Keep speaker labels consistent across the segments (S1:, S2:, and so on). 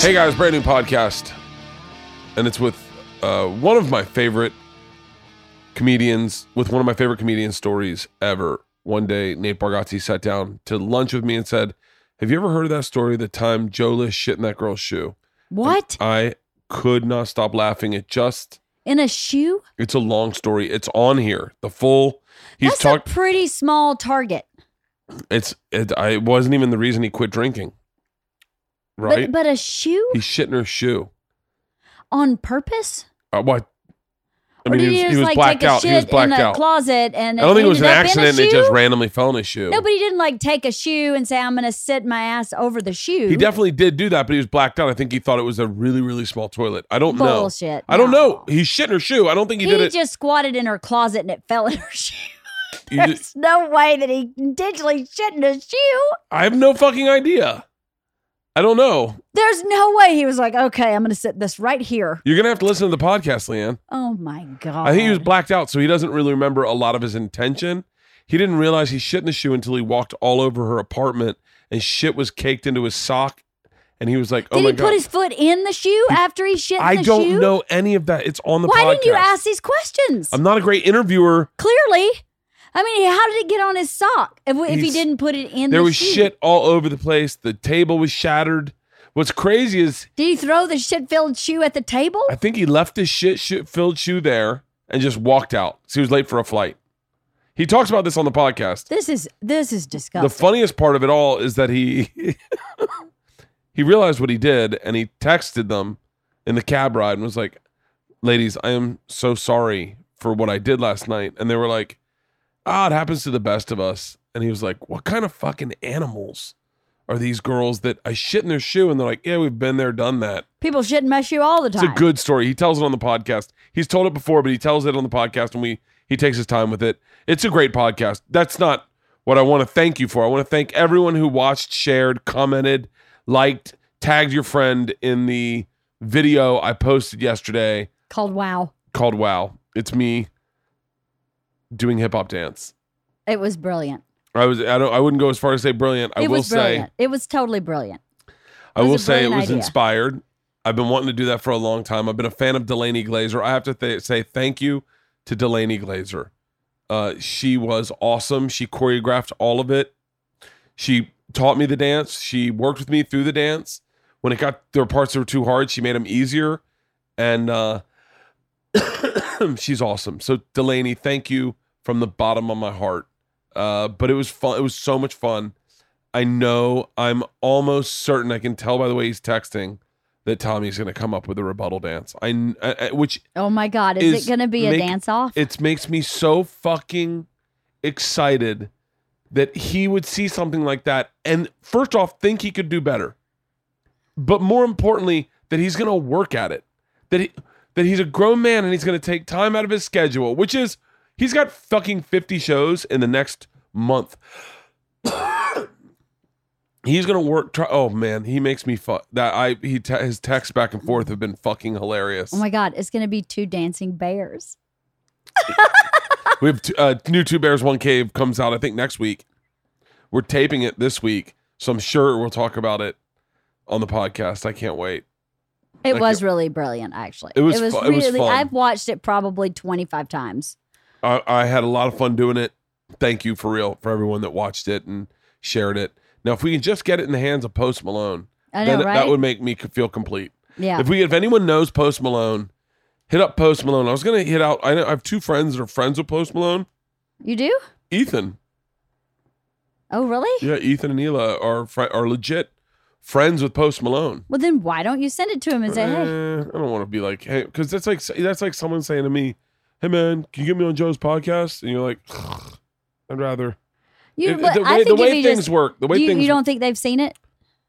S1: Hey guys, brand new podcast, and it's with uh, one of my favorite comedians, with one of my favorite comedian stories ever. One day, Nate Bargatze sat down to lunch with me and said, "Have you ever heard of that story? The time Joe List shit in that girl's shoe."
S2: What?
S1: I could not stop laughing. It just—it's
S2: In a shoe?
S1: a long story. It's on here. The full. He's
S2: That's
S1: talked.
S2: a pretty small target.
S1: it's. It, I it wasn't even the reason he quit drinking. Right?
S2: But, but a shoe
S1: He's shitting her shoe.
S2: on purpose?
S1: Uh, what? I
S2: or
S1: mean,
S2: did
S1: he was,
S2: just
S1: he was
S2: like
S1: blacked
S2: take a
S1: out.
S2: shit
S1: He was blacked
S2: in a
S1: out.
S2: closet and
S1: I don't think it was an
S2: ended up in a
S1: accident. It
S2: shoe?
S1: just randomly fell in his shoe.
S2: No, but he didn't like take a shoe and say, I'm going to sit my ass over the shoe.
S1: he definitely did do that, but he was blacked out. I think he thought it was a really, really small toilet. I don't know.
S2: Bullshit.
S1: I don't
S2: No.
S1: know. He's shitting her shoe. I don't think he,
S2: He,
S1: did it.
S2: just squatted in her closet and it fell in her shoe.
S1: he did-
S2: There's no way that he intentionally shit in a shoe.
S1: I have no fucking idea. I don't know.
S2: There's no way he was like, okay, I'm going to sit this right here.
S1: You're gonna have to listen to the podcast, Leanne.
S2: Oh my God.
S1: I think he was blacked out, so he doesn't really remember a lot of his intention. He didn't realize he shit in the shoe until he walked all over her apartment, and shit was caked into his sock. And he was like, "Oh
S2: Did
S1: my
S2: he
S1: god!"
S2: put his foot in the shoe after he shit in
S1: I
S2: the
S1: don't
S2: shoe?
S1: know any of that. It's on the
S2: Why
S1: podcast.
S2: didn't you ask these questions?
S1: I'm not a great interviewer.
S2: Clearly. I mean, how did it get on his sock if, if he
S1: He's-
S2: didn't put it in
S1: There
S2: the
S1: was
S2: shoe?
S1: shit all over the place. The table was shattered. What's crazy is
S2: Did he throw the shit filled shoe at the table?
S1: I think he left his shit, shit filled shoe there and just walked out. So he was late for a flight. He talks about this on the podcast.
S2: This is this is
S1: The
S2: disgusting.
S1: funniest part of it all is that he he realized what he did and he texted them in the cab ride and was like, "Ladies, I am so sorry for what I did last night." And they were like, "Ah, it happens to the best of us." And he was like, "What kind of fucking animals are these girls that I shit in their shoe?" And they're like, "Yeah, we've been there, done that."
S2: People shit in my shoe all the
S1: It's
S2: time.
S1: a good story. He tells it on the podcast. He's told it before, but he tells it on the podcast, and we he takes his time with it. It's a great podcast. That's not what I want to thank you for. I want to thank everyone who watched, shared, commented, liked, tagged your friend in the video I posted yesterday
S2: called wow.
S1: called "Wow." It's me doing hip hop dance.
S2: It was brilliant.
S1: I was I don't I wouldn't go as far as to say brilliant. I
S2: it
S1: will
S2: was
S1: say
S2: brilliant. it was totally brilliant.
S1: I
S2: It was
S1: will
S2: a
S1: say it
S2: brilliant
S1: was
S2: idea.
S1: inspired. I've been wanting to do that for a long time. I've been a fan of Delaney Glazer. I have to th- say thank you to Delaney Glazer. Uh, she was awesome. She choreographed all of it. She taught me the dance. She worked with me through the dance. When it got there were parts that were too hard, she made them easier. And uh, she's awesome. So Delaney, thank you from the bottom of my heart. Uh, but it was fun. It was so much fun. I know I'm almost certain I can tell by the way he's texting that Tommy's going to come up with a rebuttal dance. I, kn- I- I- which
S2: Oh my God. Is,
S1: Is
S2: it gonna be a
S1: make-
S2: dance off?
S1: it makes me so fucking excited that he would see something like that and first off think he could do better. But more importantly, that he's going to work at it. That he that he's a grown man and he's going to take time out of his schedule, which is he's got fucking 50 shows in the next month. he's going to work try, oh man, he makes me fuck that I he te- his texts back and forth have been fucking hilarious.
S2: Oh my God. It's gonna be two dancing bears.
S1: We have t- uh, new Two Bears One Cave comes out I think next week. We're taping it this week, so I'm sure we'll talk about it on the podcast. I can't wait.
S2: It
S1: Like
S2: was really brilliant, actually.
S1: It was fu- it was
S2: really.
S1: fun.
S2: I've watched it probably twenty five times.
S1: I, I had a lot of fun doing it. Thank you for real for everyone that watched it and shared it. Now, if we can just get it in the hands of Post Malone,
S2: I know,
S1: then
S2: right?
S1: that would make me c- feel complete.
S2: yeah.
S1: If we if anyone knows Post Malone, hit up Post Malone. I was gonna hit out. I, know, I have two friends that are friends with Post Malone.
S2: you do?
S1: Ethan,
S2: Oh, really?
S1: yeah, Ethan and Hila are fri are legit friends with Post Malone.
S2: Well, then why don't you send it to him and say, "Hey,
S1: Eh, I don't want to be like, hey, because that's like that's like someone saying to me, "Hey, man, can you get me on Joe's podcast?" And you're like, I'd rather.
S2: you"?
S1: It-
S2: but
S1: Uh, the way,
S2: I
S1: the
S2: think
S1: way
S2: if you
S1: things
S2: just,
S1: work, the way
S2: you,
S1: things.
S2: you don't think they've seen it?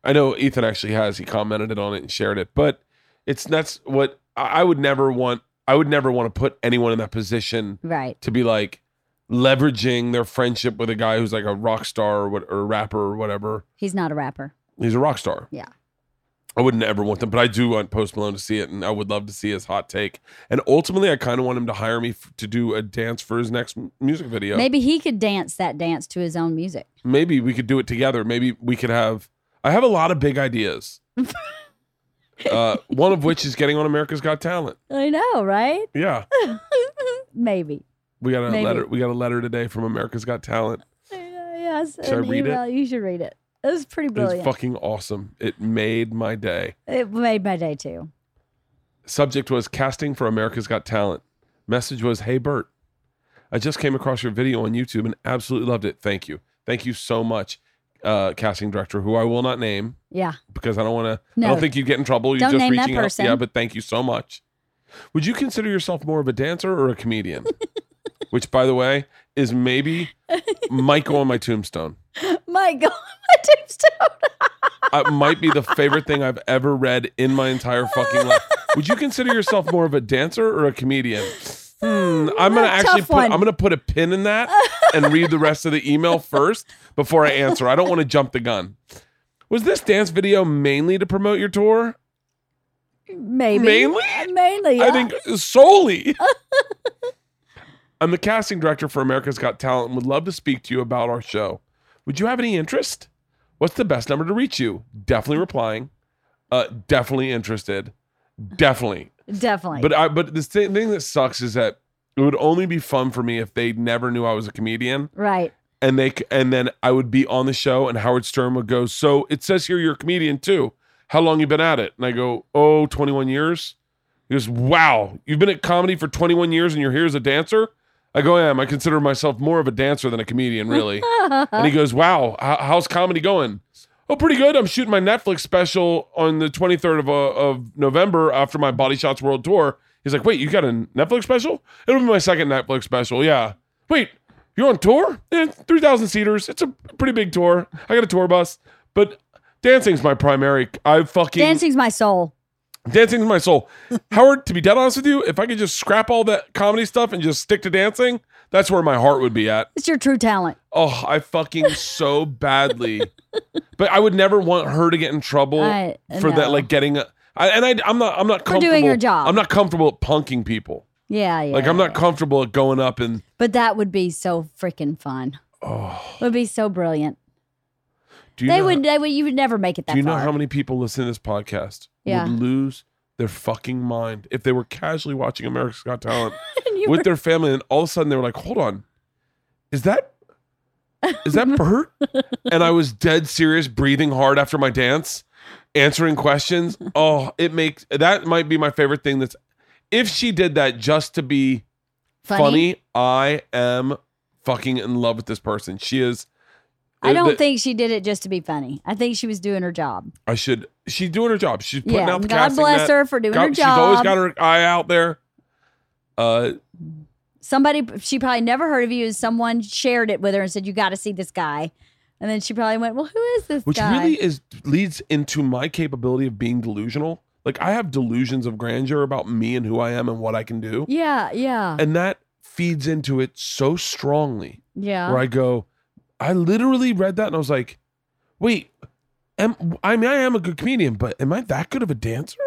S1: I know Ethan actually has. He commented on it and shared it, but it's that's what I I would never want. I would never want to put anyone in that position
S2: Right.
S1: to be like leveraging their friendship with a guy who's like a rock star or, what, or rapper or whatever.
S2: He's not a rapper.
S1: He's a rock star.
S2: Yeah.
S1: I wouldn't ever want them, but I do want Post Malone to see it, and I would love to see his hot take. And ultimately, I kind of want him to hire me f- to do a dance for his next m- music video. Maybe.
S2: Maybe he could dance that dance to his own music.
S1: we could do it together. Maybe we could have. I have a lot of big ideas. uh, one of which is getting on America's Got Talent.
S2: I know, right?
S1: Yeah,
S2: Maybe.
S1: we got a
S2: Maybe.
S1: letter. We got a letter today from America's Got Talent.
S2: Yes.
S1: Should I read it?
S2: You should read it. It was pretty
S1: It's
S2: brilliant.
S1: fucking awesome. It made my day.
S2: it made my day too.
S1: Subject was casting for America's Got Talent. Message was, Hey Bert, I just came across your video on YouTube and absolutely loved it. Thank you. Thank you so much, uh, casting director, who I will not name
S2: Yeah.
S1: because I don't want to. I
S2: No.
S1: don't think you get in trouble. You're
S2: Don't
S1: just
S2: name that
S1: reaching out.
S2: person.
S1: Yeah, but thank you so much. Would you consider yourself more of a dancer or a comedian? Which, by the way, is maybe might go on my tombstone.
S2: My God, my tombstone.
S1: It might be the favorite thing I've ever read in my entire fucking life. Would you consider yourself more of a dancer or a comedian? Hmm, I'm gonna
S2: Tough
S1: actually put,
S2: one.
S1: I'm gonna put a pin in that and read the rest of the email first before I answer. I don't want to jump the gun. Was this dance video mainly to promote your tour?
S2: Maybe.
S1: Mainly?
S2: Mainly.
S1: I
S2: yeah.
S1: think solely. I'm the casting director for America's Got Talent and would love to speak to you about our show. Would you have any interest? What's the best number to reach you? Definitely replying. Uh, definitely interested. Definitely.
S2: Definitely.
S1: But I but the thi- thing that sucks is that it would only be fun for me if they never knew I was a comedian
S2: right.
S1: and they c- and then I would be on the show and Howard Stern would go, "So, it says here you're a comedian too. How long you been at it?" And I go, "Oh, 21 years." He goes, "Wow, you've been at comedy for 21 years and you're here as a dancer?" I go, "I am. I consider myself more of a dancer than a comedian, really." and he goes, "Wow, h- how's comedy going?" Oh, pretty good. I'm shooting my Netflix special on the 23rd of uh, of November after my Body Shots World Tour. He's like, "Wait, you got a Netflix special? It'll be my second Netflix special." Yeah. Wait, you're on tour? Yeah, 3,000 seaters. It's a pretty big tour. I got a tour bus, but dancing's my primary. I fucking
S2: Dancing's my soul.
S1: dancing's my soul. Howard, to be dead honest with you, if I could just scrap all that comedy stuff and just stick to dancing, that's where my heart would be at.
S2: It's your true talent.
S1: Oh, I fucking so badly. but I would never want her to get in trouble
S2: I-
S1: for that,
S2: no.
S1: like getting. A, I, and I, I'm not. I'm not
S2: For
S1: comfortable.
S2: doing your job.
S1: I'm not comfortable at punking people.
S2: Yeah. Yeah.
S1: Like I'm
S2: yeah.
S1: not comfortable at going up and.
S2: But that would be so freaking fun.
S1: Oh,
S2: Would be so brilliant.
S1: do you
S2: They
S1: know,
S2: would, they would. You would never make it that
S1: do you know
S2: far.
S1: how many people listen to this podcast
S2: Yeah.
S1: would lose their fucking mind if they were casually watching America's Got Talent
S2: And you
S1: with
S2: were-
S1: their family, and all of a sudden they were like, "Hold on, is that?" Is that Bert? and I was dead serious, breathing hard after my dance, answering questions. Oh, it makes that might be my favorite thing. That's if she did that just to be funny, I am fucking in love with this person. She is.
S2: I don't
S1: the-
S2: think she did it just to be funny. I think she was doing her job.
S1: I should. She's doing her job. She's putting
S2: Yeah.
S1: out the
S2: God
S1: casting
S2: bless
S1: net.
S2: her for doing
S1: God-
S2: her job.
S1: She's always got her eye out there. Uh,
S2: somebody she probably never heard of you. Someone shared it with her and said, "You got to see this guy," and then she probably went, "Well, who is this
S1: which
S2: guy?"
S1: really is leads into my capability of being delusional. Like I have delusions of grandeur about me and who I am and what I can do,
S2: yeah, yeah,
S1: and that feeds into it so strongly.
S2: yeah.
S1: Where I go, I literally read that and I was like, wait, am, I mean I am a good comedian, but am I that good of a dancer?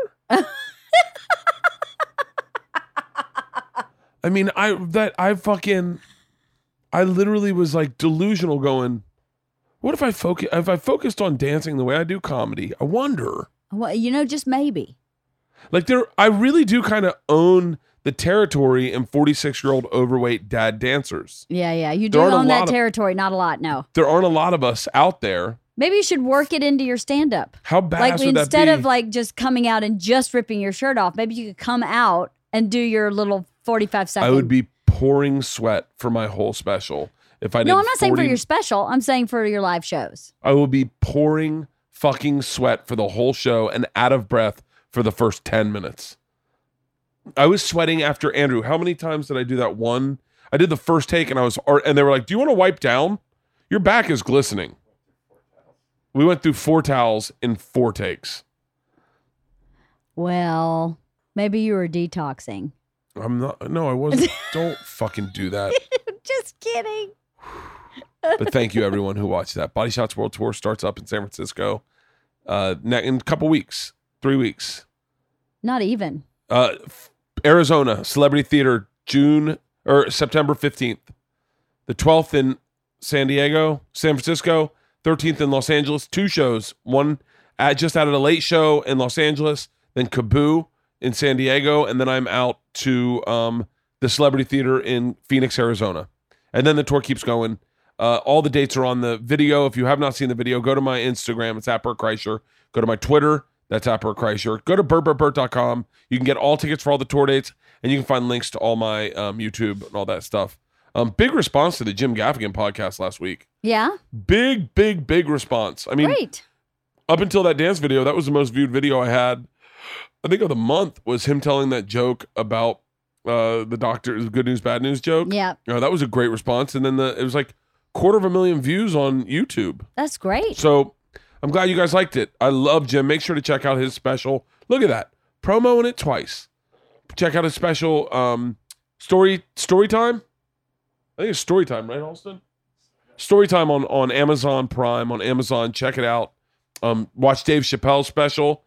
S1: I mean, I that I fucking I literally was like delusional going, what if I focus if I focused on dancing the way I do comedy? I wonder.
S2: Well, you know, just maybe.
S1: Like there I really do kind of own the territory in 46-year-old overweight dad dancers.
S2: Yeah, yeah. You do
S1: There aren't a
S2: own
S1: lot
S2: that
S1: of-
S2: territory. Not a lot. No.
S1: There aren't a lot of us out there.
S2: Maybe you should work it into your stand up.
S1: How badass
S2: Like
S1: would that
S2: instead
S1: be?
S2: of like just coming out and just ripping your shirt off, maybe you could come out and do your little forty five second.
S1: I would be pouring sweat for my whole special if I did.
S2: No, I'm not saying for
S1: 40
S2: your special. I'm saying for your live shows.
S1: I will be pouring fucking sweat for the whole show and out of breath for the first ten minutes. I was sweating after Andrew. How many times did I do that? One. I did the first take and I was, or- and they were like, "Do you want to wipe down? Your back is glistening." We went through four towels in four takes.
S2: Well, maybe you were detoxing.
S1: I'm not. No, I wasn't. Don't fucking do that.
S2: just kidding.
S1: but thank you everyone who watched that. Body Shots World Tour starts up in San Francisco uh, ne- in a couple weeks, three weeks.
S2: Not even.
S1: Uh, f- Arizona Celebrity Theater, June or September fifteenth, the twelfth in San Diego, San Francisco, thirteenth in Los Angeles. Two shows, one at, just out of a late show in Los Angeles, then Kaboo in San Diego, and then I'm out to um, the Celebrity Theater in Phoenix, Arizona. And then the tour keeps going. Uh, all the dates are on the video. If you have not seen the video, go to my Instagram. It's at Burt Kreischer. Go to my Twitter. That's at Burt Kreischer. Go to burtburtburt.com. You can get all tickets for all the tour dates, and you can find links to all my um, YouTube and all that stuff. Um, big response to the Jim Gaffigan podcast last week.
S2: Yeah.
S1: Big, big, big response. I mean,
S2: Great.
S1: up until that dance video, that was the most viewed video I had. I think of the month was him telling that joke about uh, the doctor's good news, bad news joke.
S2: Yeah.
S1: You know, Oh, that was a great response. And then the it was like quarter of a million views on YouTube.
S2: That's great.
S1: So I'm glad you guys liked it. I love Jim. Make sure to check out his special. Look at that. Promoing it twice. Check out his special um story story time. I think it's story time, right, Halston? Story time on on Amazon Prime, on Amazon. Check it out. Um, watch Dave Chappelle's special.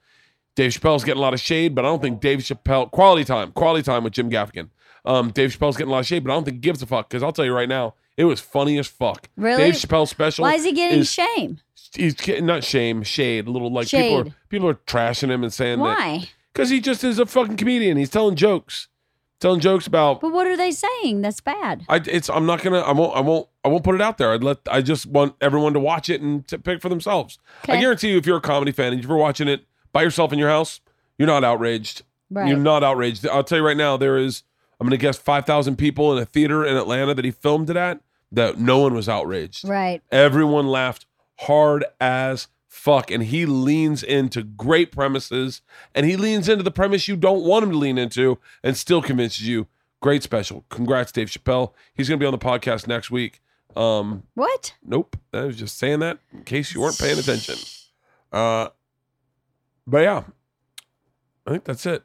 S1: Dave Chappelle's getting a lot of shade, but I don't think Dave Chappelle quality time, quality time with Jim Gaffigan. Um, Dave Chappelle's getting a lot of shade, but I don't think he gives a fuck. Because I'll tell you right now, it was funny as fuck.
S2: Really?
S1: Dave Chappelle's special.
S2: Why is he getting
S1: is-
S2: shame?
S1: he's getting not shame, shade, a little like people
S2: Shade.
S1: are people are trashing him and saying that
S2: Why?
S1: because he just is a fucking comedian. He's telling jokes, telling jokes about.
S2: But what are they saying? That's bad.
S1: I it's I'm not gonna I won't I won't I won't put it out there. I'd let I just want everyone to watch it and to pick for themselves. I
S2: Okay.
S1: guarantee you, if you're a comedy fan and you're watching it by yourself in your house, you're not outraged.
S2: Right.
S1: You're not outraged. I'll tell you right now, there is I'm gonna guess five thousand people in a theater in Atlanta that he filmed it at that no one was outraged.
S2: right.
S1: Everyone laughed hard as fuck. And he leans into great premises and he leans into the premise you don't want him to lean into and still convinces you. Great special. Congrats, Dave Chappelle. He's going to be on the podcast next week. Um,
S2: What?
S1: nope. I was just saying that in case you weren't paying attention. Uh, but yeah, I think that's it,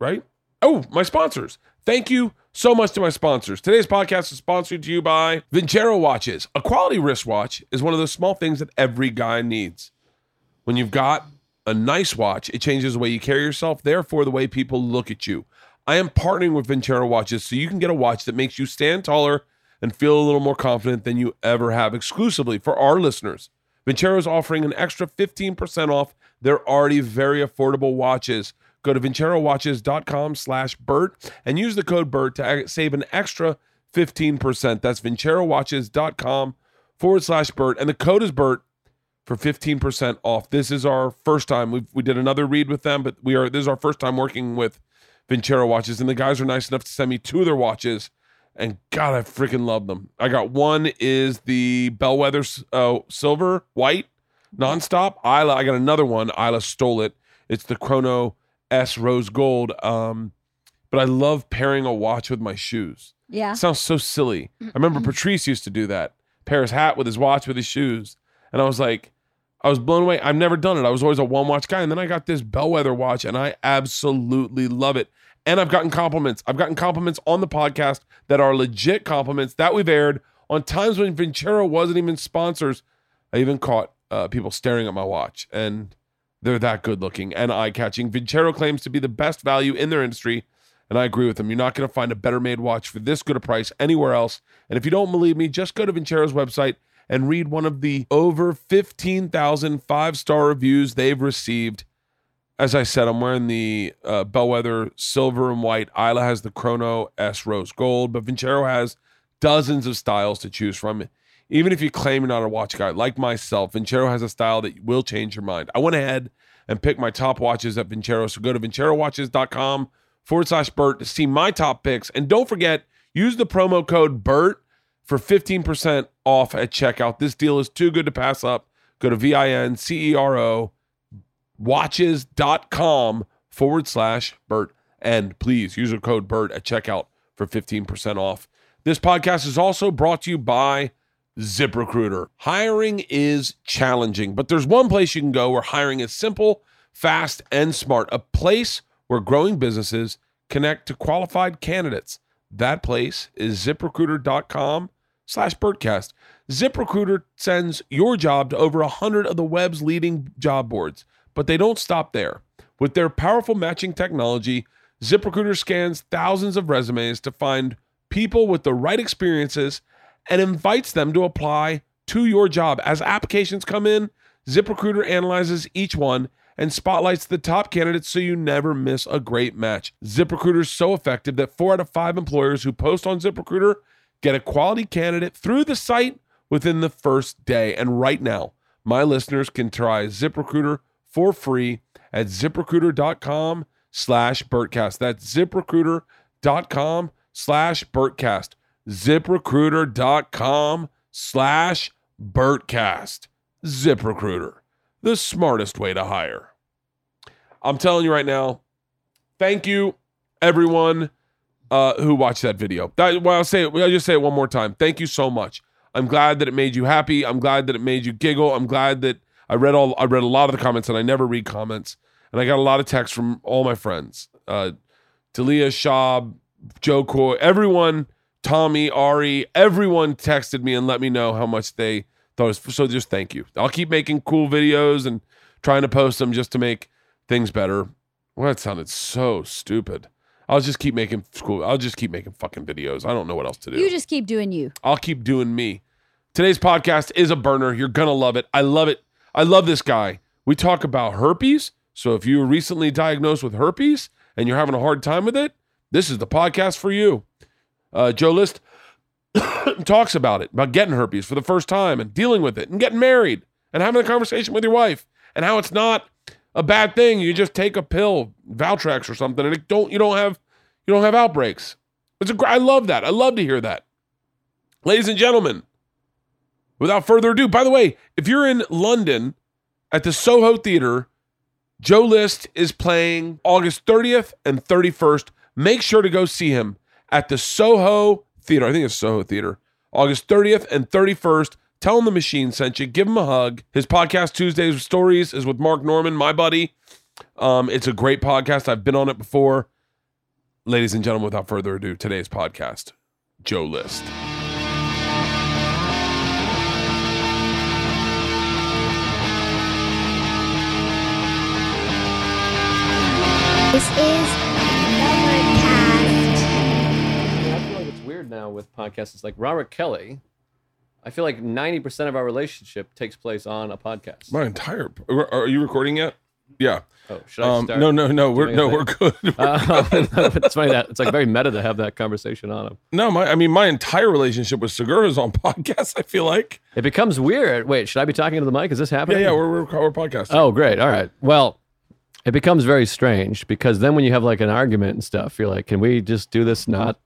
S1: right? Oh, my sponsors. Thank you so much to my sponsors. Today's podcast is sponsored to you by Vincero Watches. A quality wristwatch is one of those small things that every guy needs. When you've got a nice watch, it changes the way you carry yourself, therefore, the way people look at you. I am partnering with Vincero Watches so you can get a watch that makes you stand taller and feel a little more confident than you ever have exclusively for our listeners. Vincero is offering an extra 15% off their already very affordable watches. Go to vincerowatches.com slash BERT and use the code BERT to ag- save an extra 15%. That's vincerowatches.com forward slash BERT. And the code is BERT for 15% off. This is our first time. We've, we did another read with them, but we are this is our first time working with Vincero watches. And the guys are nice enough to send me two of their watches. And God, I freaking love them. I got one is the Bellwether s- uh, Silver White Nonstop. Isla, I got another one. Isla stole it. It's the Chrono S Rose Gold. Um, but I love pairing a watch with my shoes.
S2: Yeah.
S1: It sounds so silly. I remember Patrice used to do that. Pair his hat with his watch with his shoes. And I was like, I was blown away. I've never done it. I was always a one watch guy. And then I got this Bellwether watch and I absolutely love it. And I've gotten compliments. I've gotten compliments on the podcast that are legit compliments that we've aired on times when Vincero wasn't even sponsors. I even caught uh, people staring at my watch and they're that good looking and eye catching. Vincero claims to be the best value in their industry. And I agree with them. You're not going to find a better made watch for this good a price anywhere else. And if you don't believe me, just go to Vincero's website and read one of the over 15,000 five star reviews they've received. As I said, I'm wearing the uh, Bellwether silver and white. Isla has the Chrono S rose gold, but Vincero has dozens of styles to choose from. Even if you claim you're not a watch guy like myself, Vincero has a style that will change your mind. I went ahead and picked my top watches at Vincero. So go to vincerowatches.com forward slash Bert to see my top picks. And don't forget, use the promo code BERT for 15% off at checkout. This deal is too good to pass up. Go to V I N C E R O watches.com forward slash Bert. And please use the code BERT at checkout for 15% off. This podcast is also brought to you by ZipRecruiter. Hiring is challenging, but there's one place you can go where hiring is simple, fast, and smart. A place where growing businesses connect to qualified candidates. That place is ziprecruiter.com slash birdcast. ZipRecruiter sends your job to over 100 of the web's leading job boards, but they don't stop there. With their powerful matching technology, ZipRecruiter scans thousands of resumes to find people with the right experiences and invites them to apply to your job. As applications come in, ZipRecruiter analyzes each one and spotlights the top candidates so you never miss a great match. ZipRecruiter is so effective that four out of five employers who post on ZipRecruiter get a quality candidate through the site within the first day. And right now, my listeners can try ZipRecruiter for free at ziprecruiter.com slash BurtCast. That's ziprecruiter.com slash BurtCast. ZipRecruiter.com slash BurtCast. ZipRecruiter, the smartest way to hire. I'm telling you right now, thank you, everyone uh, who watched that video. That, well, I'll say it. I'll just say it one more time. Thank you so much. I'm glad that it made you happy. I'm glad that it made you giggle. I'm glad that I read all. I read a lot of the comments, and I never read comments. And I got a lot of texts from all my friends: uh, Dalia, Shab, Joe Coy, everyone. Tommy, Ari, everyone texted me and let me know how much they thought. It was, so just thank you. I'll keep making cool videos and trying to post them just to make things better. Well, that sounded so stupid. I'll just keep making cool. I'll just keep making fucking videos. I don't know what else to do.
S2: You just keep doing you.
S1: I'll keep doing me. Today's podcast is a burner. You're going to love it. I love it. I love this guy. We talk about herpes. So if you were recently diagnosed with herpes and you're having a hard time with it, this is the podcast for you. Uh, Joe List talks about it, about getting herpes for the first time and dealing with it and getting married and having a conversation with your wife and how it's not a bad thing. You just take a pill, Valtrex or something, and it don't you don't have you don't have outbreaks. It's a gr- I love that. I love to hear that. Ladies and gentlemen, without further ado, by the way, if you're in London at the Soho Theater, Joe List is playing August 30th and 31st. Make sure to go see him at the Soho Theater. I think it's Soho Theater, August 30th and 31st. Tell him the machine sent you. Give him a hug. His podcast, Tuesdays with Stories, is with Mark Norman, my buddy. Um, it's a great podcast. I've been on it before. Ladies and gentlemen, without further ado, today's podcast, Joe List.
S3: This is Overcast.
S4: I feel like it's weird now with podcasts. It's like Robert Kelly. I feel like ninety percent of our relationship takes place on a podcast.
S1: My entire are are you recording yet? Yeah.
S4: Oh, should I
S1: Um,
S4: start?
S1: no, no, no. We're
S4: doing
S1: no,
S4: it?
S1: we're good.
S4: Uh, it's funny that it's like very meta to have that conversation on him.
S1: no, my I mean my entire relationship with Segura is on podcasts. I feel like
S4: It becomes weird. Wait, should I be talking to the mic? Is this
S1: yeah,
S4: happening?
S1: yeah. We're we're, we're podcasting.
S4: oh, great. All right. Well, it becomes very strange because then when you have like an argument and stuff, you're like, can we just do this? Not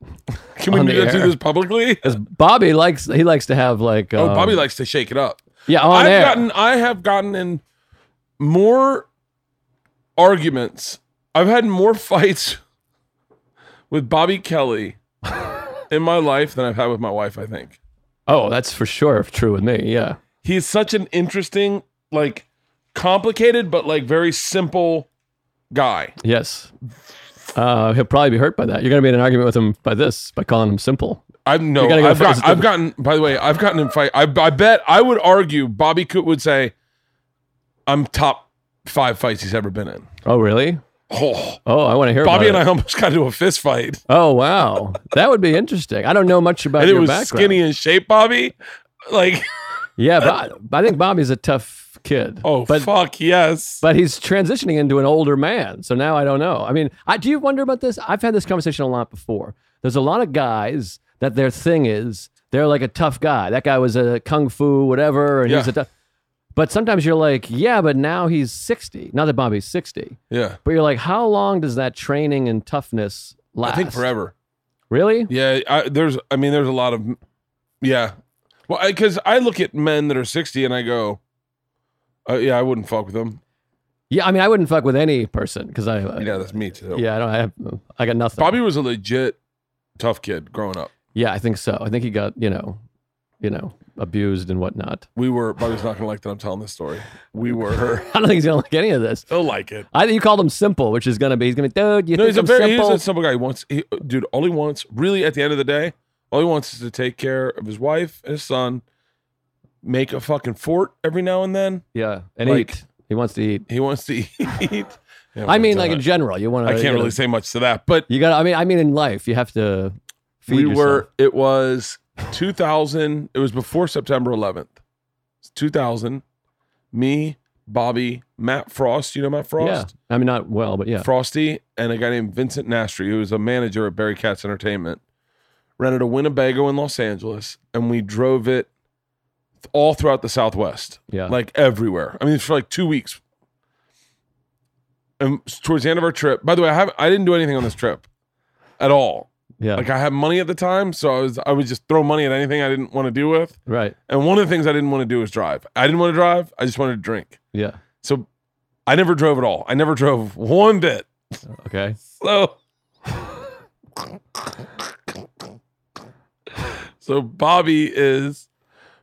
S1: Can we
S4: on
S1: do,
S4: the
S1: do
S4: air.
S1: this publicly?
S4: because Bobby likes he likes to have like
S1: Oh,
S4: um,
S1: Bobby likes to shake it up.
S4: yeah on
S1: I've
S4: air.
S1: gotten I have gotten in more arguments. I've had more fights with Bobby Kelly in my life than I've had with my wife, I think.
S4: oh, that's for sure true with me. Yeah.
S1: He's such an interesting, like complicated but like very simple guy.
S4: Yes. Uh, he'll probably be hurt by that. You're going to be in an argument with him by this, by calling him simple.
S1: I've no,
S4: You gotta go
S1: I've, got,
S4: first.
S1: I've gotten. By the way, I've gotten in fight. I, I bet I would argue Bobby Coot would say, "I'm top five fights he's ever been in."
S4: Oh, really?
S1: Oh,
S4: Oh, I want to hear
S1: Bobby and
S4: about
S1: I
S4: it.
S1: almost got into a fist fight,
S4: Oh, wow. That would be interesting. I don't know much about
S1: and it
S4: your
S1: was
S4: background.
S1: skinny in shape, Bobby. Like,
S4: Yeah, but I think Bobby's a tough kid.
S1: oh
S4: but
S1: fuck yes.
S4: but he's transitioning into an older man. So now I don't know. I mean, I, do you wonder about this? I've had this conversation a lot before. There's a lot of guys that their thing is they're like a tough guy. That guy was a kung fu, whatever, and he's
S1: Yeah.
S4: a tough. But sometimes you're like, yeah, but now he's 60. Not that Bobby's 60,
S1: yeah,
S4: but you're like, how long does that training and toughness last?
S1: I think forever.
S4: Really?
S1: Yeah, I, there's. I mean, there's a lot of. Yeah, well, because I, look at men that are sixty and I go, uh, yeah, I wouldn't fuck with them.
S4: Yeah. I mean, I wouldn't fuck with any person because I, uh,
S1: Yeah, that's me too.
S4: yeah, I don't I have, I got nothing.
S1: Bobby was a legit tough kid growing up.
S4: Yeah, I think so. I think he got, you know, you know, abused and whatnot.
S1: We were Bobby's not gonna like that I'm telling this story. We were
S4: I don't think he's gonna like any of this.
S1: he'll like it.
S4: I think you called him simple, which is gonna be he's gonna be dude. You
S1: No,
S4: think
S1: he's a
S4: I'm
S1: very he's
S4: simple?
S1: a simple guy. He wants he, dude, all he wants really at the end of the day, all he wants is to take care of his wife and his son, make a fucking fort every now and then.
S4: yeah, and
S1: like-
S4: eat. He wants to eat.
S1: He wants to eat. Yeah,
S4: I
S1: we're
S4: mean,
S1: done.
S4: like in general, you want to.
S1: I can't really say much to that, but
S4: You got. to I mean, I mean, in life, you have to. Feed
S1: we
S4: yourself.
S1: were it was 2000 it was before september 11th It's 2000 me Bobby, Matt Frost. You know Matt Frost?
S4: Yeah. I mean, not well, but yeah.
S1: Frosty and a guy named Vincent Nastry, who was a manager at Barry Katz Entertainment, rented a Winnebago in Los Angeles, and we drove it th- all throughout the Southwest,
S4: Yeah.
S1: like everywhere. I mean, for like two weeks. And s- towards the end of our trip, by the way, I haven't, I didn't do anything on this trip at all.
S4: yeah.
S1: Like I had money at the time, so I was I would just throw money at anything I didn't want to do with.
S4: right.
S1: And one of the things I didn't want to do was drive. I didn't want to drive. I just wanted to drink.
S4: Yeah.
S1: So I never drove at all. I never drove one bit.
S4: Okay.
S1: So, so Bobby is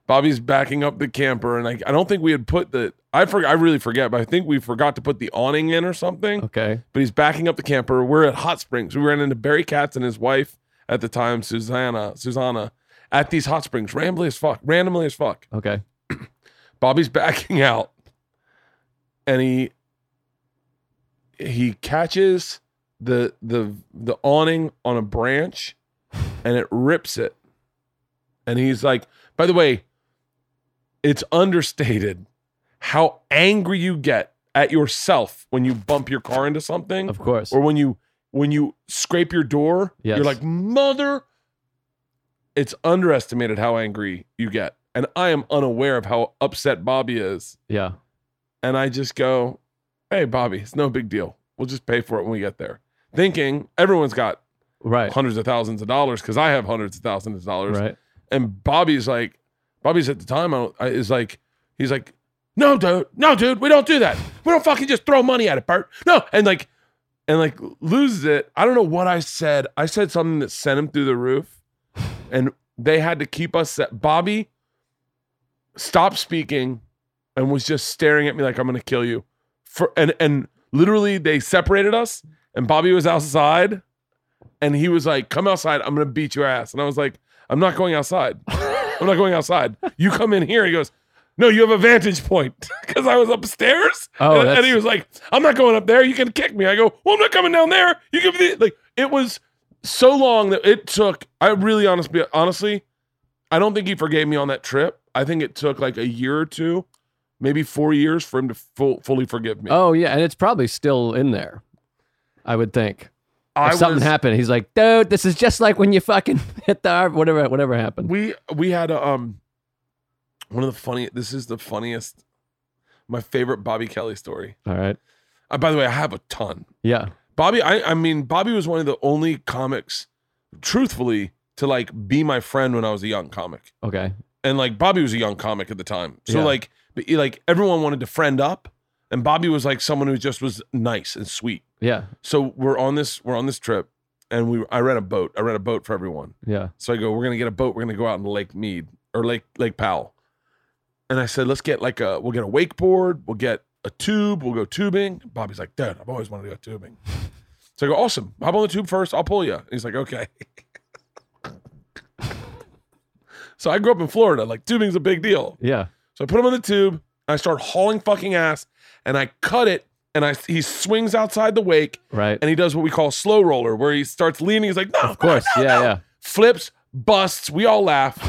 S1: Bobby's backing up the camper, and I, I don't think we had put the I forgot I really forget, but I think we forgot to put the awning in or something.
S4: Okay.
S1: But he's backing up the camper. We're at Hot Springs. We ran into Barry Katz and his wife at the time, Susanna, Susanna, at these hot springs, randomly as fuck, randomly as fuck.
S4: Okay.
S1: Bobby's backing out, and he he catches the the the awning on a branch, and it rips it. And he's like, "By the way, it's understated how angry you get at yourself when you bump your car into something,
S4: Of course.
S1: or when you when you scrape your door. You're
S4: Yes.
S1: like, mother." It's underestimated how angry you get. And I am unaware of how upset Bobby is.
S4: Yeah.
S1: And I just go, hey, Bobby, it's no big deal. We'll just pay for it when we get there. Thinking everyone's got
S4: Right.
S1: hundreds of thousands of dollars because I have hundreds of thousands of dollars.
S4: Right.
S1: And Bobby's like, Bobby's at the time I don't- I- is like, he's like, no, dude, no, dude, we don't do that. We don't fucking just throw money at it, Bert. No, and like, and like loses it. I don't know what I said. I said something that sent him through the roof, and they had to keep us. Set. Bobby stopped speaking and was just staring at me like I'm gonna kill you. For and and literally they separated us, and Bobby was outside, and he was like, "Come outside, I'm gonna beat your ass." And I was like, "I'm not going outside. I'm not going outside. You come in here." He goes. No, you have a vantage point because I was upstairs.
S4: Oh,
S1: and, and
S4: that's-
S1: he was like, I'm not going up there. You can kick me. I go, Well, I'm not coming down there. You give me the. Like, it was so long that it took. I really honestly, honestly, I don't think he forgave me on that trip. I think it took like a year or two, maybe four years for him to full, fully forgive me.
S4: Oh yeah, and it's probably still in there. I would think. If
S1: I
S4: something
S1: was-
S4: happened, he's like, dude, this is just like when you fucking hit the ar- whatever whatever happened.
S1: We we had a, um one of the funny. This is the funniest. My favorite Bobby Kelly story.
S4: All right.
S1: Uh, by the way, I have a ton.
S4: Yeah.
S1: Bobby, I, I mean, Bobby was one of the only comics, truthfully, to like be my friend when I was a young comic.
S4: Okay.
S1: and like Bobby was a young comic at the time, so
S4: Yeah.
S1: like, but, like everyone wanted to friend up, and Bobby was like someone who just was nice and sweet.
S4: Yeah.
S1: So we're on this we're on this trip, and we I rent a boat. I rent a boat for everyone.
S4: Yeah.
S1: So I go, we're gonna get a boat. We're gonna go out in Lake Mead or Lake Lake Powell. And I said, let's get like a we'll get a wakeboard. We'll get a tube. We'll go tubing. Bobby's like, dude, I've always wanted to go tubing. So I go, awesome. Hop on the tube first. I'll pull you. And he's like, okay. so I grew up in Florida. Like tubing's a big deal.
S4: Yeah.
S1: So I put him on the tube. I start hauling fucking ass, and I cut it. And I he swings outside the wake,
S4: Right.
S1: and he does what we call slow roller, where he starts leaning. He's like, no,
S4: Of course. Yeah. Yeah.
S1: flips, busts. We all laugh.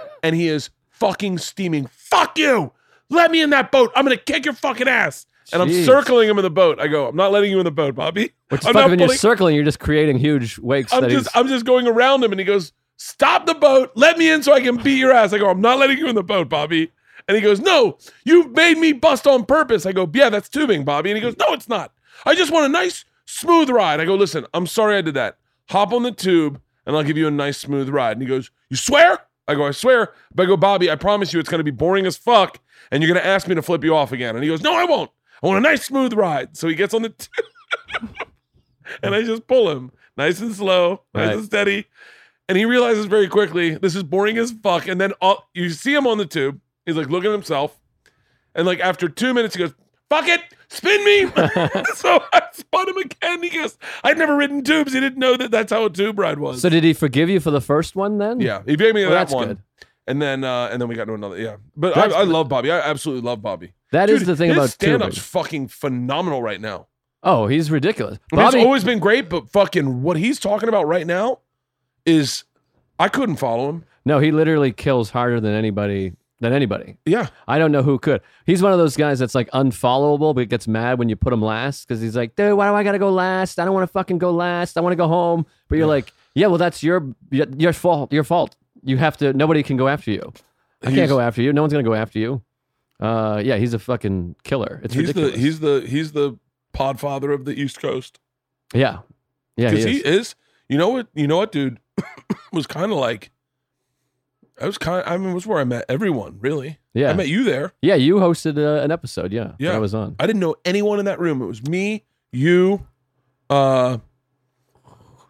S1: and he is fucking steaming. Fuck you. Let me in that boat. I'm going to kick your fucking ass. And I'm
S4: Jeez.
S1: circling him in the boat. I go, I'm not letting you in the boat, Bobby.
S4: Which is
S1: I'm
S4: fucking
S1: not
S4: when you're
S1: pulling-
S4: circling, you're just creating huge wakes
S1: I'm
S4: that
S1: just,
S4: he's
S1: I'm just going around him. And he goes, Stop the boat. Let me in so I can beat your ass. I go, I'm not letting you in the boat, Bobby. And he goes, No, you made me bust on purpose. I go, Yeah, that's tubing, Bobby. And he goes, No, it's not. I just want a nice, smooth ride. I go, Listen, I'm sorry I did that. Hop on the tube and I'll give you a nice, smooth ride. And he goes, You swear? I go, I swear. But I go, Bobby, I promise you it's going to be boring as fuck. And you're going to ask me to flip you off again. And he goes, No, I won't. I want a nice, smooth ride. So he gets on the tube and I just pull him nice and slow, nice
S4: Right.
S1: and steady. And he realizes very quickly this is boring as fuck. And then all, you see him on the tube. He's like looking at himself. And like after two minutes, he goes, fuck it, spin me. so I spun him again. He goes, I'd never ridden tubes. He didn't know that that's how a tube ride was.
S4: So did he forgive you for the first one then?
S1: yeah, he gave me
S4: Well,
S1: that
S4: that's
S1: one.
S4: good.
S1: And then uh, and then we got to another. Yeah. But
S4: That's
S1: I, I
S4: good.
S1: love Bobby. I absolutely love Bobby.
S4: That is the thing
S1: his
S4: about
S1: stand up's
S4: tubing.
S1: fucking phenomenal right now.
S4: Oh, he's ridiculous.
S1: I mean,
S4: Bobby,
S1: it's always been great, but fucking what he's talking about right now is I couldn't follow him.
S4: no, he literally kills harder than anybody than anybody.
S1: Yeah.
S4: I don't know who could. He's one of those guys that's like unfollowable, but gets mad when you put him last because he's like, dude, why do I gotta go last? I don't want to fucking go last. I want to go home. But you're like, yeah, well, that's your your fault. Your fault. You have to. Nobody can go after you. I
S1: He's-
S4: can't go after you. No one's gonna go after you. Uh, yeah, he's a fucking killer. It's
S1: he's
S4: ridiculous.
S1: the he's the he's the podfather of the East Coast.
S4: yeah, yeah, he
S1: Because
S4: is.
S1: he, is. You know what? You know what, dude? was kind of like. I was kind. I mean, it was where I met everyone. Really, I
S4: yeah,
S1: met you there.
S4: yeah. You hosted uh, an episode. Yeah,
S1: Yeah.
S4: that I was on.
S1: I didn't know anyone in that room. It was me, you. Uh,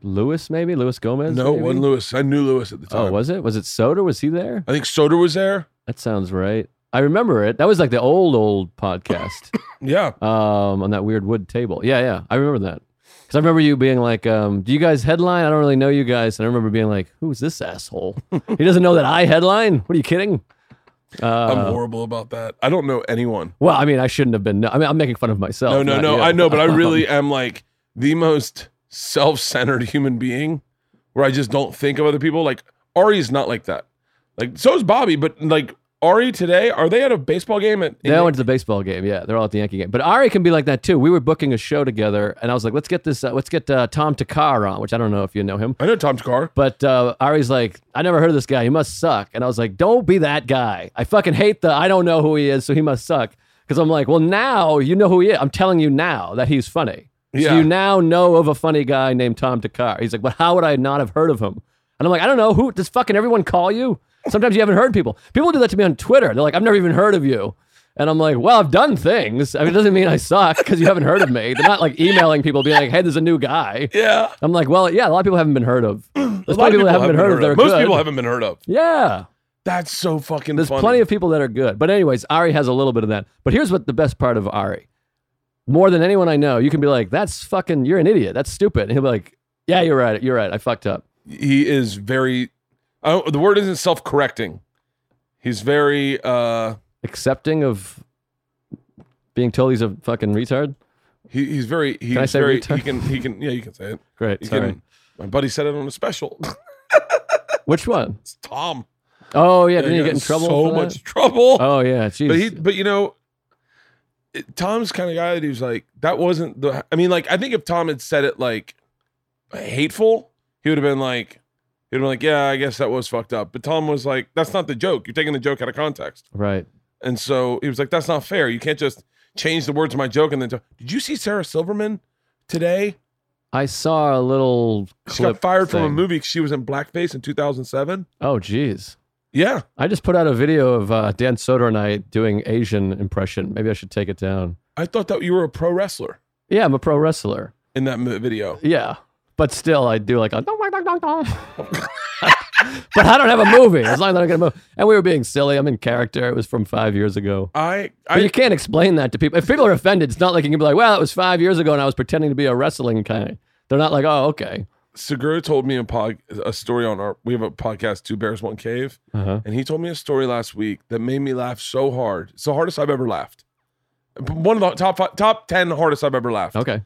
S4: Lewis, maybe Lewis Gomez.
S1: no, it
S4: maybe?
S1: wasn't Lewis. I knew Lewis at the time.
S4: Oh, was it? Was it Soda? Was he there?
S1: I think Soder was there.
S4: That sounds right. I remember it. That was like the old old podcast
S1: Yeah,
S4: um, on that weird wood table. Yeah, yeah. I remember that because I remember you being like, um, "Do you guys headline?" I don't really know you guys, and I remember being like, "Who's this asshole? he doesn't know that I headline. What are you kidding?"
S1: I'm
S4: Uh,
S1: horrible about that. I don't know anyone.
S4: well, I mean, I shouldn't have been. No, I mean, I'm making fun of myself.
S1: No, no,
S4: not
S1: no.
S4: you.
S1: I know, but I really am like the most self-centered human being, where I just don't think of other people. Like Ari's not like that. Like so is Bobby, but like Ari today, are they at a baseball game? At,
S4: They all went to the baseball game. Yeah, they're all at the Yankee game. But Ari can be like that too. We were booking a show together, and I was like, "Let's get this. Uh, let's get uh, Tom Takar on," which I don't know if you know him.
S1: I know Tom's car.
S4: But uh, Ari's like, "I never heard of this guy. He must suck." And I was like, "Don't be that guy. I fucking hate the. I don't know who he is, so he must suck." Because I'm like, "Well, now you know who he is. I'm telling you now that he's funny.
S1: Yeah.
S4: So you now know of a funny guy named Tom Takar." He's like, "But how would I not have heard of him?" And I'm like, "I don't know who. Does fucking everyone call you? Sometimes you haven't heard people. People do that to me on Twitter. They're like, "I've never even heard of you." And I'm like, well, I've done things. I mean, it doesn't mean I suck because you haven't heard of me. They're not like emailing people, being like, hey, there's a new guy.
S1: Yeah,
S4: I'm like, well, yeah, a lot of people haven't been heard of. There's
S1: a
S4: probably
S1: lot of people
S4: haven't been heard of. They're
S1: Most
S4: good.
S1: people haven't been heard of.
S4: Yeah,
S1: That's so fucking.
S4: there's
S1: funny.
S4: plenty of people that are good. But anyways, Ari has a little bit of that. But here's what the best part of Ari, more than anyone I know, you can be like, that's fucking, you're an idiot. That's stupid. And he'll be like, yeah, you're right. You're right. I fucked up.
S1: he is very. I don't- the word isn't self-correcting. He's very. uh
S4: Accepting of being told he's a fucking retard.
S1: he, he's very. He's
S4: I say
S1: very.
S4: retard?
S1: He can. He can. Yeah, you can say it.
S4: Great.
S1: You
S4: Sorry.
S1: can, my buddy said it on a special.
S4: Which one?
S1: It's Tom.
S4: Oh yeah,
S1: Yeah,
S4: didn't
S1: he
S4: you get
S1: got
S4: in trouble?
S1: So
S4: for that?
S1: much trouble.
S4: Oh yeah, jeez.
S1: but he, but you know, it- Tom's kind of guy that he was like, that wasn't the. I mean, like, I think if Tom had said it like hateful, he would have been like, he'd been like, yeah, I guess that was fucked up. But Tom was like, that's not the joke. You're taking the joke out of context.
S4: right.
S1: And so he was like, that's not fair. You can't just change the words of my joke and then. Talk. Did you see Sarah Silverman today?
S4: I saw a little.
S1: She got
S4: clip
S1: fired from a
S4: thing.
S1: movie 'cause she was in blackface in 2007.
S4: Oh jeez.
S1: Yeah,
S4: I just put out a video of uh, Dan Soder and I doing Asian impression. Maybe I should take it down.
S1: I thought that you were a pro wrestler
S4: Yeah, I'm a pro wrestler.
S1: in that mo- video.
S4: Yeah, but still, I do like a. dong, dong, dong, dong, dong. but I don't have a movie. As long as I don't get a movie, and we were being silly. I'm in character. It was from five years ago.
S1: I, I
S4: But you can't explain that to people. If people are offended, it's not like you can be like, "Well, it was five years ago, and I was pretending to be a wrestling kind." They're not like, "Oh, okay."
S1: Segura told me a pod, a story on our we have a podcast Two Bears One Cave,
S4: Uh-huh.
S1: and he told me a story last week that made me laugh so hard. It's the hardest I've ever laughed. One of the top five, top ten hardest I've ever laughed.
S4: Okay.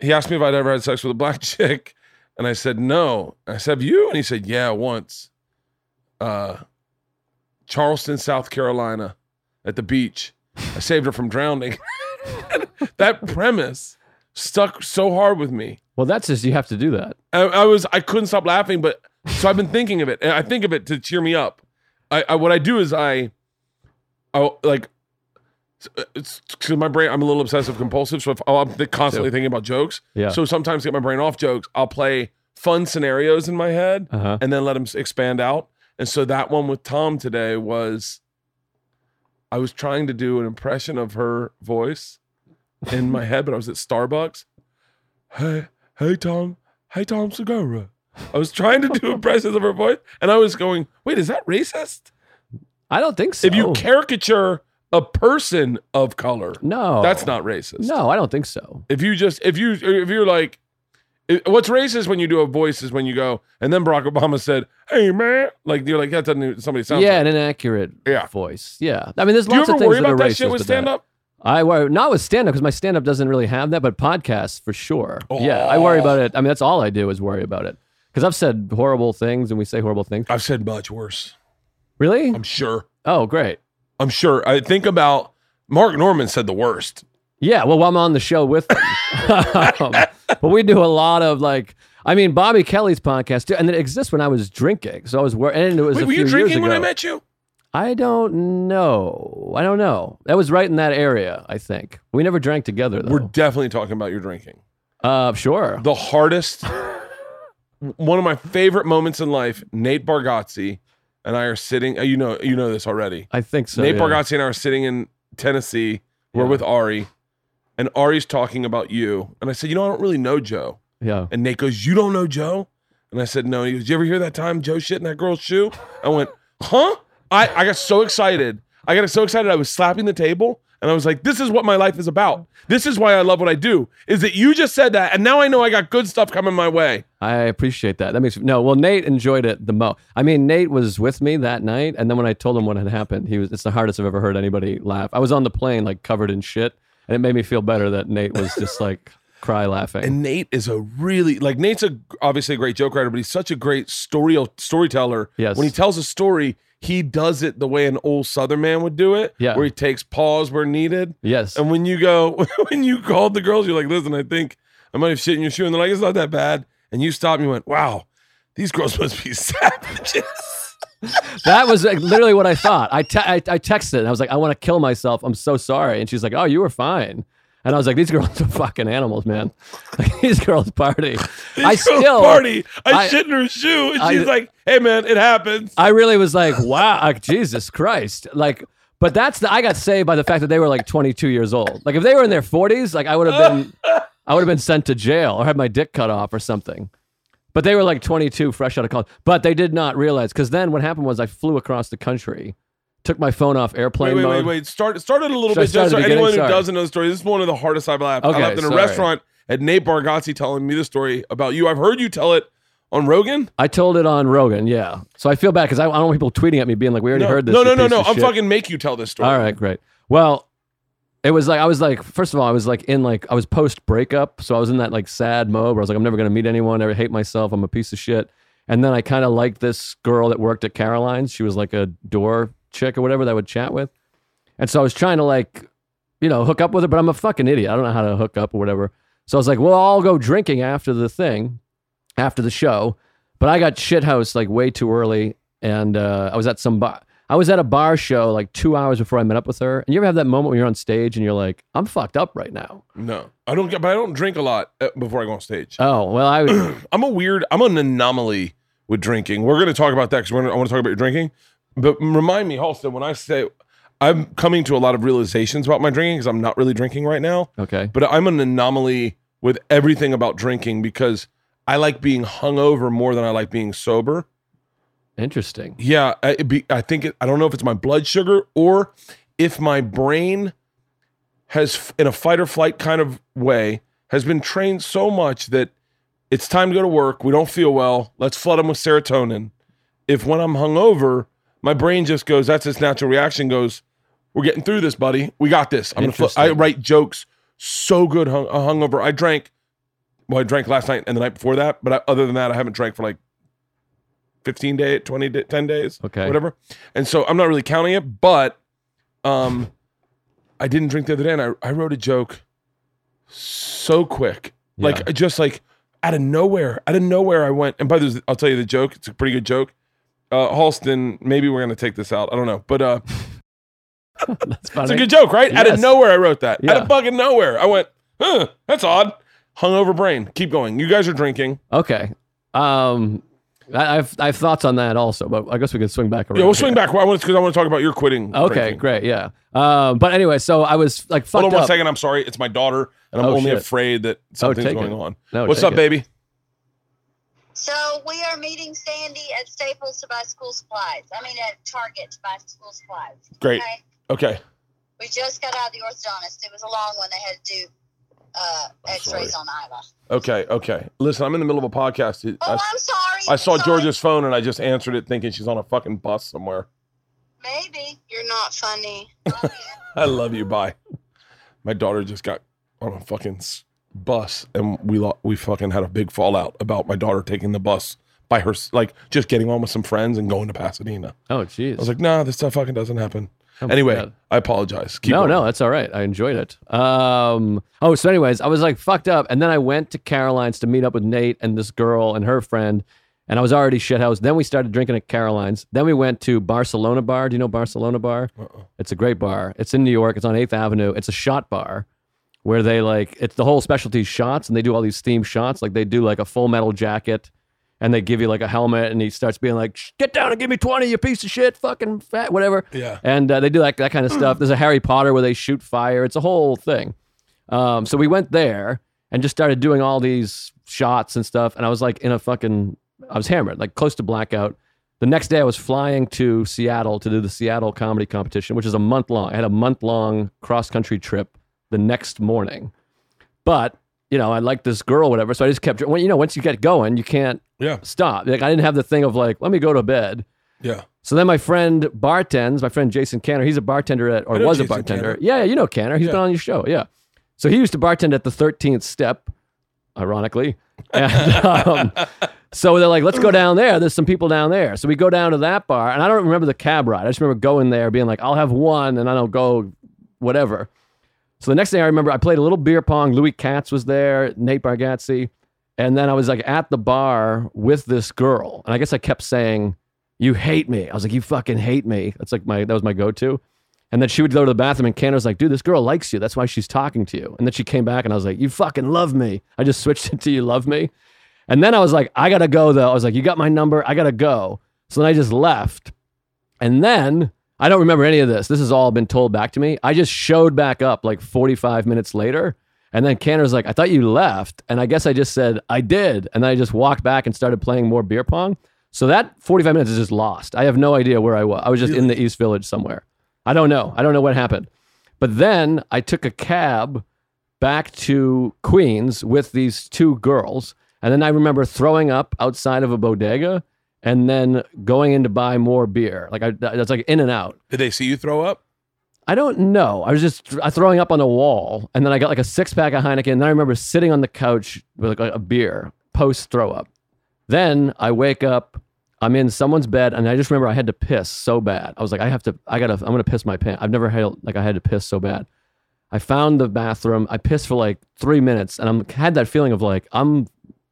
S1: He asked me if I'd ever had sex with a black chick, and I said no. I said have you, and he said yeah once. Uh, Charleston, South Carolina, at the beach. I saved her from drowning. that premise stuck so hard with me.
S4: Well, that's just you have to do that.
S1: I, I was I couldn't stop laughing, but so I've been thinking of it, and I think of it to cheer me up. I, I what I do is I, I like, uh, it's because my brain I'm a little obsessive compulsive, so if oh, I'm th- constantly thinking about jokes,
S4: Yeah.
S1: So sometimes to get my brain off jokes, I'll play fun scenarios in my head,
S4: Uh huh.
S1: and then let them expand out. And so that one with Tom today was, I was trying to do an impression of her voice in my head, but I was at Starbucks. Hey, hey, Tom, hey, Tom Segura. I was trying to do impressions of her voice, and I was going, wait, is that racist?
S4: I don't think so.
S1: If you caricature a person of color,
S4: no,
S1: that's not racist.
S4: No, I don't think so.
S1: If you just if you if you're like, i- what's racist when you do a voice is when you go and then Barack Obama said, "Hey man," like you're like that doesn't even, somebody sounds.
S4: yeah,
S1: Like.
S4: an inaccurate
S1: Yeah.
S4: voice. Yeah. I mean, there's
S1: Do you
S4: lots
S1: ever
S4: of things
S1: worry
S4: that are
S1: about that
S4: racist
S1: shit with
S4: with that.
S1: stand up?
S4: I worry not with stand up because my stand up doesn't really have that, but podcasts for sure. Yeah, I worry
S1: Oh.
S4: about it. I mean, that's all I do is worry about it because I've said horrible things and we say horrible things.
S1: I've said much worse.
S4: Really?
S1: I'm sure.
S4: Oh, great.
S1: I'm sure. I think about Mark Norman said the worst.
S4: Yeah, well, I'm on the show with them. Um, but we do a lot of like, I mean, Bobby Kelly's podcast, too, and it exists when I was drinking. So I was where, and it was
S1: Wait,
S4: a
S1: were
S4: few
S1: you
S4: years
S1: drinking
S4: ago.
S1: when I met you?
S4: I don't know. I don't know. That was right in that area, I think. We never drank together
S1: We're
S4: though.
S1: definitely talking about your drinking.
S4: uh, sure.
S1: The hardest, one of my favorite moments in life. Nate Bargatze and I are sitting. uh, You know, you know this already.
S4: I think so.
S1: Nate
S4: yeah.
S1: Bargatze and I are sitting in Tennessee. We're
S4: Yeah.
S1: with Ari, and Ari's talking about you. And I said, you know, I don't really know Joe.
S4: Yeah.
S1: And Nate goes, You don't know Joe? And I said, No. He goes, You ever hear that time Joe shit in that girl's shoe? I went, Huh? I, I got so excited. I got so excited. I was slapping the table and I was like, This is what my life is about. This is why I love what I do. Is that you just said that. And now I know I got good stuff coming my way.
S4: I appreciate that. That makes no. Well, Nate enjoyed it the most. I mean, Nate was with me that night, and then when I told him what had happened, he was. It's the hardest I've ever heard anybody laugh. I was on the plane like covered in shit, and it made me feel better that Nate was just like cry laughing.
S1: And Nate is a really, like, Nate's a, obviously a great joke writer, but he's such a great story storyteller.
S4: Yes.
S1: When he tells a story, he does it the way an old Southern man would do it,
S4: Yeah.
S1: where he takes pause where needed.
S4: yes.
S1: And when you go, when you called the girls, you're like, listen, I think I might have shit in your shoe. And they're like, it's not that bad. And you stopped and you went, wow, these girls must be savages.
S4: that was like, literally what I thought. I, te- I, I texted and I was like, I want to kill myself. I'm so sorry. And she's like, Oh, you were fine. And I was like, These girls are fucking animals, man. Like, these girls party. I
S1: These girls
S4: still
S1: party. I,
S4: I-
S1: shit in her shoe. And
S4: I-
S1: she's like, hey, man, it happens.
S4: I really was like, Wow, like, Jesus Christ, like. But that's the I got saved by the fact that they were like 22 years old. Like if they were in their 40s, like I would have been, I would have been sent to jail or had my dick cut off or something. But they were like 22, fresh out of college. But they did not realize because then what happened was I flew across the country, took my phone off
S1: Wait,
S4: airplane
S1: wait,
S4: mode.
S1: wait, wait. Start, start it a little
S4: Should I
S1: bit.
S4: start
S1: Just
S4: at
S1: for
S4: the beginning?
S1: anyone who
S4: Sorry.
S1: doesn't know the story, this is one of the hardest I've laughed. I
S4: Okay,
S1: laughed in a
S4: sorry.
S1: restaurant at Nate Bargatze telling me the story about you. I've heard you tell it on Rogan.
S4: I told it on Rogan, yeah. So I feel bad because I, I don't want people tweeting at me being like, "We already
S1: No,
S4: heard this."
S1: no,
S4: you
S1: no, no,
S4: piece
S1: no.
S4: of
S1: I'm
S4: shit.
S1: fucking make you tell this story.
S4: All right, great. Well, it was like I was like, first of all, I was like in like I was post breakup, so I was in that like sad mode where I was like, I'm never gonna meet anyone. I hate myself. I'm a piece of shit. And then I kind of liked this girl that worked at Caroline's. She was like a door chick or whatever that I would chat with. And so I was trying to like, you know, hook up with her, but I'm a fucking idiot. I don't know how to hook up or whatever. So I was like, well, I'll go drinking after the thing, after the show. But I got shithoused like way too early. And uh, I was at some bar. I was at a bar show like two hours before I met up with her. And you ever have that moment when you're on stage and you're like, I'm fucked up right now.
S1: No, I don't get, but I don't drink a lot uh, before I go on stage.
S4: Oh, well, I,
S1: I'm a weird, I'm an anomaly with drinking. We're going to talk about that because I want to talk about your drinking. But remind me also when I say I'm coming to a lot of realizations about my drinking because I'm not really drinking right now,
S4: okay.
S1: but I'm an anomaly with everything about drinking because I like being hungover more than I like being sober.
S4: Interesting.
S1: Yeah, I, it'd be, I think it, I don't know if it's my blood sugar or if my brain has, f- in a fight or flight kind of way, has been trained so much that it's time to go to work. We don't feel well. Let's flood them with serotonin. If when I'm hungover, my brain just goes, that's its natural reaction. Goes, we're getting through this, buddy. We got this. I'm gonna. Fl-. I
S4: Interesting.
S1: write jokes so good hung- hungover. I drank. Well, I drank last night and the night before that, but I, other than that, I haven't drank for like 15 day, 20 day, 10 days,
S4: Okay.
S1: whatever. And so I'm not really counting it, but um, I didn't drink the other day, and I, I wrote a joke so quick,
S4: Yeah.
S1: like just like out of nowhere, out of nowhere, I went. And by the way, I'll tell you the joke. It's a pretty good joke. Uh, Halston, maybe we're gonna take this out. I don't know, but uh,
S4: That's
S1: it's
S4: funny.
S1: a good joke, right? Out of
S4: Yes.
S1: nowhere, I wrote that. Out
S4: Yeah.
S1: of fucking nowhere, I went. Huh, that's odd. Hungover brain. Keep going. You guys are drinking.
S4: okay. Um, I, I've, I have thoughts on that also, but I guess we could swing back around.
S1: Yeah, we'll
S4: here.
S1: swing back. I want because I want to talk about your quitting.
S4: Okay,
S1: drinking.
S4: great, yeah. Um, but anyway, so I was like fucked
S1: Hold on one
S4: up.
S1: second. I'm sorry. It's my daughter, and I'm
S4: Oh,
S1: only
S4: shit.
S1: afraid that something's
S4: take
S1: going
S4: it.
S1: on.
S4: No,
S1: What's
S4: take
S1: up,
S4: it.
S1: baby?
S3: So we are meeting Sandy at Staples to buy school supplies. I mean, at Target to buy school supplies.
S1: Great.
S3: Okay.
S1: Okay.
S3: We just got out of the orthodontist. It was a long one. They had to do uh, X-rays on Isla.
S1: Okay. Okay. Listen, I'm in the middle of a podcast. It- I,
S3: Oh, I'm sorry.
S1: I saw
S3: Sorry.
S1: Georgia's phone, and I just answered it, thinking she's on a fucking bus somewhere.
S3: Maybe you're not funny.
S1: I love you. Bye. My daughter just got on a fucking s- bus, and we lo- we fucking had a big fallout about my daughter taking the bus by her, like just getting on with some friends and going to Pasadena.
S4: Oh,
S1: I
S4: jeez.
S1: was like, nah, this stuff fucking doesn't happen.
S4: Oh, my
S1: anyway,
S4: God.
S1: I apologize. Keep
S4: no,
S1: going.
S4: no, that's all right. I enjoyed it. Um, oh, so anyways, I was like fucked up, and then I went to Caroline's to meet up with Nate and this girl and her friend, and I was already shithoused. Then we started drinking at Caroline's. Then we went to Barcelona Bar. Do you know Barcelona Bar?
S1: Uh-uh.
S4: It's a great bar. It's in New York. It's on Eighth Avenue. It's a shot bar where they like it's the whole specialty shots, and they do all these themed shots. Like they do like a Full Metal Jacket. And they give you like a helmet, and he starts being like, "Shh, "Get down and give me twenty, you piece of shit, fucking fat, whatever."
S1: Yeah.
S4: and uh, they do like that kind of stuff. There's a Harry Potter where they shoot fire. It's a whole thing. Um, so we went there and just started doing all these shots and stuff. And I was like in a fucking, I was hammered, like close to blackout. The next day, I was flying to Seattle to do the Seattle comedy competition, which is a month long. I had a month long cross country trip the next morning, but you know, I liked this girl, whatever. So I just kept, well, you know, once you get going, you can't
S1: Yeah.
S4: stop. Like I didn't have the thing of like, let me go to bed.
S1: Yeah.
S4: So then my friend bartends, my friend Jason Canner, he's a bartender at, or
S1: I know
S4: was a
S1: Jason
S4: bartender.
S1: Canner.
S4: Yeah, yeah, you know Canner. He's
S1: Yeah.
S4: been on your show. Yeah. So he used to bartend at the 13th Step, ironically. And, um, so they're like, let's go down there. There's some people down there. So we go down to that bar, and I don't remember the cab ride. I just remember going there, being like, I'll have one, and I don't go, whatever. So the next thing I remember, I played a little beer pong. Louis Katz was there, Nate Bargatze. And then I was like at the bar with this girl. And I guess I kept saying, You hate me. I was like, You fucking hate me. That's like my, that was my go to. And then she would go to the bathroom and Ken was like, Dude, this girl likes you. That's why she's talking to you. And then she came back and I was like, You fucking love me. I just switched it to You love me. And then I was like, I gotta go though. I was like, You got my number. I gotta go. So then I just left. And then I don't remember any of this. This has all been told back to me. I just showed back up like 45 minutes later. And then Canner's like, I thought you left. And I guess I just said, I did. And then I just walked back and started playing more beer pong. So that 45 minutes is just lost. I have no idea where I was. I was just in the East Village somewhere. I don't know. I don't know what happened. But then I took a cab back to Queens with these two girls. And then I remember throwing up outside of a bodega and then going in to buy more beer. Like I that's like in and out.
S1: Did they see you throw up?
S4: I don't know. I was just th- throwing up on the wall, and then I got like a six pack of Heineken. And then I remember sitting on the couch with like a beer post throw up. Then I wake up. I'm in someone's bed, and I just remember I had to piss so bad. I was like, I have to. I gotta. I'm gonna piss my pants. I've never had like I had to piss so bad. I found the bathroom. I pissed for like three minutes, and I'm had that feeling of like I'm.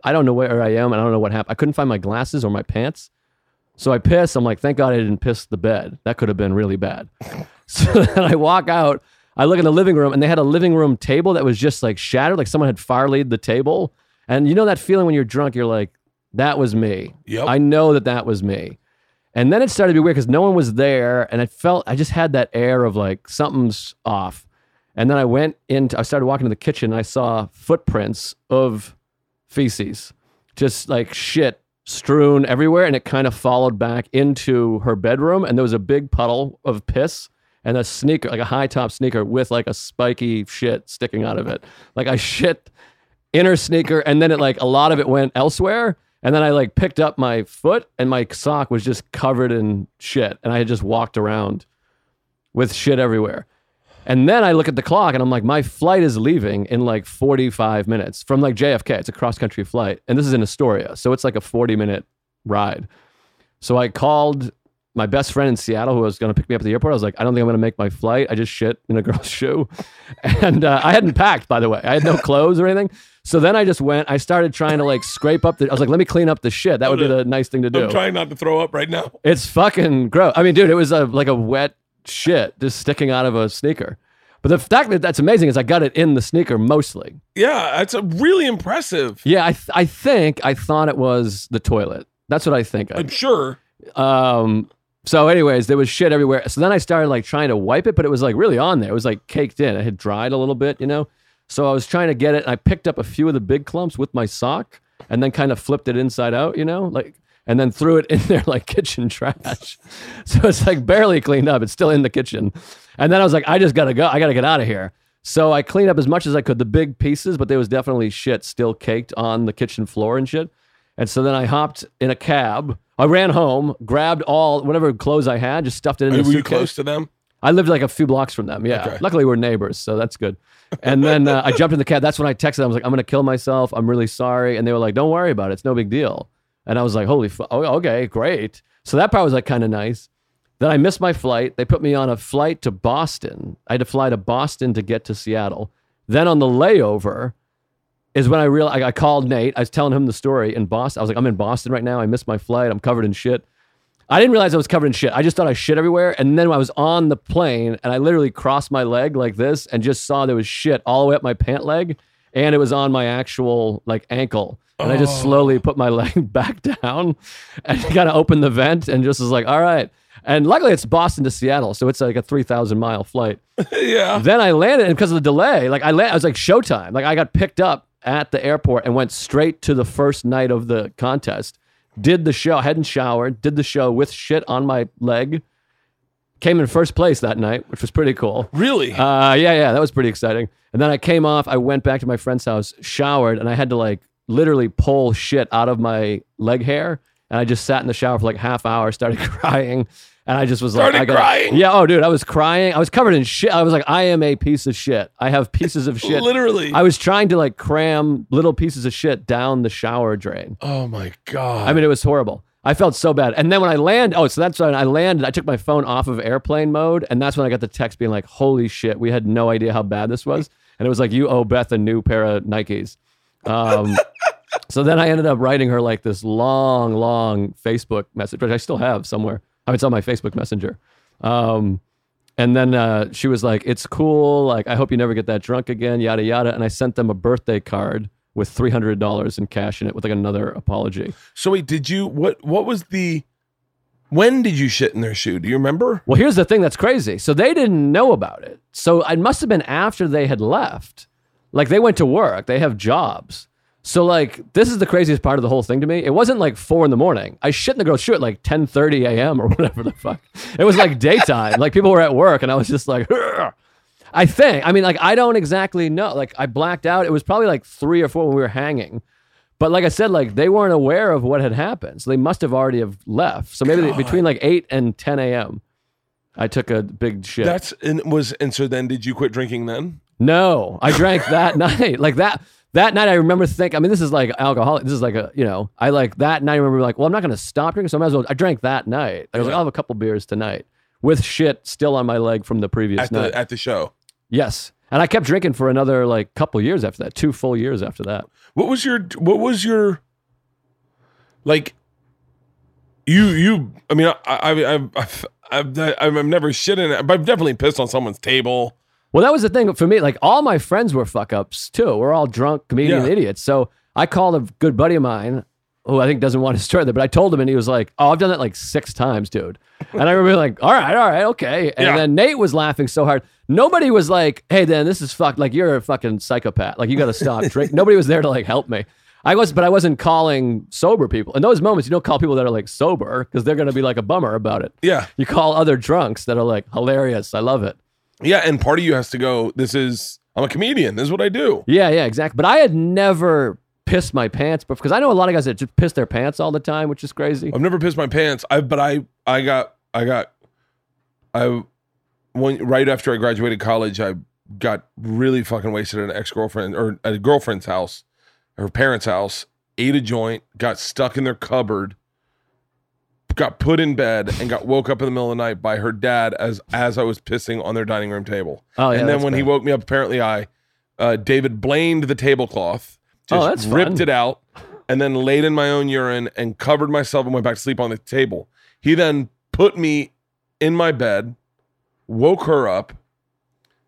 S4: I don't know where I am, and I don't know what happened. I couldn't find my glasses or my pants. So I piss. I'm like, thank God I didn't piss the bed. That could have been really bad. So then I walk out. I look in the living room, and they had a living room table that was just like shattered, like someone had fire laid the table. And you know that feeling when you're drunk, you're like, that was me.
S1: Yep.
S4: I know that that was me. And then it started to be weird because no one was there, and I felt I just had that air of like something's off. And then I went into, I started walking to the kitchen, and I saw footprints of feces, just like shit strewn everywhere. And it kind of followed back into her bedroom. And there was a big puddle of piss and a sneaker, like a high top sneaker with like a spiky shit sticking out of it. Like I shit in her sneaker. And then it like a lot of it went elsewhere. And then I like picked up my foot and my sock was just covered in shit. And I had just walked around with shit everywhere. And then I look at the clock and I'm like, my flight is leaving in like 45 minutes from like JFK. It's a cross country flight. And this is in Astoria. So it's like a 40 minute ride. So I called my best friend in Seattle who was going to pick me up at the airport. I was like, I don't think I'm going to make my flight. I just shit in a girl's shoe. And uh, I hadn't packed, by the way. I had no clothes or anything. So then I just went, I started trying to like scrape up the, I was like, let me clean up the shit. That would be the nice thing to do.
S1: I'm trying not to throw up right now.
S4: It's fucking gross. I mean, dude, it was a, like a wet shit just sticking out of a sneaker. But the fact that that's amazing is I got it in the sneaker mostly.
S1: Yeah, that's a really impressive.
S4: Yeah, I, th- I think I thought it was the toilet. That's what I think.
S1: I'm sure.
S4: I, um, so, anyways, there was shit everywhere. So then I started like trying to wipe it, but it was like really on there. It was like caked in. It had dried a little bit, you know? So I was trying to get it and I picked up a few of the big clumps with my sock and then kind of flipped it inside out, you know? Like, and then threw it in there like kitchen trash. So it's like barely cleaned up. It's still in the kitchen. And then I was like, I just gotta go. I gotta get out of here. So I cleaned up as much as I could, the big pieces, but there was definitely shit still caked on the kitchen floor and shit. And so then I hopped in a cab. I ran home, grabbed all whatever clothes I had, just stuffed it in.
S1: Were
S4: the
S1: you
S4: suitcase.
S1: close to them?
S4: I lived like a few blocks from them. Yeah.
S1: Okay.
S4: Luckily, we're neighbors, so that's good. And then uh, I jumped in the cab. That's when I texted. them. I was like, "I'm gonna kill myself. I'm really sorry." And they were like, "Don't worry about it. It's no big deal." And I was like, holy, fu- oh, okay, great. So that part was like kind of nice. Then I missed my flight. They put me on a flight to Boston. I had to fly to Boston to get to Seattle. Then on the layover is when I realized I called Nate. I was telling him the story in Boston. I was like, I'm in Boston right now. I missed my flight. I'm covered in shit. I didn't realize I was covered in shit. I just thought I shit everywhere. And then when I was on the plane and I literally crossed my leg like this and just saw there was shit all the way up my pant leg and it was on my actual like ankle. And I just
S1: Oh.
S4: slowly put my leg back down and kind of opened the vent and just was like, all right. And luckily it's Boston to Seattle. So it's like a 3,000 mile flight
S1: yeah.
S4: then I landed, and because of the delay, like I, la- I was like showtime. Like I got picked up at the airport and went straight to the first night of the contest. Did the show, hadn't showered, did the show with shit on my leg. Came in first place that night, which was pretty cool.
S1: Really?
S4: Uh, yeah, yeah, that was pretty exciting. And then I came off, I went back to my friend's house, showered, and I had to like literally pull shit out of my leg hair. And I just sat in the shower for like half hour, started crying, and I just was like,
S1: Started
S4: I gotta-
S1: crying?
S4: Yeah, oh dude, I was crying. I was covered in shit. I was like, I am a piece of shit. I have pieces of shit.
S1: Literally.
S4: I was trying to like cram little pieces of shit down the shower drain.
S1: oh my god.
S4: I mean, it was horrible. I felt so bad. And then when I land, oh, so that's when I landed. I took my phone off of airplane mode, and that's when I got the text being like, "Holy shit, we had no idea how bad this was." And it was like, "You owe Beth a new pair of Nikes." Um, so then I ended up writing her like this long, long Facebook message, which I still have somewhere. I mean, it's on my Facebook Messenger. Um, and then uh, she was like, "It's cool. Like, I hope you never get that drunk again. Yada yada." And I sent them a birthday card with three hundred dollars in cash in it, with like another apology.
S1: so wait, did you what? What was the? When did you shit in their shoe? Do you remember?
S4: Well, here's the thing that's crazy. So they didn't know about it. So it must have been after they had left. Like they went to work, they have jobs. So like this is the craziest part of the whole thing to me. It wasn't like four in the morning. I shit in the girl's shoe at like ten thirty a.m. or whatever the fuck. It was like daytime. like people were at work, and I was just like, "Ugh." I think. I mean, like I don't exactly know. Like I blacked out. It was probably like three or four when we were hanging. But like I said, like they weren't aware of what had happened, so they must have already have left. So maybe they- between like eight and ten a.m. I took a big shit.
S1: That's and was and so then did you quit drinking then?
S4: no, I drank that night. Like that that night, I remember think. I mean, this is like alcoholic. This is like a you know. I like that night. I remember like, well, I'm not going to stop drinking, so I might as well. I drank that night. I was like, I'll have a couple beers tonight with shit still on my leg from the previous
S1: At
S4: night.
S1: the at the show.
S4: yes, and I kept drinking for another like couple years after that, two full years after that.
S1: What was your what was your like you you I mean I I I I've, I've, I've, I've never shit in it, but I've definitely pissed on someone's table.
S4: Well, that was the thing for me. Like all my friends were fuck ups too. We're all drunk comedian
S1: Yeah.
S4: idiots. So I called a good buddy of mine who I think doesn't want to start there, but I told him and he was like, Oh, I've done that like six times, dude. And I remember like, all right, all right, okay. And
S1: Yeah.
S4: then Nate was laughing so hard. Nobody was like, Hey, then this is fucked. Like you're a fucking psychopath. Like you gotta stop drink. Nobody was there to like help me. I was, but I wasn't calling sober people. In those moments, you don't call people that are like sober because they're gonna be like a bummer about it.
S1: Yeah.
S4: You call other drunks that are like hilarious. I love it.
S1: Yeah, and part of you has to go, this is I'm a comedian. This is what I do.
S4: Yeah, yeah, exactly. But I had never pissed my pants before because I know a lot of guys that just piss their pants all the time, which is crazy.
S1: I've never pissed my pants. I but I I got I got I one right after I graduated college, I got really fucking wasted at an ex girlfriend or at a girlfriend's house, her parents' house, ate a joint, got stuck in their cupboard, got put in bed, and got woke up in the middle of the night by her dad as as I was pissing on their dining room table.
S4: Oh, yeah,
S1: and then
S4: that's
S1: when he
S4: bad.
S1: woke me up, apparently I uh, David blamed the tablecloth, just
S4: Oh, that's
S1: ripped
S4: fun.
S1: it out, and then laid in my own urine and covered myself and went back to sleep on the table. He then put me in my bed, woke her up,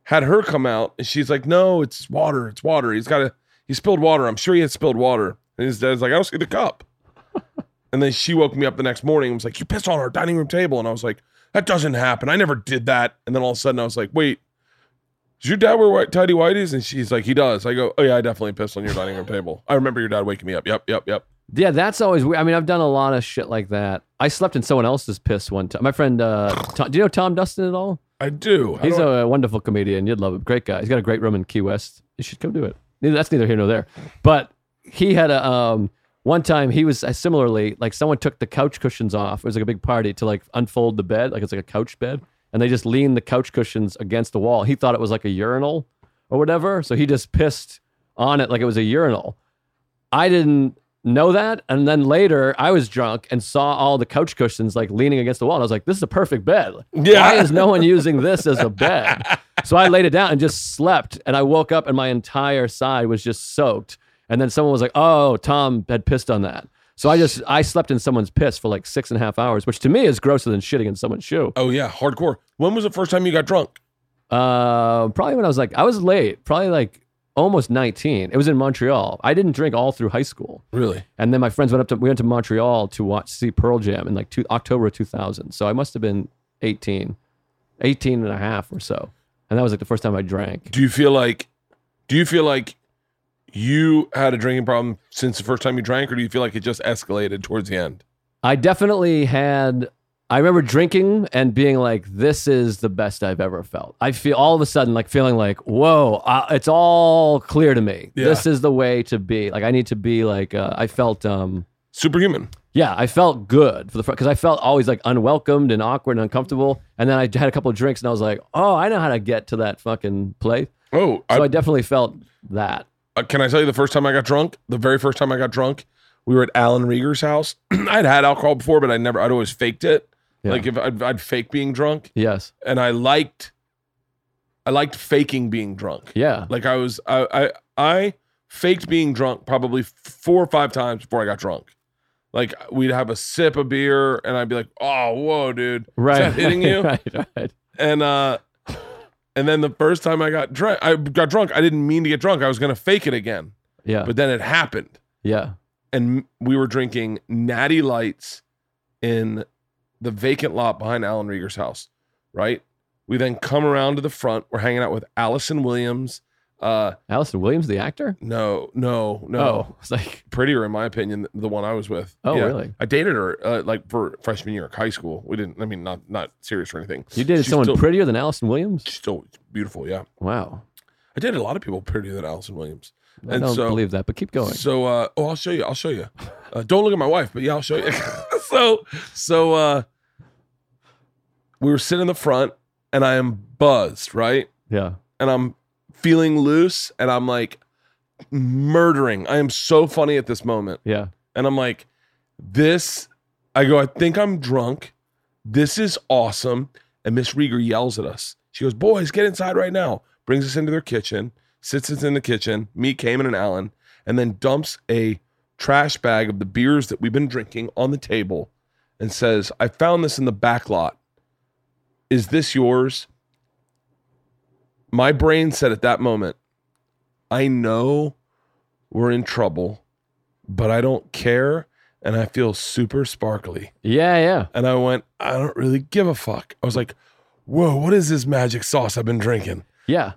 S1: had her come out, and she's like, "No, it's water. It's water. He's got a he spilled water. I'm sure he had spilled water." And his dad's like, "I don't see the cup." and then she woke me up the next morning and was like, "You pissed on our dining room table," and I was like, "That doesn't happen. I never did that." And then all of a sudden, I was like, "Wait." Does your dad wear white tidy whities? And she's like, he does. I go, oh yeah, I definitely pissed on your dining room table. I remember your dad waking me up. Yep, yep, yep.
S4: yeah, that's always weird. I mean, I've done a lot of shit like that. I slept in someone else's piss one time. My friend, uh, Tom, do you know Tom Dustin at all?
S1: I do. I
S4: He's
S1: don't-
S4: a wonderful comedian. You'd love him. Great guy. He's got a great room in Key West. You should come do it. Neither- That's neither here nor there. But he had a um, one time he was uh, similarly like someone took the couch cushions off. It was like a big party to like unfold the bed, like it's like a couch bed, and they just leaned the couch cushions against the wall. He thought it was like a urinal or whatever, so he just pissed on it like it was a urinal. I didn't know that. And then later, I was drunk and saw all the couch cushions like leaning against the wall. And I was like, this is a perfect bed.
S1: Yeah.
S4: Why is no one using this as a bed? So I laid it down and just slept. And I woke up and my entire side was just soaked. And then someone was like, oh, Tom had pissed on that. So I just I slept in someone's piss for like six and a half hours, which to me is grosser than shitting in someone's shoe.
S1: Oh yeah, hardcore. When was the first time you got drunk?
S4: Uh, probably when I was like I was late, probably like almost nineteen. It was in Montreal. I didn't drink all through high school.
S1: Really?
S4: And then my friends went up to we went to Montreal to watch see Pearl Jam in like two, October of 2000. So I must have been 18, 18 and a half or so. And that was like the first time I drank.
S1: Do you feel like do you feel like you had a drinking problem since the first time you drank, or do you feel like it just escalated towards the end?
S4: I definitely had I remember drinking and being like this is the best I've ever felt. I feel all of a sudden like feeling like whoa, uh, it's all clear to me.
S1: Yeah.
S4: This is the way to be. Like I need to be like uh, I felt um
S1: Superhuman.
S4: Yeah, I felt good for the because I felt always like unwelcomed and awkward and uncomfortable. And then I had a couple of drinks and I was like, oh, I know how to get to that fucking place.
S1: Oh,
S4: So I,
S1: I,
S4: definitely felt that.
S1: uh, can I tell you the first time I got drunk? The very first time I got drunk, we were at Alan Rieger's house. I'd had alcohol before, but I never. I'd always faked it.
S4: Yeah.
S1: Like if I'd, I'd fake being drunk,
S4: Yes.
S1: and I liked, I liked faking being drunk.
S4: Yeah.
S1: Like I was, I, I, I faked being drunk probably four or five times before I got drunk. Like we'd have a sip of beer, and I'd be like, "Oh, whoa, dude!"
S4: Right.
S1: that hitting you?
S4: right. Right.
S1: And uh, and then the first time I got drunk, I got drunk. I didn't mean to get drunk. I was gonna fake it again,
S4: Yeah.
S1: but then it happened,
S4: yeah.
S1: and we were drinking Natty Lights in the vacant lot behind Alan Rieger's house. Right. We then come around to the front. We're hanging out with Allison Williams. Uh,
S4: Allison Williams, the actor.
S1: no, no, no.
S4: Oh, it's like
S1: prettier in my opinion than the one I was with.
S4: oh
S1: Yeah.
S4: really?
S1: I dated her uh, like for freshman year of high school. We didn't. I mean, not not serious or anything.
S4: You dated
S1: She's
S4: someone
S1: still-
S4: prettier than Allison Williams?
S1: She's still beautiful. Yeah,
S4: Wow.
S1: I dated a lot of people prettier than Allison Williams.
S4: I
S1: And
S4: don't
S1: so-
S4: believe that, but keep going.
S1: So, uh, oh, I'll show you. I'll show you. Uh, don't look at my wife, but yeah, I'll show you. so, so uh, we were sitting in the front, and I am buzzed, right?
S4: yeah.
S1: and I'm feeling loose and I'm like murdering. I am so funny at this moment.
S4: Yeah.
S1: And I'm like, this, I go, I think I'm drunk. This is awesome. And Miss Rieger yells at us. She goes, boys, get inside right now. Brings us into their kitchen, sits us in the kitchen, me, Cayman, and Alan, and then dumps a trash bag of the beers that we've been drinking on the table and says, I found this in the back lot. Is this yours? My brain said at that moment, I know we're in trouble, but I don't care. And I feel super sparkly.
S4: Yeah. Yeah.
S1: And I went, I don't really give a fuck. I was like, whoa, what is this magic sauce I've been drinking?
S4: Yeah.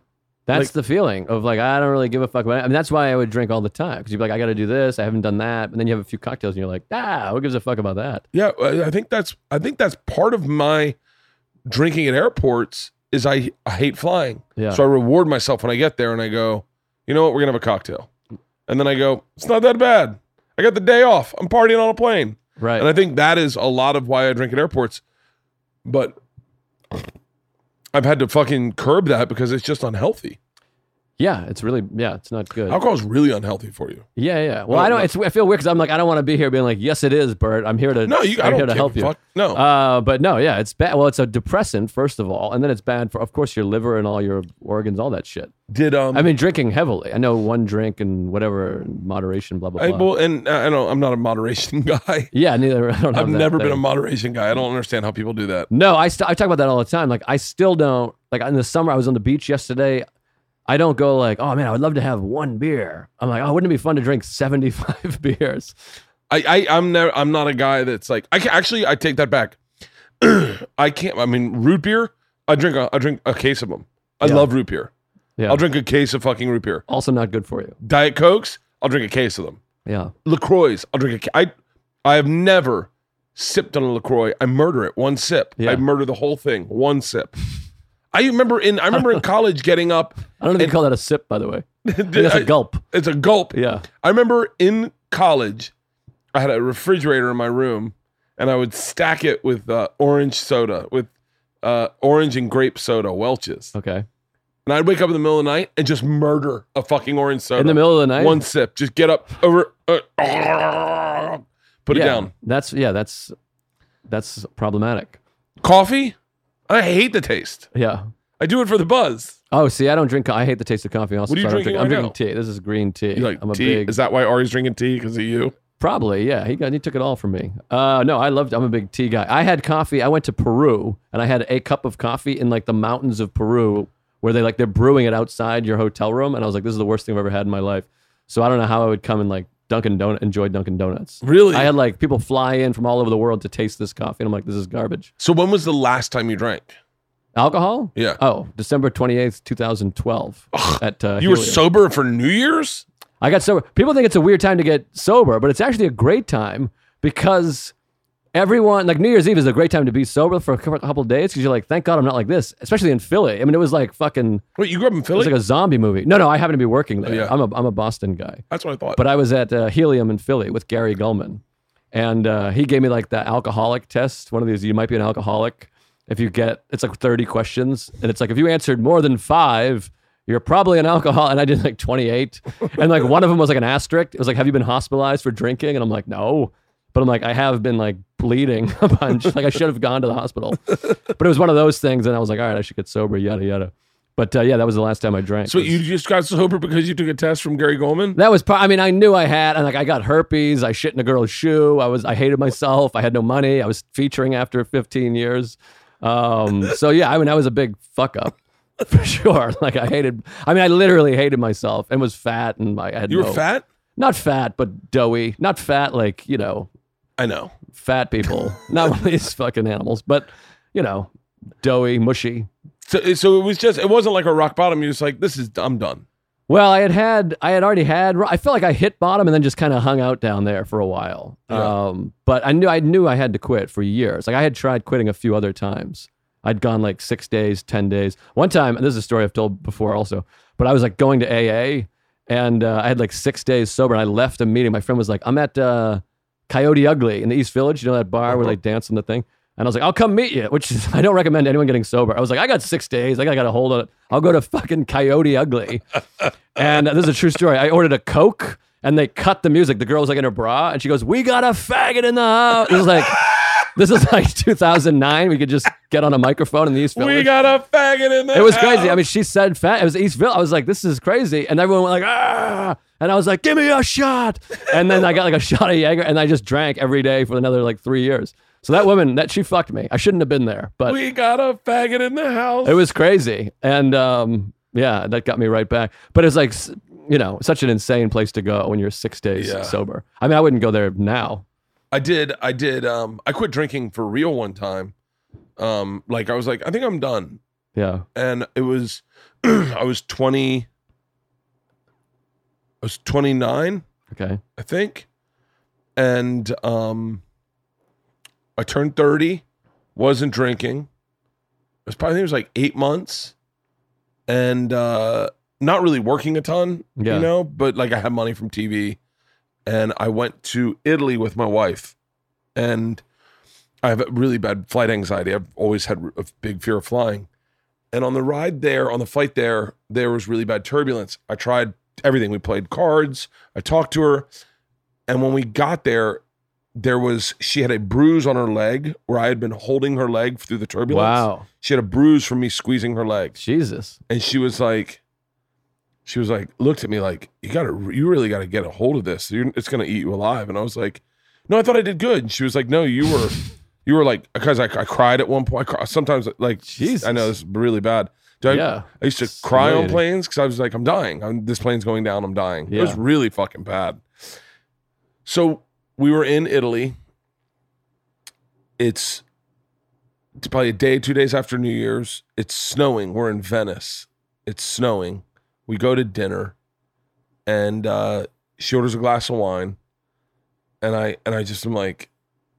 S4: That's
S1: Like-
S4: the feeling of like, I don't really give a fuck about it. I mean, that's why I would drink all the time because you'd be like, I got to do this. I haven't done that. And then you have a few cocktails and you're like, ah, who gives a fuck about that?
S1: Yeah, I I think that's I think that's part of my drinking at airports is I, I hate flying.
S4: Yeah.
S1: So I reward myself when I get there and I go, you know what, we're gonna have a cocktail. And then I go, it's not that bad. I got the day off. I'm partying on a plane.
S4: right.
S1: And I think that is a lot of why I drink at airports. But I've had to fucking curb that because it's just unhealthy.
S4: yeah. It's really, yeah, it's not good.
S1: Alcohol is really unhealthy for you.
S4: Yeah. Yeah. Well,
S1: Oh,
S4: I don't,
S1: no.
S4: it's, I feel weird because I'm like, I don't want to be here being like, yes, it is, Bert. I'm here to,
S1: No, you, I
S4: I'm
S1: don't
S4: here
S1: give
S4: to help
S1: a
S4: you.
S1: fuck. No,
S4: Uh, but no, yeah, it's bad. Well, it's a depressant, first of all. And then it's bad for, of course, your liver and all your organs, all that shit.
S1: did um?
S4: I mean, drinking heavily. I know one drink and whatever, in moderation, blah, blah,
S1: I,
S4: blah.
S1: well, and uh, I don't. I'm not a moderation guy.
S4: yeah. Neither. I don't have
S1: I've
S4: that
S1: never been
S4: thing.
S1: a moderation guy. I don't understand how people do that.
S4: No, I, st- I talk about that all the time. Like I still don't like in the summer. I was on the beach yesterday. I don't go like, oh man, I would love to have one beer. I'm like, oh, wouldn't it be fun to drink 75 beers?
S1: I, I I'm never. I'm not a guy that's like. I can, actually I take that back. I can't. I mean, root beer. I drink. A, I drink a case of them. I
S4: Yeah.
S1: love root beer.
S4: Yeah.
S1: I'll drink a case of fucking root beer.
S4: Also, not good for you.
S1: Diet cokes. I'll drink a case of them.
S4: Yeah,
S1: Lacroix. I'll drink a. ca- I I have never sipped on a Lacroix. I murder it one sip.
S4: Yeah.
S1: I murder the whole thing one sip. I remember in I remember in college getting up.
S4: I don't even call that a sip, by the way. I think that's a
S1: I-
S4: gulp.
S1: It's a gulp.
S4: Yeah,
S1: I remember in college, I had a refrigerator in my room, and I would stack it with uh, orange soda with uh, orange and grape soda Welch's,
S4: okay.
S1: And I'd wake up in the middle of the night and just murder a fucking orange soda.
S4: in the middle of the night.
S1: Uh, One sip. Just get up over. Uh, put
S4: yeah,
S1: it down.
S4: That's yeah. That's that's problematic.
S1: Coffee? I hate the taste.
S4: Yeah.
S1: I do it for the buzz.
S4: Oh, see, I don't drink. co- I hate the taste of coffee. Also,
S1: What are you
S4: so I don't
S1: drinking
S4: drink,
S1: right
S4: I'm drinking tea. This is green tea.
S1: You like
S4: I'm a
S1: tea?
S4: big
S1: Is that why Ari's drinking tea? Because of you?
S4: Probably, yeah. He got he took it all from me. Uh, no, I loved. I'm a big tea guy. I had coffee. I went to Peru and I had a cup of coffee in like the mountains of Peru, where they like they're brewing it outside your hotel room, and I was like, this is the worst thing I've ever had in my life. So I don't know how I would come and like Dunkin' Donut enjoy Dunkin' Donuts.
S1: Really?
S4: I had like people fly in from all over the world to taste this coffee, and I'm like, this is garbage.
S1: so when was the last time you drank?
S4: Alcohol?
S1: Yeah.
S4: Oh, December twenty eighth, two thousand twelve. At uh,
S1: you were
S4: Helios.
S1: sober for New Year's?
S4: I got sober. People think it's a weird time to get sober, but it's actually a great time because everyone, like New Year's Eve, is a great time to be sober for a cou- couple of days because you're like, thank God I'm not like this, especially in Philly. I mean, it was like fucking, it
S1: Wait, you grew up in Philly?
S4: was like a zombie movie. No, no, I happen to be working there.
S1: yeah.
S4: I'm, a, I'm a Boston guy,
S1: That's what I thought.
S4: but I was at uh, Helium in Philly with Gary Gulman. And uh, he gave me like the alcoholic test, one of these, you might be an alcoholic. If you get, it's like 30 questions. And it's like, if you answered more than five, you're probably an alcohol. And I did like 28. And like one of them was like an asterisk. It was like, have you been hospitalized for drinking? And I'm like, no. But I'm like, I have been like bleeding a bunch. like I should have gone to the hospital. But it was one of those things. And I was like, all right, I should get sober, yada, yada. But uh, yeah, that was the last time I drank.
S1: so
S4: It was-
S1: you just got sober because you took a test from Gary Goldman?
S4: that was part. I mean, I knew I had, and like I got herpes. I shit in a girl's shoe. I was, I hated myself. I had no money. I was featuring after 15 years. Um, so yeah, I mean, I was a big fuck up for sure. Like I hated. I mean, I literally hated myself and was fat and I had.
S1: You were
S4: no-
S1: fat?
S4: Not fat, but doughy. Not fat, like you know,
S1: I know.
S4: fat people. not one of these fucking animals, but you know, doughy, mushy.
S1: So, so it was just, it wasn't like a rock bottom. You was like, this is, I'm done.
S4: Well, I had had, I had already had. I felt like I hit bottom and then just kind of hung out down there for a while.
S1: Yeah.
S4: Um, but I knew, I knew I had to quit for years. Like I had tried quitting a few other times. I'd gone like six days, ten days. One time, and this is a story I've told before also. But I was like going to AA, and uh, I had like six days sober. And I left a meeting. My friend was like, "I'm at uh, Coyote Ugly in the East Village. You know that bar
S1: Uh-huh.
S4: where they dance on the thing." And I was like, "I'll come meet you," which is, I don't recommend anyone getting sober. I was like, "I got six days. I got to hold on. it. I'll go to fucking Coyote Ugly." And this is a true story. I ordered a Coke and they cut the music. The girl was like in her bra and she goes, We got a faggot in the house. This is like this is like 2009. We could just get on a microphone in the East Village.
S1: We got a faggot in there.
S4: it was crazy. I mean, she said fat. It was East Village. I was like, this is crazy. And everyone went like, ah. And I was like, give me a shot. And then I got like a shot of Jaeger and I just drank every day for another like three years. So that woman, that she fucked me. I shouldn't have been there, but
S1: we got a faggot in the house.
S4: it was crazy. And um, yeah, that got me right back. But it's like, s- you know, such an insane place to go when you're six days
S1: Yeah.
S4: sober. I mean, I wouldn't go there now.
S1: I did. I did. Um, I quit drinking for real one time. Um, like I was like, I think I'm done,
S4: Yeah.
S1: and it was, I was twenty. I was twenty nine,
S4: Okay.
S1: I think, and um, I turned thirty. Wasn't drinking. It was probably I think it was like eight months, and uh, not really working a ton,
S4: Yeah.
S1: you know. But like I had money from TV, and I went to Italy with my wife, and I have really bad flight anxiety. I've always had a big fear of flying, and on the ride there, on the flight there, there was really bad turbulence. I tried everything. We played cards. I talked to her, and when we got there. There was she had a bruise on her leg where I had been holding her leg through the turbulence.
S4: Wow.
S1: She had a bruise from me squeezing her leg.
S4: Jesus.
S1: And she was like, she was like, looked at me like, you gotta, you really gotta get a hold of this. You're, it's gonna eat you alive. And I was like, no, I thought I did good. And she was like, no, you were, you were like, because I, I cried at one point. I cry, sometimes, like,
S4: Jesus.
S1: I know this is really bad. Do I,
S4: yeah.
S1: I used to cry on
S4: Humiliating.
S1: planes because I was like, I'm dying. I'm, this plane's going down. I'm dying. It was
S4: Yeah.
S1: really fucking bad. So we were in Italy. It's it's probably a day, two days after New Year's. It's snowing. We're in Venice. It's snowing. We go to dinner, and uh, she orders a glass of wine, and I and I just am like,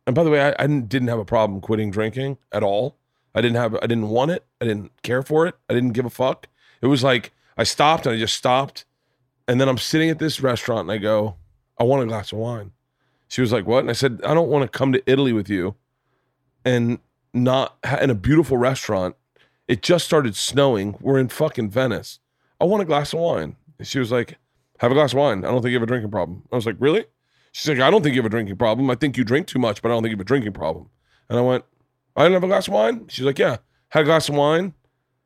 S1: and by the way, I, I didn't didn't have a problem quitting drinking at all. I didn't have I didn't want it. I didn't care for it. I didn't give a fuck. It was like I stopped and I just stopped. And then I'm sitting at this restaurant and I go, I want a glass of wine. She was like, "What?" And I said, "I don't want to come to Italy with you and not ha- in a beautiful restaurant It just started snowing. We're in fucking Venice. I want a glass of wine. And she was like, Have a glass of wine. I don't think you have a drinking problem. I was like, Really? She's like, I don't think you have a drinking problem. I think you drink too much, but I don't think you have a drinking problem. And I went, I didn't have a glass of wine. She's like, Yeah, had a glass of wine.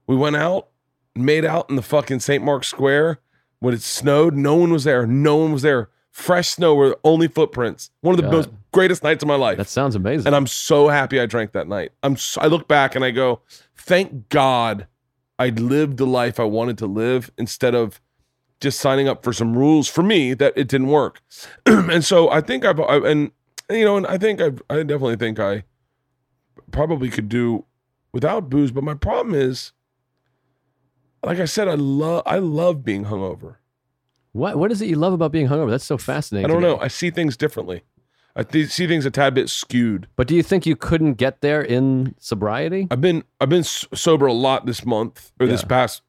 S1: We went out, made out in the fucking St. Mark's Square when it snowed. No one was there. No one was there. Fresh snow were the only footprints. One of the
S4: God.
S1: most greatest nights of my life.
S4: That sounds amazing.
S1: And I'm so happy I drank that night. I'm so, I look back and I go, thank God I lived the life I wanted to live instead of just signing up for some rules for me that it didn't work. and so I think I've I, and you know and I think I I definitely think I probably could do without booze, but my problem is like I said I love I love being hungover.
S4: what What is it you love about being hungover? That's so fascinating.
S1: I
S4: to
S1: don't
S4: me.
S1: know. I see things differently. I th- see things a tad bit skewed.
S4: But do you think you couldn't get there in sobriety?
S1: I've been I've been s- sober a lot this month or this
S4: Yeah.
S1: past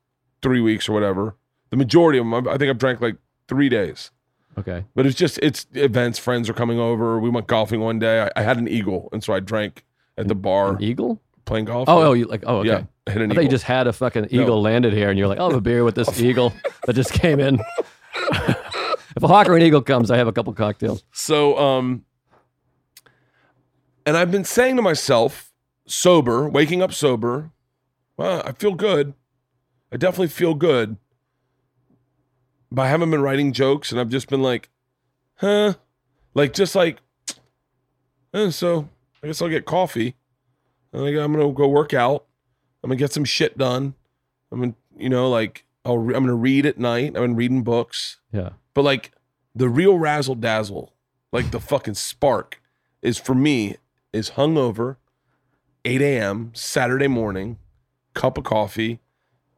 S1: three weeks or whatever. The majority of them, I've- I think I've drank like three days.
S4: Okay.
S1: But it's just it's events. Friends are coming over. We went golfing one day. I, I had an eagle, and so I drank at the bar
S4: An eagle?
S1: playing golf.
S4: Oh, oh, you like? Oh, okay.
S1: yeah, I hit an
S4: I
S1: eagle.
S4: thought you just had a fucking eagle landed here, and you're like, "I'll have a beer with this eagle that just came in." if a hawk or an eagle comes, I have a couple cocktails.
S1: So, um, and I've been saying to myself, sober, waking up sober, well, I feel good. I definitely feel good. But I haven't been writing jokes and I've just been like, huh? Like, just like, eh, so I guess I'll get coffee. And I- I'm going to go work out. I'm going to get some shit done. I'm going to, you know, like, I'll re- I'm going to read at night. I've been reading books.
S4: Yeah.
S1: But like the real razzle dazzle, like the fucking spark, is for me is hungover, 8 a.m. Saturday morning, cup of coffee.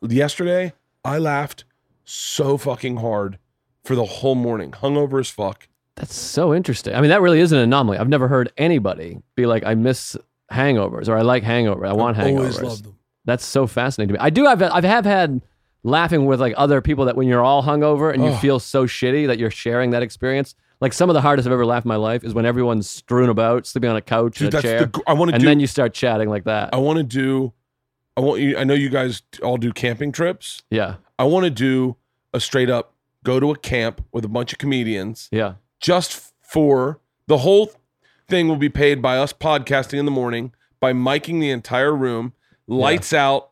S1: Yesterday, I laughed so fucking hard for the whole morning, hungover as fuck.
S4: That's so interesting. I mean, that really is an anomaly. I've never heard anybody be like, "I miss hangovers," or "I like hangover." I want hangovers.
S1: Always loved them.
S4: That's so fascinating to me. I do. I've I've have had laughing with like other people that when you're all hungover and you
S1: Oh.
S4: feel so shitty that you're sharing that experience. Like some of the hardest I've ever laughed in my life is when everyone's strewn about, sleeping on a couch
S1: Dude, Oh.
S4: in a
S1: that's
S4: chair,
S1: the, gr- I want to
S4: and
S1: do.
S4: then you start chatting like that.
S1: I want to do. I want you. I know you guys all do camping trips.
S4: yeah,
S1: I want to do a straight up go to a camp with a bunch of comedians
S4: yeah.
S1: just for the whole thing will be paid by us podcasting in the morning by miking the entire room lights out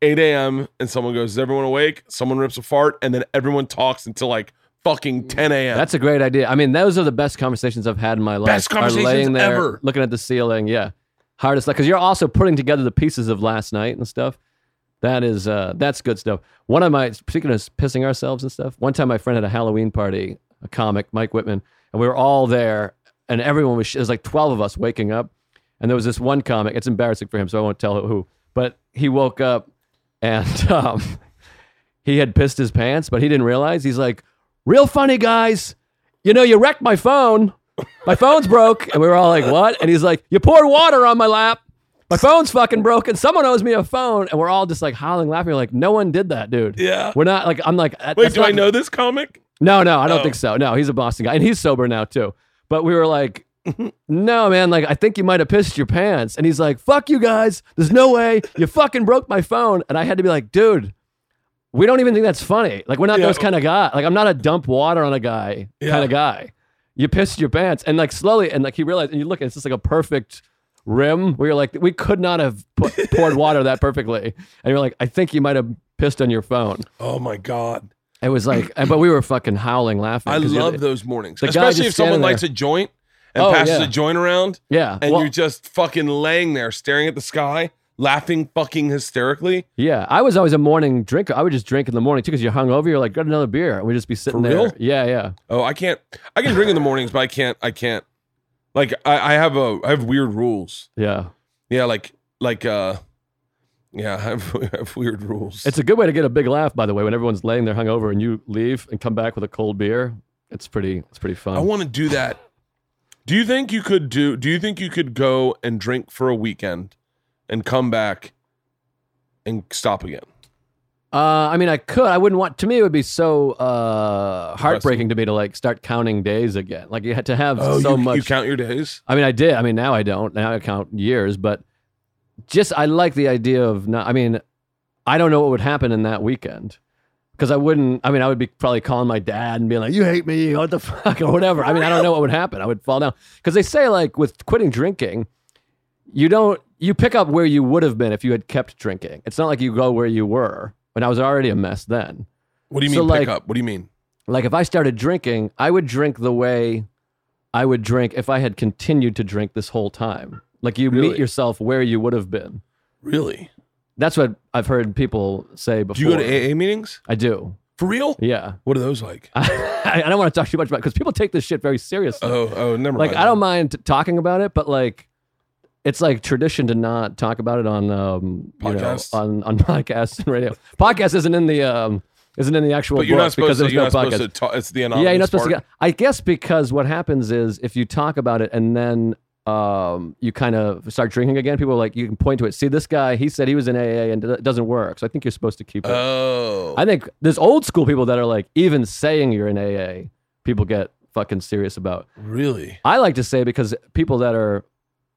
S1: 8 a.m and someone goes is everyone awake someone rips a fart and then everyone talks until like fucking 10 a.m
S4: That's a great idea. I mean, those are the best conversations I've had in my life.
S1: Best
S4: Are laying
S1: conversations
S4: there,
S1: ever.
S4: Looking at the ceiling, yeah. Hardest because you're also putting together the pieces of last night and stuff. That is uh that's good stuff. One of my speaking of pissing ourselves and stuff, one time my friend had a Halloween party, a comic, Mike Whitman, and we were all there and everyone was there's like twelve of us waking up. And there was this one comic, it's embarrassing for him, so I won't tell who, but he woke up and um he had pissed his pants, but he didn't realize. He's like, real funny guys. You know, you wrecked my phone. My phone's broke. And we were all like, what? And he's like, you poured water on my lap. My phone's fucking broken. Someone owes me a phone. And we're all just like howling, laughing. We're like, no one did that, dude.
S1: yeah
S4: We're not like, I'm like, that-
S1: wait
S4: that's
S1: do i
S4: not-
S1: know this comic
S4: No, no, I don't
S1: Oh.
S4: think so. No, he's a Boston guy. And he's sober now, too. But we were like, no, man, like, I think you might have pissed your pants. And he's like, fuck you guys. There's no way. You fucking broke my phone. And I had to be like, dude, we don't even think that's funny. Like, we're not
S1: Yeah.
S4: those kind of guy. Like, I'm not a dump water on a guy kind
S1: Yeah.
S4: of guy. You pissed your pants. And like, slowly, and like, he realized, and you look, and it's just like a perfect rim where you're like, we could not have put, poured water that perfectly. And you're like, I think you might have pissed on your phone.
S1: oh my god
S4: It was like, and- but we were fucking howling laughing.
S1: i
S4: 'cause you're
S1: love
S4: the-
S1: those mornings
S4: the guy
S1: especially
S4: just
S1: if someone
S4: standing there.
S1: lights a joint and
S4: Oh,
S1: passes
S4: yeah.
S1: a joint around
S4: Yeah.
S1: and
S4: well,
S1: you're just fucking laying there staring at the sky laughing fucking hysterically
S4: yeah. I was always a morning drinker. I would just drink in the morning too because you're hungover. You're like, got another beer. And we'd just be sitting
S1: For
S4: there.
S1: real?
S4: Yeah, yeah.
S1: Oh, I can't. I can drink in the mornings, but I can't. I can't. Like I, I have a. I have weird rules.
S4: Yeah.
S1: Yeah, like like uh, yeah, I have, I have weird rules.
S4: It's a good way to get a big laugh, by the way, when everyone's laying there hungover and you leave and come back with a cold beer. It's pretty, it's pretty fun.
S1: I want to do that. Do you think you could do? Do you think you could go and drink for a weekend, and come back, and stop again?
S4: Uh, I mean, I could. I wouldn't want. To me, it would be so uh, heartbreaking to me to like start counting days again. Like you had to have so
S1: Oh, you,
S4: much.
S1: you count your days.
S4: I mean, I did. I mean, now I don't. Now I count years, but just I like the idea of not. I mean, I don't know what would happen in that weekend. Because I wouldn't, I mean, I would be probably calling my dad and being like, you hate me, what the fuck, or whatever. I mean, I don't know what would happen. I would fall down. Because they say, like, with quitting drinking, you don't, you pick up where you would have been if you had kept drinking. It's not like you go where you were when I was already a mess then.
S1: What do you mean
S4: So,
S1: pick
S4: like-
S1: up? What do you mean?
S4: Like, if I started drinking, I would drink the way I would drink if I had continued to drink this whole time. Like, you
S1: Really?
S4: meet yourself where you would have been.
S1: Really?
S4: That's what I've heard people say before.
S1: Do you go to AA meetings?
S4: I do.
S1: For real?
S4: Yeah.
S1: What are those like?
S4: I, I don't want to talk too much about because people take this shit very seriously.
S1: Oh, oh, never
S4: like
S1: mind.
S4: I don't mind t- talking about it, but like it's like tradition to not talk about it on um you know,
S1: Podcasts?
S4: on on podcasts and radio. Podcast isn't in the um isn't in the actual
S1: But you're
S4: book
S1: not supposed
S4: because
S1: to.
S4: there's
S1: You're
S4: no
S1: not supposed
S4: podcast.
S1: to talk. It's the anonymous
S4: yeah, you're not supposed
S1: part.
S4: to. Get, I guess because what happens is if you talk about it and then um you kind of start drinking again, people are like you can point to it. See this guy? He said he was in AA and it doesn't work. So I think you're supposed to keep it.
S1: Oh,
S4: I think there's old school people that are like, even saying you're in AA, people get fucking serious about.
S1: really?
S4: I like to say because people that are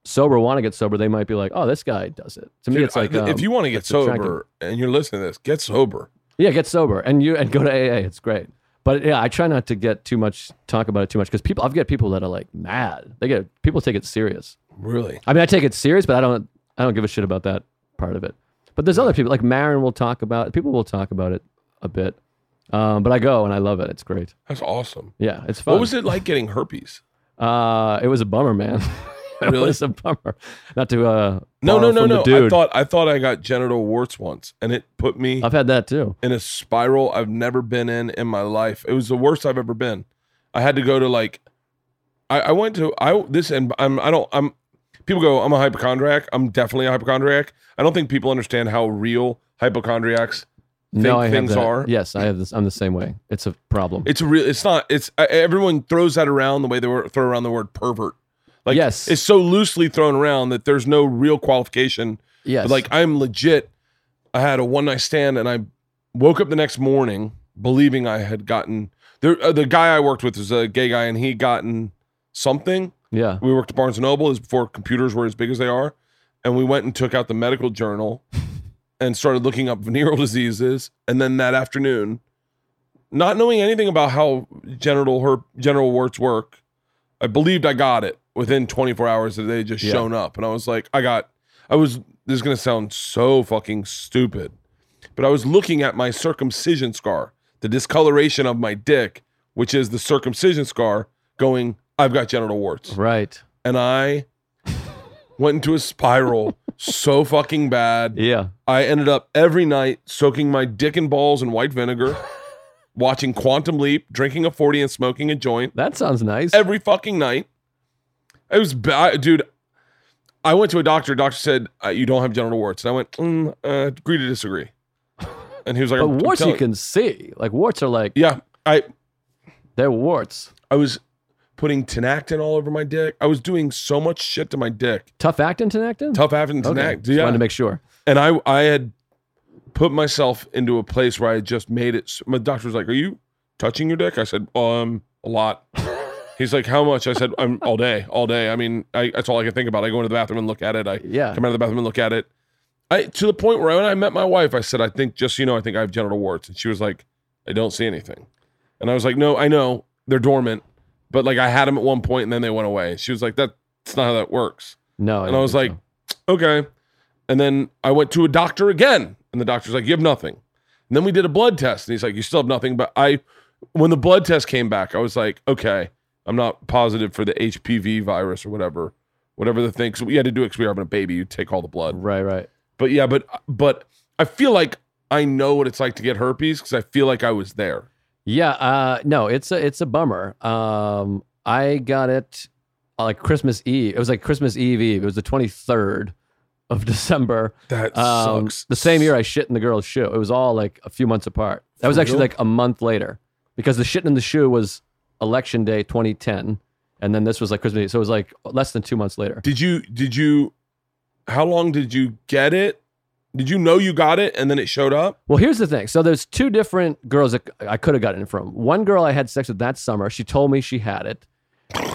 S4: sober want to get sober, they might be like, oh, this guy does it. To me,
S1: Dude,
S4: it's like,
S1: I-
S4: um,
S1: if you want to get
S4: it's attractive.
S1: sober and you're listening to this, get sober.
S4: yeah, get sober and you and go to AA. It's great. But yeah, I try not to get too much talk about it too much because people, I've got people that are like mad. They get people take it serious.
S1: Really?
S4: I mean, I take it serious, but I don't, I don't give a shit about that part of it. But there's other people like Marin will talk about. People will talk about it a bit. Um, but I go and I love it. It's great.
S1: That's awesome.
S4: Yeah, it's fun.
S1: What was it like getting herpes?
S4: Uh, it was a bummer, man. it
S1: Really?
S4: was a bummer. Not to uh,
S1: No, no, no,
S4: borrow from the
S1: no. I
S4: dude. Uh,
S1: thought I thought I got genital warts once, and it put me
S4: I've had that too.
S1: in a spiral I've never been in in my life. It was the worst I've ever been. I had to go to like, I, I went to I this and I'm I don't I'm people go I'm a hypochondriac. I'm definitely a hypochondriac. I don't think people understand how real hypochondriacs. think
S4: no, I have
S1: things
S4: that.
S1: are?
S4: Yes, I have this. I'm the same way. It's a problem.
S1: It's a real. It's not. It's I, everyone throws that around the way they were, throw around the word pervert. Like
S4: Yes.
S1: it's so loosely thrown around that there's no real qualification.
S4: yes,
S1: But like I'm legit. I had a one night stand and I woke up the next morning believing I had gotten there. Uh, the guy I worked with was a gay guy and he gotten something.
S4: yeah,
S1: We worked at Barnes and Noble. This was before computers were as big as they are, and we went and took out the medical journal and started looking up venereal diseases. And then that afternoon, not knowing anything about how genital her genital warts work, I believed I got it within 24 hours that they had just
S4: Yeah.
S1: shown up. And I was like, I got. I was. This is gonna sound so fucking stupid, but I was looking at my circumcision scar, the discoloration of my dick, which is the circumcision scar, going. I've got genital warts
S4: right.
S1: and I went into a spiral so fucking bad.
S4: Yeah,
S1: I ended up every night soaking my dick and balls in white vinegar, watching Quantum Leap, drinking a 40 and smoking a joint
S4: that sounds nice.
S1: every fucking night. It was bad, dude. I went to a doctor. Doctor said uh, you don't have genital warts, and I went, mm, uh, "Agree to disagree." And he was like,
S4: but
S1: "I'm- I'm
S4: warts you
S1: telling-"
S4: can see. Like warts are like
S1: yeah." I
S4: they're warts.
S1: I was putting tenactin all over my dick. I was doing so much shit to my dick.
S4: Tough actin, tenactin.
S1: Tough having
S4: Okay.
S1: tenactin.
S4: Just
S1: Yeah,
S4: wanted to make sure.
S1: and I I had put myself into a place where I had just made it. My doctor was like, "Are you touching your dick?" I said, "Um, a lot." He's like, "How much?" I said, "I'm all day, all day." I mean, I, that's all I can think about. I go into the bathroom and look at it. I
S4: Yeah,
S1: come out of the bathroom and look at it. I to the point where when I met my wife, I said, "I think just so you know, I think I have genital warts," and she was like, "I don't see anything," and I was like, "No, I know they're dormant, but like I had them at one point and then they went away." She was like, "That's not how that works."
S4: no.
S1: And I
S4: don't
S1: was
S4: think
S1: like, okay. And then I went to a doctor again, and the doctor's like, you have nothing. And then we did a blood test, and he's like, you still have nothing. But I, when the blood test came back, I was like, okay, I'm not positive for the HPV virus or whatever, whatever the thing. So we had to do it because we were having a baby. You take all the
S4: so.
S1: blood.
S4: right, right.
S1: But yeah, but but I feel like I know what it's like to get herpes because I feel like I was there.
S4: Yeah, uh, no, it's a it's a bummer. Um, I got it uh, like Christmas Eve. It was like Christmas Eve Eve. It was the twenty third of December.
S1: That
S4: Um,
S1: sucks.
S4: the same year I shit in the girl's shoe. It was all like a few months apart. That was
S1: For
S4: actually
S1: real?
S4: like a month later because the shitting in the shoe was election day twenty ten, and then this was like Christmas. Eve. So it was like less than two months later.
S1: Did you did you? How long did you get it? Did you know you got it and then it showed up?
S4: Well, here's the thing. So there's two different girls that I could have gotten it from. One girl I had sex with that summer. She told me she had it,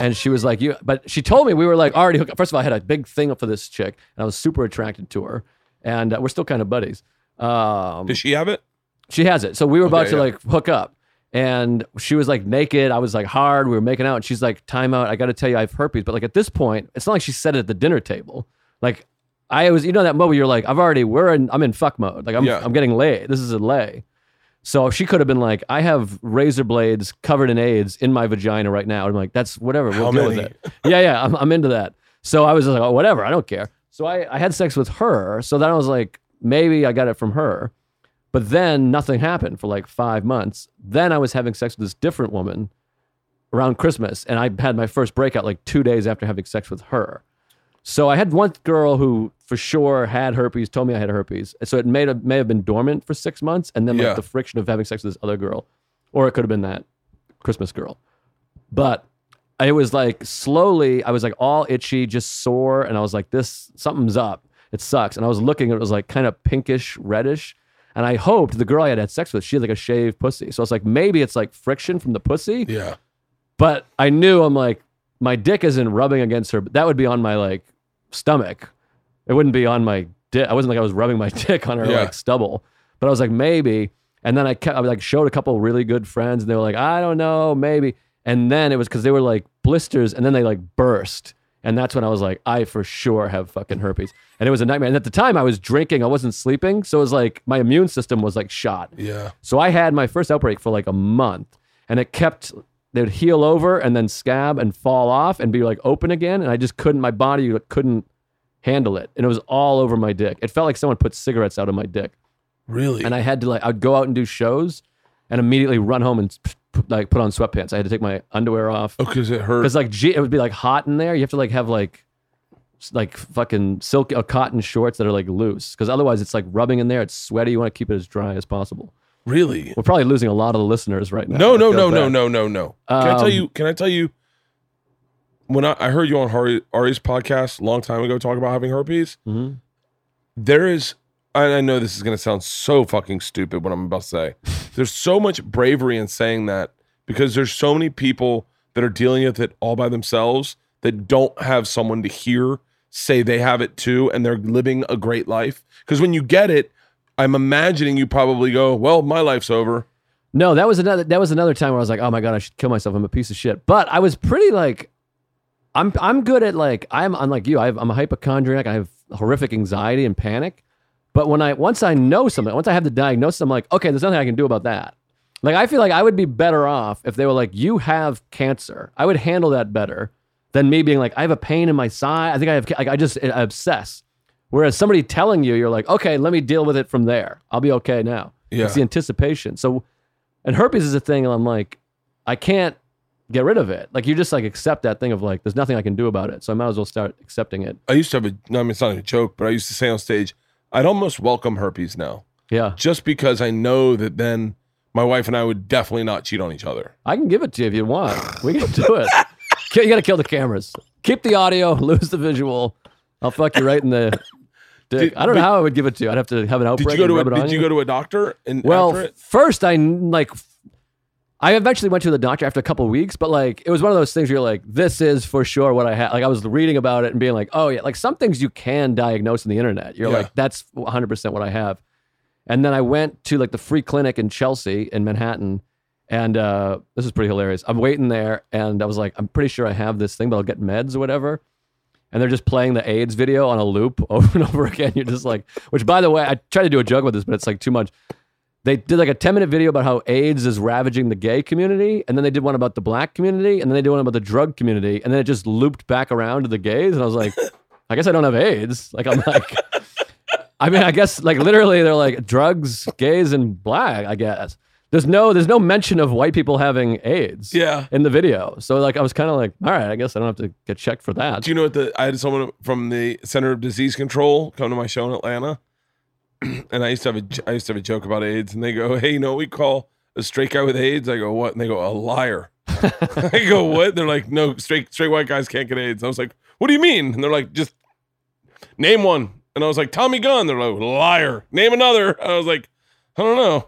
S4: and she was like, "You." But she told me we were like already hooked up. First of all, I had a big thing up for this chick, and I was super attracted to her, and uh, we're still kind of buddies. Um,
S1: Does she have it?
S4: she has it. So we were about
S1: Okay,
S4: to
S1: yeah.
S4: like hook up. And she was like naked. I was like hard. We were making out. And she's like, time out. I got to tell you, I have herpes. But like at this point, it's not like she said it at the dinner table. Like I was, you know, that moment you're like, I've already, we're in, I'm in fuck mode. Like I'm,
S1: Yeah.
S4: I'm getting laid. This is a lay. So she could have been like, I have razor blades covered in AIDS in my vagina right now. I'm like, that's whatever. We'll
S1: How
S4: deal with
S1: many?
S4: it. Yeah, yeah. I'm, I'm into that. So I was just like, oh, whatever. I don't care. So I, I had sex with her. So then I was like, maybe I got it from her. But then nothing happened for like five months. Then I was having sex with this different woman around Christmas, and I had my first breakout like two days after having sex with her. So I had one girl who for sure had herpes, told me I had herpes. So it may have, may have been dormant for six months, and then like
S1: Yeah.
S4: the friction of having sex with this other girl, or it could have been that Christmas girl. But it was like slowly, I was like all itchy, just sore, and I was like, this something's up. It sucks. And I was looking, and it was like kind of pinkish, reddish. And I hoped the girl I had had sex with, she had like a shaved pussy. So I was like, maybe it's like friction from the pussy.
S1: Yeah.
S4: But I knew I'm like, my dick isn't rubbing against her, but that would be on my like stomach. It wouldn't be on my dick. I wasn't like I was rubbing my dick on her
S1: Yeah.
S4: like stubble. But I was like, maybe. And then I kept I like showed a couple really good friends and they were like, I don't know, maybe. And then it was because they were like blisters and then they like burst. And that's when I was like, I for sure have fucking herpes. And it was a nightmare. And at the time I was drinking, I wasn't sleeping. So it was like my immune system was like shot.
S1: Yeah.
S4: So I had my first outbreak for like a month and it kept, they would heal over and then scab and fall off and be like open again. And I just couldn't, my body couldn't handle it. And it was all over my dick. It felt like someone put cigarettes out of my dick.
S1: Really?
S4: And I had to like, I'd go out and do shows and immediately run home and p- p- like put on sweatpants. I had to take my underwear off.
S1: oh, because it hurt.
S4: Because like G, it would be like hot in there. You have to like have like s- like fucking silk or cotton shorts that are like loose. Because otherwise it's like rubbing in there. It's sweaty. You want to keep it as dry as possible.
S1: Really?
S4: We're probably losing a lot of the listeners right now.
S1: No, no,
S4: I feel
S1: no, no,
S4: bad.
S1: no, no, no. can I tell
S4: Um,
S1: you? Can I tell you? When I, I heard you on Hari, Ari's podcast a long time ago talk about having herpes,
S4: Mhm.
S1: there is, and I know this is going to sound so fucking stupid what I'm about to say. there's so much bravery in saying that because there's so many people that are dealing with it all by themselves that don't have someone to hear say they have it too and they're living a great life. Because when you get it, I'm imagining you probably go, well, my life's over.
S4: No, that was another. That was another time where I was like, "Oh my god, I should kill myself. I'm a piece of shit." But I was pretty like, I'm I'm good at like I'm I'm like you. I have, I'm a hypochondriac. I have horrific anxiety and panic. But when I once I know something, once I have the diagnosis, I'm like, okay, there's nothing I can do about that. Like I feel like I would be better off if they were like, you have cancer. I would handle that better than me being like, I have a pain in my side. I think I have. ca- Like I just I obsess. Whereas somebody telling you, you're like, okay, let me deal with it from there. I'll be okay now.
S1: Yeah.
S4: It's the anticipation. So, and herpes is a thing, and I'm like, I can't get rid of it. Like you just like accept that thing of like, there's nothing I can do about it. So I might as well start accepting it.
S1: I used to have a, no, I mean, it's not a joke, but I used to say on stage, I'd almost welcome herpes now
S4: Yeah,
S1: just because I know that then my wife and I would definitely not cheat on each other.
S4: I can give it to you if you want. We can do it. Kill- You gotta kill the cameras. Keep the audio, lose the visual. I'll fuck you right in the dick.
S1: Did-
S4: I don't
S1: but-
S4: know how I would give it to you. I'd have to have an
S1: Did
S4: outbreak.
S1: you go
S4: and
S1: to
S4: rub it
S1: a,
S4: on
S1: did you
S4: you.
S1: go to a doctor and
S4: Well,
S1: after it?
S4: first I like, f- I eventually went to the doctor after a couple of weeks, but like it was one of those things where you're like, this is for sure what I had. Like I was reading about it and being like, oh yeah, like some things you can diagnose on the internet. You're
S1: Yeah.
S4: like, that's 100 percent what I have. And then I went to like the free clinic in Chelsea in Manhattan, and uh, this is pretty hilarious. I'm waiting there, and I was like, I'm pretty sure I have this thing, but I'll get meds or whatever. And they're just playing the AIDS video on a loop over and over again. You're just like, which by the way, I try to do a joke with this, but it's like too much they did like a 10 minute video about how AIDS is ravaging the gay community. And then they did one about the black community. And then they did one about the drug community. And then it just looped back around to the gays. And I was like, I guess I don't have AIDS. Like, I'm like, I mean, I guess like literally they're like drugs, gays, and black, I guess. There's no, there's no mention of white people having AIDS
S1: yeah.
S4: in the video. So like, I was kind of like, all right, I guess I don't have to get checked for that.
S1: Do you know what the I had someone from the Center of Disease Control come to my show in Atlanta, and I used to have a j- I used to have a joke about AIDS, and they go, "Hey, you know what we call a straight guy with AIDS?" I go, "What?" And they go, "A liar." I go, "What?" And they're like, "No, straight straight white guys can't get AIDS." And I was like, "What do you mean?" And they're like, "Just name one." And I was like, "Tommy Gunn." They're like, "Liar." Name another. And I was like, "I don't know."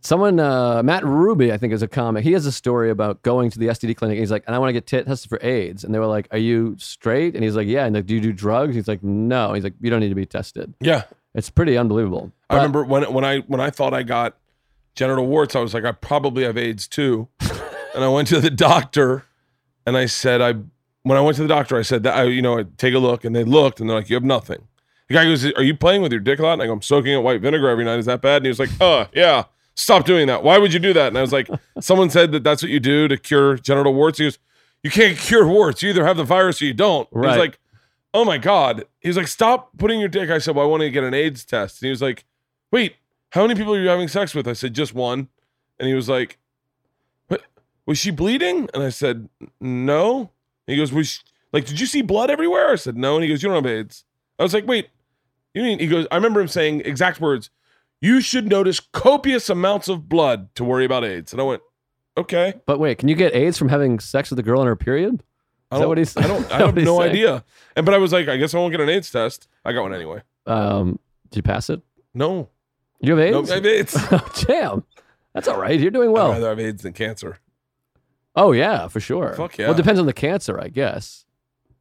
S4: Someone, uh, Matt Ruby, I think, is a comic. He has a story about going to the STD clinic. And he's like, and I want to get t- tested for AIDS. And they were like, Are you straight? And he's like, Yeah. And like, do you do drugs? He's like, No. He's like, You don't need to be tested.
S1: Yeah,
S4: It's pretty unbelievable.
S1: I
S4: But-
S1: remember when when I when I thought I got genital warts, I was like, I probably have AIDS too. and I went to the doctor, and I said, I when I went to the doctor, I said that I you know I take a look, and they looked, and they're like, you have nothing. The guy goes, Are you playing with your dick a lot? And I go, I'm soaking it white vinegar every night. Is that bad? And he was like, Uh, yeah. Stop doing that. Why would you do that? And I was like, Someone said that that's what you do to cure genital warts. He goes, You can't cure warts. You either have the virus or you don't. He was
S4: Right.
S1: like, Oh my god. He was like, Stop putting your dick. I said, Well, I want to get an AIDS test. And he was like, wait, how many people are you having sex with? I said, just one. And he was like, what? Was she bleeding? And I said, no. And he goes, was she, like, did you see blood everywhere? I said, no. And he goes, you don't have AIDS. I was like, wait, you mean? He goes, I remember him saying exact words. You should notice copious amounts of blood to worry about AIDS. And I went, okay.
S4: But wait, can you get AIDS from having sex with a girl in her period?
S1: I
S4: Is that
S1: don't-
S4: what he's-
S1: I don't. I
S4: that
S1: have
S4: what he's
S1: no
S4: saying?
S1: idea. And but I was like, I guess I won't get an AIDS test. I got one anyway.
S4: Um, did you pass it?
S1: No,
S4: You have
S1: no,
S4: AIDS?
S1: I have AIDS.
S4: oh, damn. That's all right. You're doing
S1: I'd
S4: well.
S1: rather have AIDS than cancer.
S4: Oh yeah, for sure.
S1: Fuck
S4: Well,
S1: yeah.
S4: it depends on the cancer, I guess.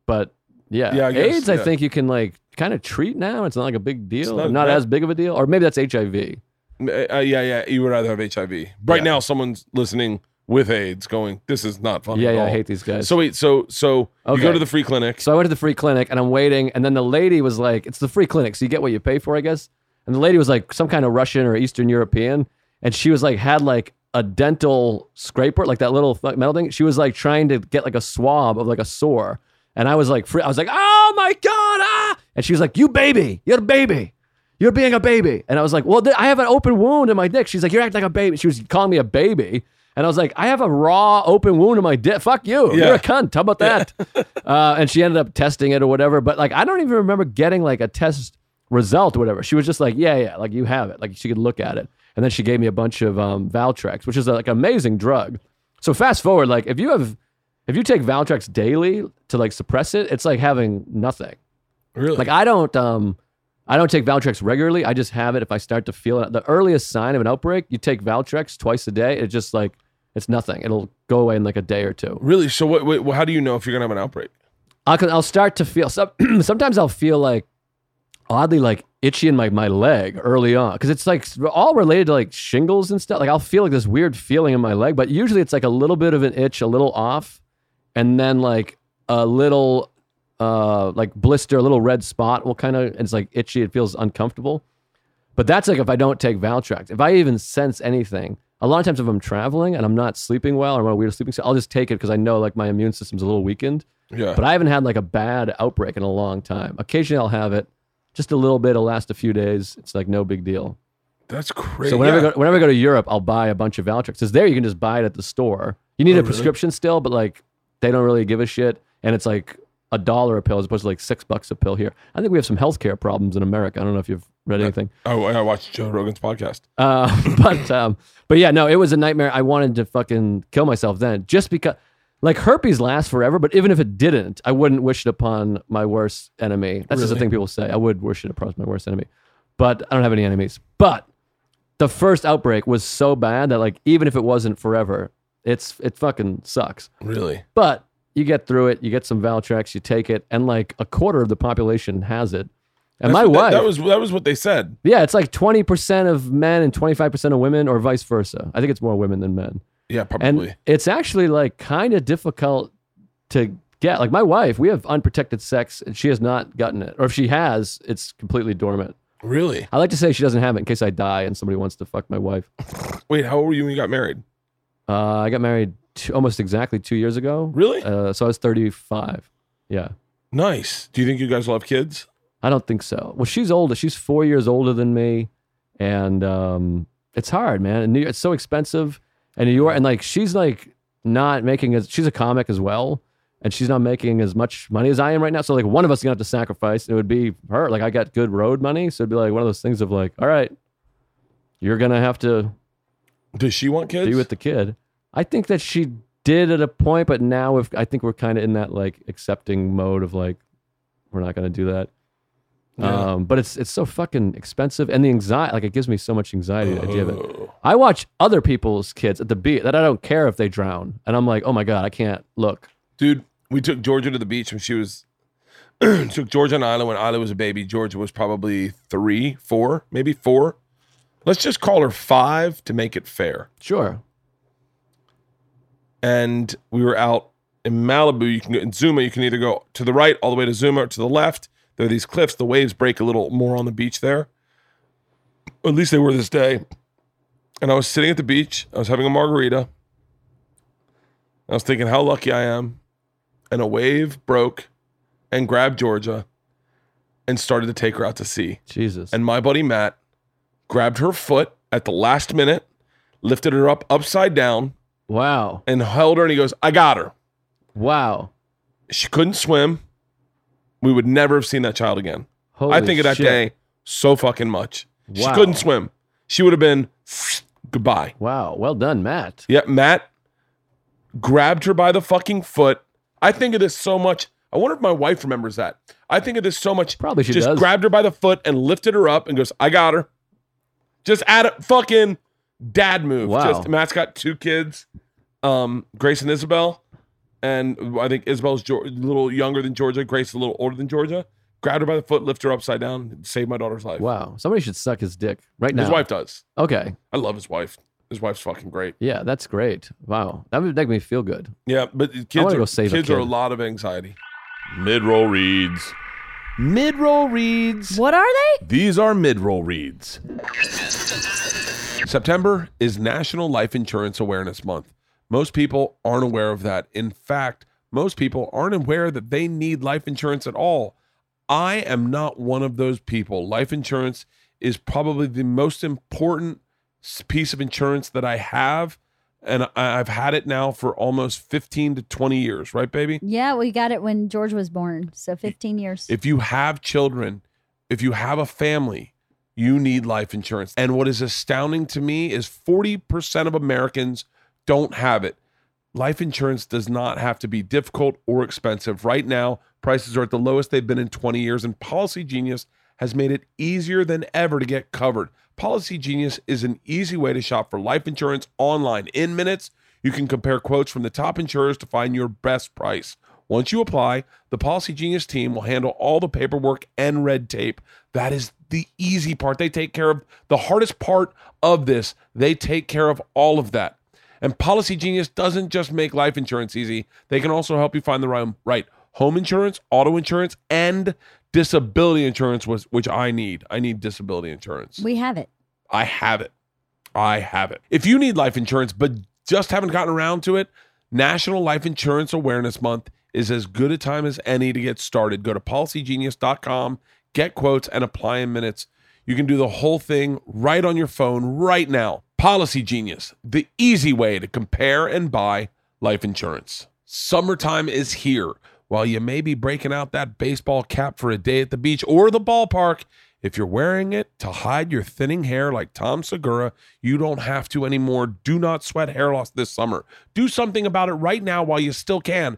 S4: But yeah,
S1: Yeah, I guess,
S4: AIDS,
S1: yeah.
S4: I think you can like kind of treat now. It's not like a big deal.
S1: not
S4: not,
S1: that-
S4: as big of a deal, or maybe that's HIV.
S1: Uh, uh, yeah, yeah. You would rather have HIV. Right
S4: Yeah.
S1: now, someone's listening with AIDS, going, "This is not fun."
S4: yeah,
S1: at
S4: yeah. I
S1: all."
S4: hate these guys.
S1: So wait, so so you go
S4: Okay.
S1: to the free clinic.
S4: So I went to the free clinic and I'm waiting. And then the lady was like, it's the free clinic. So you get what you pay for, I guess. And the lady was like some kind of Russian or Eastern European. And she was like, had like a dental scraper, like that little fu- metal thing. She was like trying to get like a swab of like a sore. And I was like, free- I was like, oh my God. Ah! And she was like, you baby, you're a baby. You're being a baby. And I was like, well, th- I have an open wound in my dick. She's like, you're acting like a baby. She was calling me a baby. And I was like, I have a raw open wound in my dick. Fuck you.
S1: Yeah.
S4: You're a cunt. How about that? uh, and she ended up testing it or whatever. But like, I don't even remember getting like a test result or whatever. She was just like, yeah, yeah, like you have it. Like she could look at it. And then she gave me a bunch of um, Valtrex, which is a, like an amazing drug. So fast forward, like if you have, if you take Valtrex daily to like suppress it, it's like having nothing.
S1: really?
S4: Like I don't um I don't take Valtrex regularly. I just have it if I start to feel it. The earliest sign of an outbreak, you take Valtrex twice a day. It just like it's nothing. It'll go away in like a day or two.
S1: really? So what, wait, well, how do you know if you're gonna have an outbreak?
S4: I'll, I'll start to feel some, sometimes I'll feel like oddly like itchy in my, my leg early on because it's like all related to like shingles and stuff like i'll feel like this weird feeling in my leg but usually it's like a little bit of an itch a little off and then like a little uh like blister a little red spot will kind of it's like itchy it feels uncomfortable but that's like if i don't take valtrax if i even sense anything a lot of times if i'm traveling and i'm not sleeping well or i'm on a weird sleeping schedule, i'll just take it because i know like my immune system's a little weakened
S1: Yeah.
S4: but I haven't had like a bad outbreak in a long time. Occasionally I'll have it, just a little bit. It'll last a few days. It's like no big deal.
S1: That's crazy.
S4: So whenever
S1: yeah.
S4: I go, whenever I go to Europe, I'll buy a bunch of Valtrex. Because there you can just buy it at the store. You need
S1: Oh,
S4: a
S1: really?
S4: prescription still, but like they don't really give a shit. And it's like a dollar a pill as opposed to like six bucks a pill here. I think we have some healthcare problems in America. I don't know if you've read anything.
S1: oh, I I watched Joe Rogan's podcast.
S4: Uh, but um, but yeah, no, it was a nightmare. I wanted to fucking kill myself then, just because. Like herpes lasts forever, but even if it didn't, I wouldn't wish it upon my worst enemy. That's just the
S1: Really?
S4: thing people say. I would wish it upon my worst enemy, but I don't have any enemies. But the first outbreak was so bad that like even if it wasn't forever, it's it fucking sucks.
S1: Really?
S4: But you get through it. You get some Valtrex. You take it, and like a quarter of the population has it.
S1: That's
S4: And my
S1: what- that-
S4: wife,
S1: That, was that was what they said.
S4: yeah, it's like 20% of men and 25% of women, or vice versa. I think it's more women than men.
S1: Yeah, probably.
S4: And it's actually like kind of difficult to get. Like my wife, we have unprotected sex and she has not gotten it. Or if she has, it's completely dormant.
S1: really?
S4: I like to say she doesn't have it in case I die and somebody wants to fuck my wife.
S1: Wait, how old were you when you got married?
S4: Uh, I got married two, almost exactly two years ago.
S1: Really?
S4: Uh, so I was 35. Yeah.
S1: nice. Do you think you guys will have kids?
S4: I don't think so. Well, she's older. She's four years older than me, and um, it's hard, man. And New York, it's so expensive, and New York, and like she's like not making as she's a comic as well, and she's not making as much money as I am right now. So like one of us is gonna have to sacrifice. and It would be her. Like I got good road money, so it'd be like one of those things of like, all right, you're gonna have to
S1: Does she want kids?
S4: be with the kid. I think that she did at a point, but now if I think we're kind of in that like accepting mode of like we're not gonna do that.
S1: Yeah.
S4: Um, but it's it's so fucking expensive, and the anxiety like it gives me so much anxiety. The idea of it.
S1: Oh.
S4: I watch other people's kids at the beach that I don't care if they drown, and I'm like, oh my god, I can't look.
S1: Dude, we took Georgia to the beach when she was took Georgia and Isla when Isla was a baby. Georgia was probably three, four, maybe four. Let's just call her five to make it fair.
S4: Sure.
S1: And we were out in Malibu. You can go in Zuma. You can either go to the right, all the way to Zuma, or to the left. There are these cliffs. The waves break a little more on the beach there. At least they were this day. And I was sitting at the beach. I was having a margarita. I was thinking how lucky I am. And a wave broke and grabbed Georgia and started to take her out to sea.
S4: Jesus.
S1: And my buddy Matt grabbed her foot at the last minute, lifted her up upside down,
S4: wow.
S1: and held her. And he goes, I got her.
S4: Wow.
S1: She couldn't swim. We would never have seen that child again.
S4: Holy
S1: I think of that
S4: shit.
S1: day so fucking much. She
S4: Wow.
S1: couldn't swim. She would have been goodbye.
S4: Wow. Well done, Matt.
S1: Yeah, Matt grabbed her by the fucking foot. I think of this so much. I wonder if my wife remembers that. I think of this so much.
S4: Probably she
S1: just
S4: does.
S1: grabbed her by the foot and lifted her up and goes, "I got her." Just add a fucking dad move.
S4: Wow.
S1: Just Matt's got two kids, um, Grace and Isabel, and I think Isabel's Geor- a little younger than Georgia. Grace is a little older than Georgia. Grabbed her by the foot, lifted her upside down, saved my daughter's life.
S4: Wow. Somebody should suck his dick right now.
S1: His wife does.
S4: Okay.
S1: I love his wife. His wife's fucking great.
S4: Yeah, that's great. Wow. That would make me feel good.
S1: Yeah, but kids,
S4: wanna
S1: are,
S4: go save a
S1: kids are a
S4: kid.
S1: lot of anxiety. Mid roll reads.
S5: Mid roll reads.
S2: What are they?
S5: These are mid roll reads.
S1: September is National Life Insurance Awareness Month. Most people aren't aware of that. In fact, most people aren't aware that they need life insurance at all. I am not one of those people. Life insurance is probably the most important s- piece of insurance that I have. And I- I've had it now for almost 15 to 20 years, right, baby?
S2: Yeah, we got it when George was born. So 15 years.
S1: If you have children, if you have a family, you need life insurance. And what is astounding to me is 40% of Americans don't have it. Life insurance does not have to be difficult or expensive. Right now, prices are at the lowest they've been in 20 years, and Policy Genius has made it easier than ever to get covered. Policy Genius is an easy way to shop for life insurance online. In minutes, you can compare quotes from the top insurers to find your best price. Once you apply, the Policy Genius team will handle all the paperwork and red tape. That is the easy part. They take care of the hardest part of this, they take care of all of that. And Policy Genius doesn't just make life insurance easy, they can also help you find the right, right home insurance, auto insurance, and disability insurance, was, which I need. I need disability insurance.
S2: we have it.
S1: I have it. I have it. If you need life insurance but just haven't gotten around to it, National Life Insurance Awareness Month is as good a time as any to get started. Go to policygenius.com, get quotes, and apply in minutes. You can do the whole thing right on your phone right now. Policy Genius, the easy way to compare and buy life insurance. Summertime is here. While you may be breaking out that baseball cap for a day at the beach or the ballpark, if you're wearing it to hide your thinning hair like Tom Segura, you don't have to anymore. Do not sweat hair loss this summer. Do something about it right now while you still can.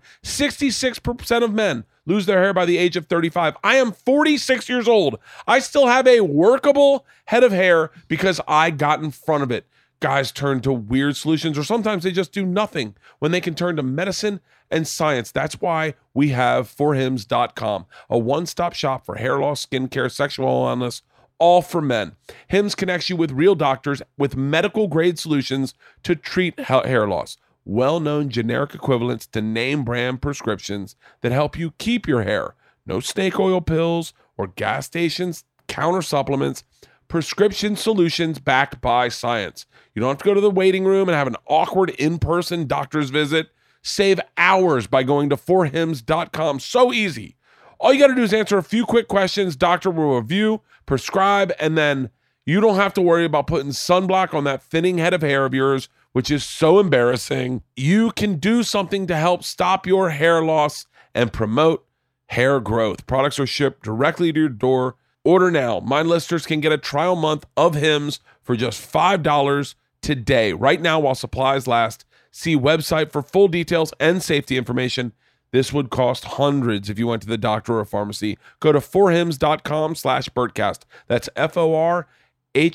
S1: 66% of men lose their hair by the age of 35. I am 46 years old. I still have a workable head of hair because I got in front of it. Guys turn to weird solutions, or sometimes they just do nothing when they can turn to medicine and science. That's why we have forhims.com, a one stop shop for hair loss, skincare, sexual wellness, all for men. Hims connects you with real doctors with medical grade solutions to treat ha- hair loss, well known generic equivalents to name brand prescriptions that help you keep your hair. No snake oil pills or gas stations counter supplements, prescription solutions backed by science. You don't have to go to the waiting room and have an awkward in-person doctor's visit. Save hours by going to forhims.com. So easy. All you got to do is answer a few quick questions. Doctor will review, prescribe, and then you don't have to worry about putting sunblock on that thinning head of hair of yours, which is so embarrassing. You can do something to help stop your hair loss and promote hair growth. Products are shipped directly to your door. Order now. My listeners can get a trial month of Hims for just $5 today, right now while supplies last. See website for full details and safety information. This would cost hundreds if you went to the doctor or pharmacy. Go to forhims.com slash birdcast. That's F-O-R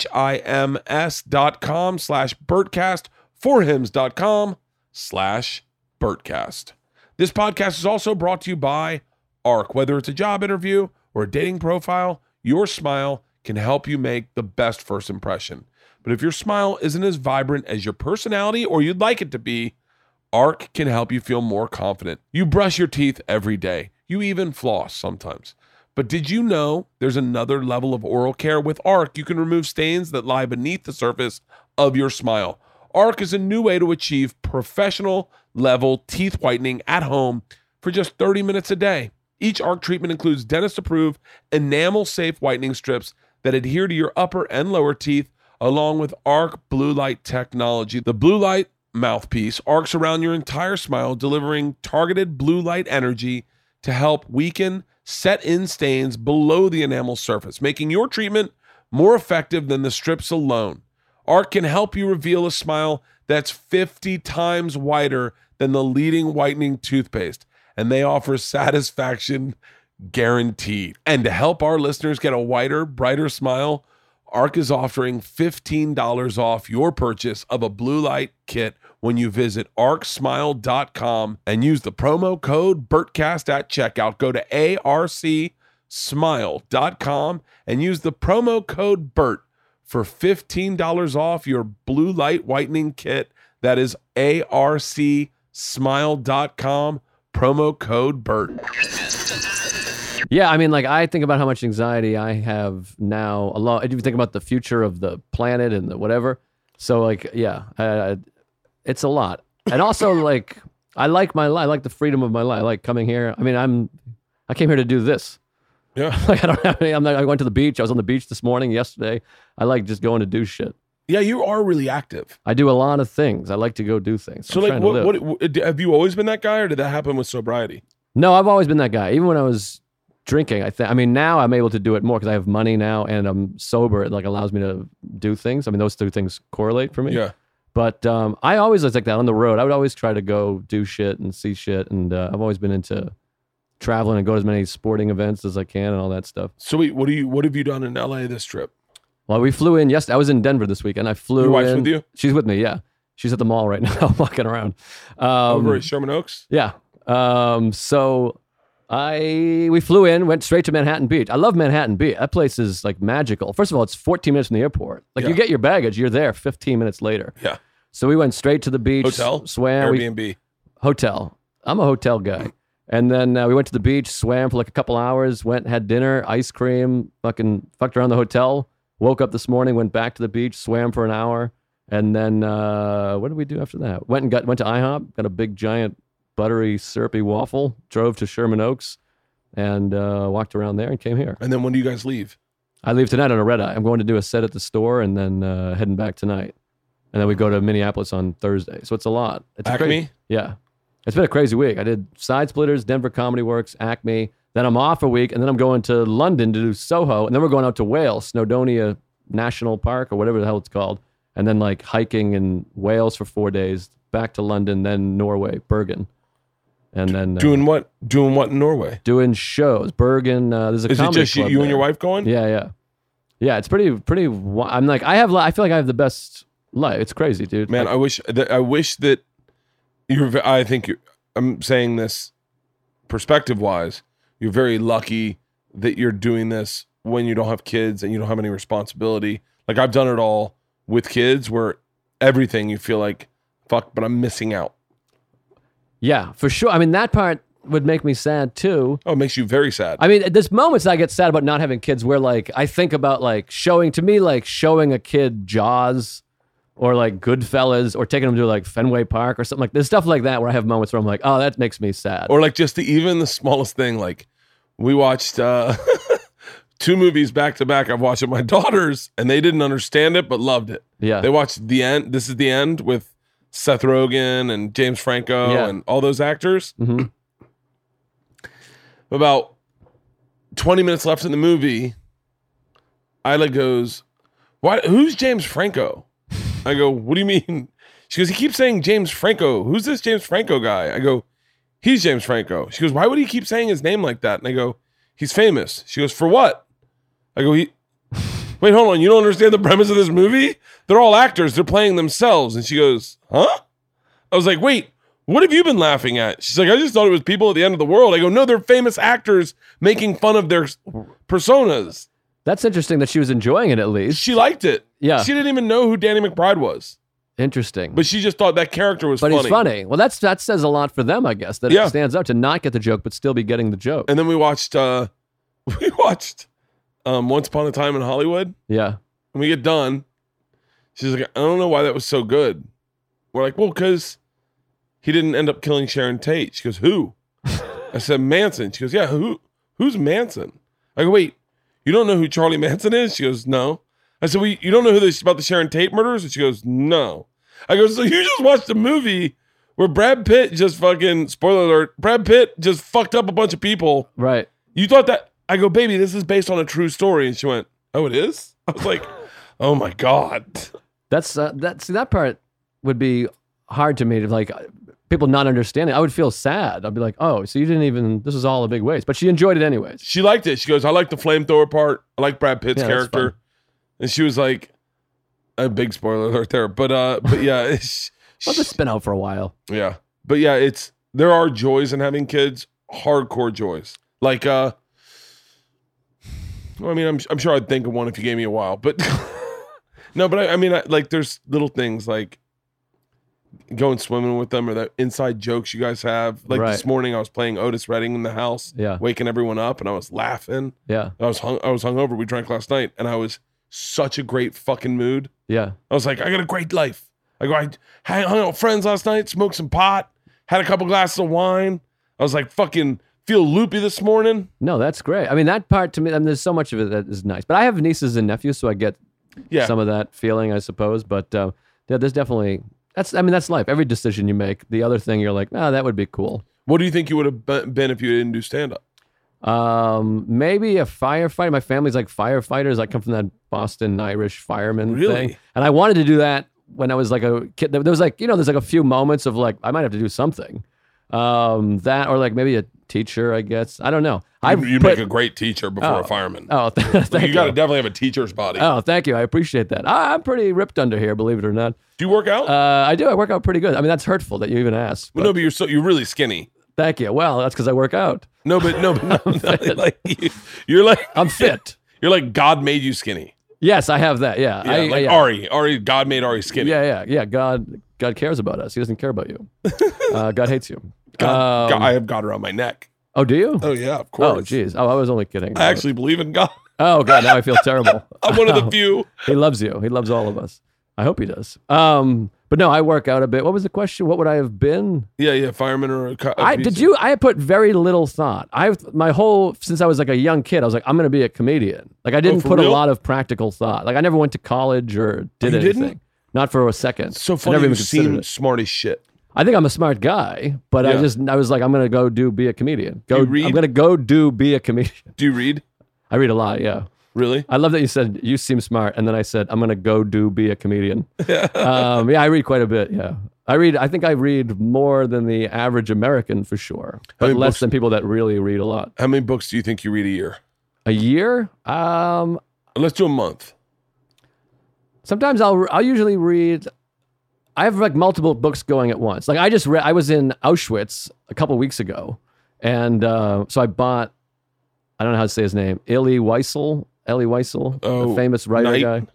S1: H-I-M-S dot com slash birdcast, forhims.com slash birdcast. This podcast is also brought to you by arc, whether it's a job interview or a dating profile, your smile can help you make the best first impression. But if your smile isn't as vibrant as your personality or you'd like it to be, ARC can help you feel more confident. You brush your teeth every day, you even floss sometimes. But did you know there's another level of oral care with ARC? You can remove stains that lie beneath the surface of your smile. ARC is a new way to achieve professional level teeth whitening at home for just 30 minutes a day. Each ARC treatment includes dentist approved enamel safe whitening strips that adhere to your upper and lower teeth, along with ARC blue light technology. The blue light mouthpiece arcs around your entire smile, delivering targeted blue light energy to help weaken set in stains below the enamel surface, making your treatment more effective than the strips alone. ARC can help you reveal a smile that's 50 times whiter than the leading whitening toothpaste, and they offer satisfaction guaranteed. And to help our listeners get a whiter, brighter smile, ARC is offering $15 off your purchase of a blue light kit when you visit arcsmile.com and use the promo code BERTCAST at checkout. Go to arcsmile.com and use the promo code BERT for $15 off your blue light whitening kit. That is arcsmile.com, promo code BERT.
S4: Yeah, I mean, like I think about how much anxiety I have now. A lot. I do think about the future of the planet and the whatever. So, like, yeah, uh, it's a lot. And also, like, I like my life. I like the freedom of my life. I like coming here. I mean, I'm, I came here to do this.
S1: Yeah.
S4: Like, I don't have any. I'm not, I went to the beach. I was on the beach this morning, yesterday. I like just going to do shit.
S1: Yeah, you are really active.
S4: I do a lot of things. I like to go do things.
S1: So,
S4: I'm
S1: like,
S4: trying to
S1: what,
S4: live.
S1: what, what have you always been that guy, or did that happen with sobriety?
S4: No, I've always been that guy. Even when I was drinking, I think. I mean, now I'm able to do it more because I have money now and I'm sober. It like allows me to do things. I mean, those two things correlate for me.
S1: Yeah.
S4: But um, I always was like that on the road. I would always try to go do shit and see shit, and uh, I've always been into traveling and go to as many sporting events as I can and all that stuff.
S1: So, wait, what do you what have you done in LA this trip?
S4: Well, we flew in yesterday. I was in Denver this weekend. I flew.
S1: Your wife's
S4: in-
S1: with you?
S4: She's with me. Yeah, she's at the mall right now, walking around. Um,
S1: Over at Sherman Oaks?
S4: Yeah. Um, so I we flew in, went straight to Manhattan Beach. I love Manhattan Beach. That place is like magical. First of all, it's 14 minutes from the airport. Like you
S1: Yeah.
S4: get your baggage, you're there 15 minutes later.
S1: Yeah.
S4: So we went straight to the beach.
S1: Hotel?
S4: swam. We,
S1: Airbnb.
S4: hotel. I'm a hotel guy. And then uh, we went to the beach, swam for like a couple hours, went had dinner, ice cream, fucking fucked around the hotel. Woke up this morning, went back to the beach, swam for an hour, and then uh, what did we do after that? Went and got went to IHOP, got a big giant buttery syrupy waffle, drove to Sherman Oaks, and uh, walked around there and came here.
S1: And then when do you guys leave?
S4: I leave tonight on a red eye. I'm going to do a set at the store and then uh, heading back tonight, and then we go to Minneapolis on Thursday. So it's a lot. It's a
S1: Acme?
S4: crazy- yeah. It's been a crazy week. I did Side Splitters, Denver Comedy Works, Acme. Then I'm off a week, and then I'm going to London to do Soho, and then we're going out to Wales, Snowdonia National Park, or whatever the hell it's called, and then like hiking in Wales for four days, back to London, then Norway, Bergen, and then uh,
S1: Doing what? Doing what in Norway?
S4: doing shows. Bergen, uh, there's a
S1: Is it
S4: comedy
S1: just you,
S4: club
S1: you and
S4: there.
S1: your wife going?
S4: Yeah, yeah, yeah. It's pretty, pretty. wi- I'm like, I have, li- I feel like I have the best life. It's crazy, dude.
S1: Man, I wish that I wish that you're. ve- I think you. I'm saying this perspective wise. You're very lucky that you're doing this when you don't have kids and you don't have any responsibility. Like I've done it all with kids, where everything you feel like fuck, but I'm missing out.
S4: yeah, for sure. I mean, that part would make me sad too.
S1: Oh, it makes you very sad.
S4: I mean, there's moments I get sad about not having kids where like I think about like showing to me like showing a kid Jaws or like Goodfellas or taking them to like Fenway Park or something like there's stuff like that where I have moments where I'm like, oh, that makes me sad.
S1: or like just the even the smallest thing like we watched uh two movies back to back i've watched with my daughters and they didn't understand it but loved it
S4: yeah.
S1: they watched the end this is the end with seth rogen and james franco
S4: Yeah.
S1: and all those actors
S4: Mhm.
S1: about 20 minutes left in the movie isla goes why who's james franco i go what do you mean she goes he keeps saying james franco who's this james franco guy i go he's James Franco. She goes, why would he keep saying his name like that? And I go, he's famous. She goes, for what? I go, he. Wait, hold on. You don't understand the premise of this movie? They're all actors. They're playing themselves. And she goes, huh? I was like, wait, What have you been laughing at? She's like, I just thought it was people at the end of the world. I go, no, they're famous actors making fun of their personas.
S4: That's interesting that she was enjoying it at least.
S1: She liked it.
S4: Yeah.
S1: She didn't even know who Danny McBride was,
S4: Interesting.
S1: but she just thought that character was
S4: But
S1: funny.
S4: he's funny. Well, that's that says a lot for them, I guess. That
S1: Yeah.
S4: it stands out to not get the joke, but still be getting the joke.
S1: And then we watched, uh, we watched um, Once Upon a Time in Hollywood.
S4: yeah,
S1: And we get done. She's like, I don't know why that was so good. We're like, well, because he didn't end up killing Sharon Tate. She goes, who? I said, Manson. She goes, yeah, who? Who's Manson? I go, wait, you don't know who Charlie Manson is? She goes, no. I said, well, you don't know who this about the Sharon Tate murders? And she goes, no. I go, so you just watched a movie where Brad Pitt just fucking, spoiler alert, Brad Pitt just fucked up a bunch of people.
S4: right.
S1: You thought that I go, baby, this is based on a true story. And she went, Oh, it is? I was like, Oh my God.
S4: That's uh, that. See, that part would be hard to me to like people not understanding. I would feel sad. I'd be like, oh, so you didn't even. This is all a big waste. But she enjoyed it anyways.
S1: She liked it. She goes, I like the flamethrower part. I like Brad Pitt's
S4: Yeah, that's
S1: character.
S4: fun.
S1: And she was like, a big spoiler alert there. But uh, but yeah, it's,
S4: Let this spin out for a while.
S1: yeah. But yeah, it's there are joys in having kids, hardcore joys. Like uh well, I mean, I'm I'm sure I'd think of one if you gave me a while, but no, but I, I mean, I, like there's little things like going swimming with them or that inside jokes you guys have. Like this
S4: Right.
S1: morning, I was playing Otis Redding in the house,
S4: Yeah.
S1: waking everyone up, and I was laughing.
S4: Yeah,
S1: I was hung, I was hungover. We drank last night, and I was such a great fucking mood.
S4: yeah.
S1: I was like, I got a great life. I go, I hang- hung out with friends last night, smoked some pot, had a couple glasses of wine. I was like, fucking feel loopy this morning.
S4: No, that's great. I mean, that part to me. I mean, there's so much of it that is nice. But I have nieces and nephews, so I get
S1: Yeah.
S4: some of that feeling, I suppose. But uh, yeah, there's definitely. That's. I mean, that's life. Every decision you make, the other thing you're like, oh, that would be cool.
S1: what do you think you would have be- been if you didn't do stand up?
S4: Um, maybe a firefighter. My family's like firefighters. I come from that Boston Irish fireman
S1: Really?
S4: thing, and I wanted to do that when I was like a kid. There was like you know, there's like a few moments of like I might have to do something, um, that or like maybe a teacher. I guess I don't know. I
S1: You'd
S4: put-
S1: make a great teacher before a
S4: Oh.
S1: fireman.
S4: oh, th- thank
S1: you
S4: you.
S1: got to definitely have a teacher's body.
S4: Oh, thank you. I appreciate that. I, I'm pretty ripped under here, believe it or not.
S1: do you work out?
S4: Uh, I do. I work out pretty good. I mean, that's hurtful that you even asked.
S1: well,
S4: but
S1: no, but you're so you're really skinny.
S4: Thank you. Well, that's because I work out.
S1: No, but no, but
S4: Oh,
S1: no, no, like you, you're like
S4: I'm fit.
S1: you're like God made you skinny.
S4: yes, I have that. Yeah.
S1: Yeah,
S4: I,
S1: like
S4: yeah.
S1: Ari, Ari, God made Ari skinny.
S4: Yeah, yeah, yeah. God, God cares about us. He doesn't care about you. Uh, God hates you.
S1: God,
S4: Um,
S1: God- I have God around my neck.
S4: Oh, do you?
S1: Oh yeah, of course.
S4: Oh, jeez. Oh, I was only kidding.
S1: I actually believe in God.
S4: Oh, God. Now I feel terrible.
S1: I'm one of
S4: Oh.
S1: the few.
S4: he loves you. He loves all of us. I hope he does. Um, but no, I work out a bit. What was the question? What would I have been?
S1: Yeah, yeah, fireman or a co- a
S4: I
S1: piece
S4: did
S1: of-
S4: you? I put very little thought. I my whole since I was like a young kid, I was like, I'm going to be a comedian. Like I didn't
S1: Oh, for
S4: put
S1: real? Oh,
S4: a lot of practical thought. Like I never went to college or did
S1: You
S4: anything.
S1: didn't?
S4: Not for a second.
S1: So
S4: I
S1: funny.
S4: never
S1: You
S4: even considered
S1: seem
S4: it.
S1: smart as shit.
S4: I think I'm a smart guy, but
S1: Yeah.
S4: I just I was like, I'm gonna go do be a comedian. Go,
S1: You read?
S4: I'm gonna go do be a comedian.
S1: Do you read?
S4: I read a lot, yeah.
S1: Really?
S4: I love that you said you seem smart, and then I said I'm gonna go do be a comedian. um, yeah, I read quite a bit. Yeah, I read. I think I read more than the average American for sure, but
S1: many
S4: less
S1: books-
S4: than people that really read a lot.
S1: How many books do you think you read a year?
S4: A year? Um,
S1: Let's do a month.
S4: sometimes I'll I'll usually read. I have like multiple books going at once. Like I just read. I was in Auschwitz a couple weeks ago, and uh, so I bought. I don't know how to say his name. Elie Weissel. Elie Weissel,
S1: Oh,
S4: the famous writer
S1: Knight?
S4: guy.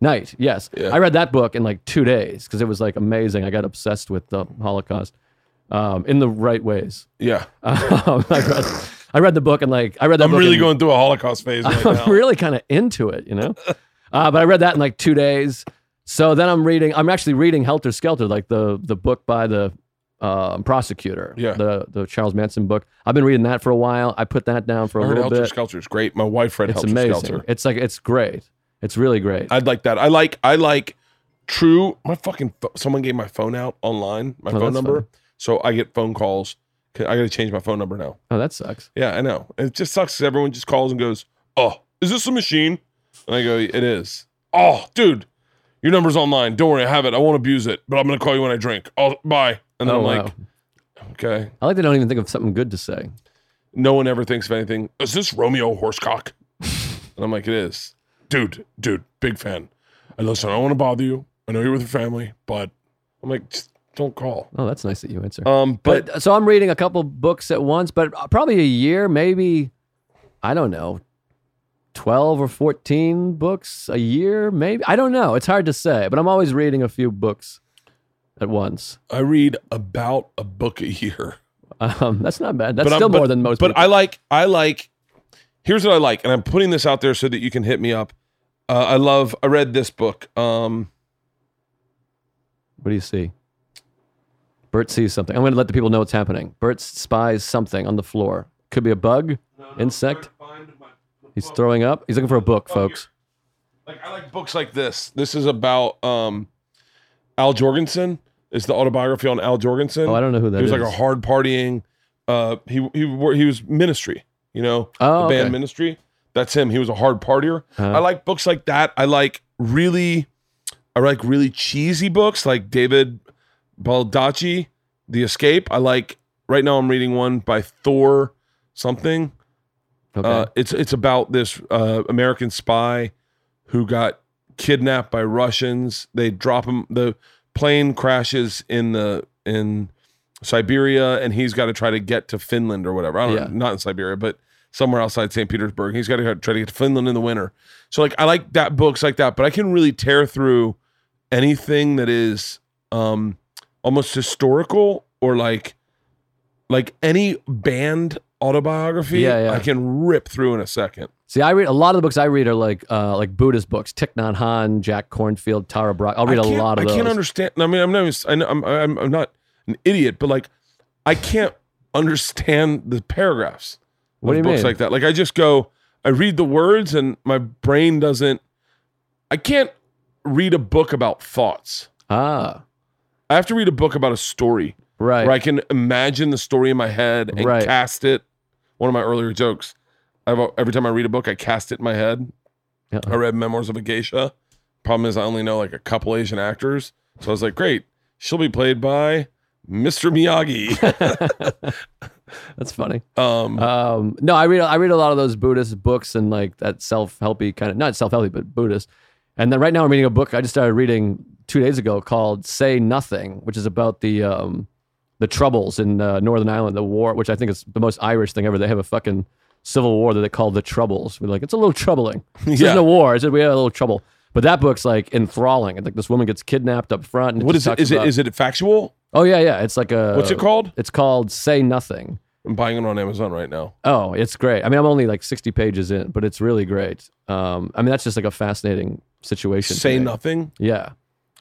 S4: Knight. Yes,
S1: Yeah.
S4: I read that book in like two days because it was like amazing. I got obsessed with the Holocaust um, in the right ways.
S1: Yeah.
S4: Um, I, read, I read the book and like I read that.
S1: I'm
S4: book
S1: really
S4: in-
S1: going through a Holocaust phase right now.
S4: I'm really kind of into it, you know. Uh, but I read that in like two days. So then I'm reading. I'm actually reading Helter Skelter, like the the book by the um, prosecutor.
S1: Yeah.
S4: The the Charles Manson book. I've been reading that for a while. I put that down for
S1: I
S4: a
S1: heard
S4: little
S1: Helter
S4: bit.
S1: Skelter is great. My wife read
S4: It's
S1: Helter
S4: amazing.
S1: Skelter.
S4: It's like it's great. It's really great.
S1: I'd like that. I like I like true. My fucking pho- someone gave my phone out online, my
S4: Oh,
S1: phone
S4: that's
S1: number.
S4: funny.
S1: So I get phone calls. 'Kay, I got to change my phone number now.
S4: oh, that sucks.
S1: Yeah, I know. It just sucks. 'cause Everyone just calls and goes, "Oh, is this a machine?" And I go, "It is." Oh, dude, your number's online. Don't worry, I have it. I won't abuse it, but I'm gonna call you when I drink. Oh, bye. And then
S4: oh,
S1: I'm
S4: wow.
S1: like, okay.
S4: I like they don't even think of something good to say.
S1: No one ever thinks of anything. Is this Romeo Horsecock? and I'm like, it is. Dude, dude, big fan. And listen, I don't want to bother you. I know you're with your family, but I'm like, just don't call.
S4: Oh, that's nice that you answer.
S1: Um,
S4: but,
S1: but
S4: so I'm reading a couple books at once, but uh, probably a year, maybe I don't know, twelve or fourteen books a year, maybe I don't know. It's hard to say, but I'm always reading a few books at once.
S1: I read about a book a year.
S4: Um, that's not bad. That's
S1: But I'm-
S4: still more than most.
S1: But
S4: people.
S1: I like I like here's what I like, and I'm putting this out there so that you can hit me up. Uh, I love I read this book. Um
S4: what do you see? Bert sees something. I'm going to let the people know what's happening. Bert spies something on the floor. Could be a bug, insect. He's throwing up. He's looking for a book, folks.
S1: like I like books like this. This is about um Al Jorgensen. It's the autobiography on Al Jorgensen.
S4: Oh, I don't know who that
S1: he
S4: is.
S1: was like a hard partying. Uh, he he wor- he was ministry. You know,
S4: Oh,
S1: the band
S4: okay.
S1: ministry. That's him. He was a hard partier.
S4: Uh-huh.
S1: I like books like that. I like really, I like really cheesy books like David Baldacci, The Escape. I like. Right now, I'm reading one by Thor something.
S4: okay.
S1: Uh, it's it's about this uh, American spy who got kidnapped by Russians. They drop him. The plane crashes in the in Siberia, and he's got to try to get to Finland or whatever. I don't
S4: Yeah.
S1: know, not in Siberia, but somewhere outside St. Petersburg. He's got to try to get to Finland in the winter. So like I like that books like that, but I can really tear through anything that is um almost historical or like like any band autobiography
S4: Yeah, yeah.
S1: I can rip through in a second.
S4: See, I read a lot of the books I read are like uh, like Buddhist books, Thich Nhat Hanh, Jack Cornfield, Tara Brock. I'll read
S1: I
S4: a
S1: can't-
S4: lot of
S1: I
S4: those.
S1: can't understand. I mean, I'm not. even- I know, I'm, I'm. I'm not an idiot, but like, I can't understand the paragraphs.
S4: What do
S1: of
S4: you
S1: books
S4: mean?
S1: like that? Like, I just go. I read the words, and my brain doesn't. I can't read a book about thoughts.
S4: ah,
S1: I have to read a book about a story
S4: right.
S1: where I can imagine the story in my head and
S4: Right.
S1: cast it. One of my earlier jokes. I've, every time I read a book, I cast it in my head.
S4: Yeah.
S1: I read Memoirs of a Geisha. Problem is, I only know like a couple Asian actors. So I was like, great, she'll be played by Mr. Miyagi.
S4: That's funny.
S1: Um,
S4: Um, no, I read I read a lot of those Buddhist books and like that self helpy kind of not self helpy but Buddhist. And then right now I'm reading a book I just started reading two days ago called "Say Nothing," which is about the um, the troubles in uh, Northern Ireland, the war, which I think is the most Irish thing ever. They have a fucking civil war that they call the troubles. We're like, it's a little troubling. This
S1: Yeah.
S4: isn't a war. It's just we had a little trouble. But that book's like enthralling. It's like this woman gets kidnapped up front. And
S1: what is
S4: just
S1: it?
S4: talks
S1: Is it
S4: about-
S1: is it factual?
S4: oh yeah, yeah. It's like a
S1: What's it called?
S4: It's called "Say Nothing."
S1: I'm buying it on Amazon right now.
S4: Oh, it's great. I mean, I'm only like 60 pages in, but it's really great. Um, I mean, that's just like a fascinating situation. to
S1: Say
S4: me.
S1: nothing
S4: Yeah.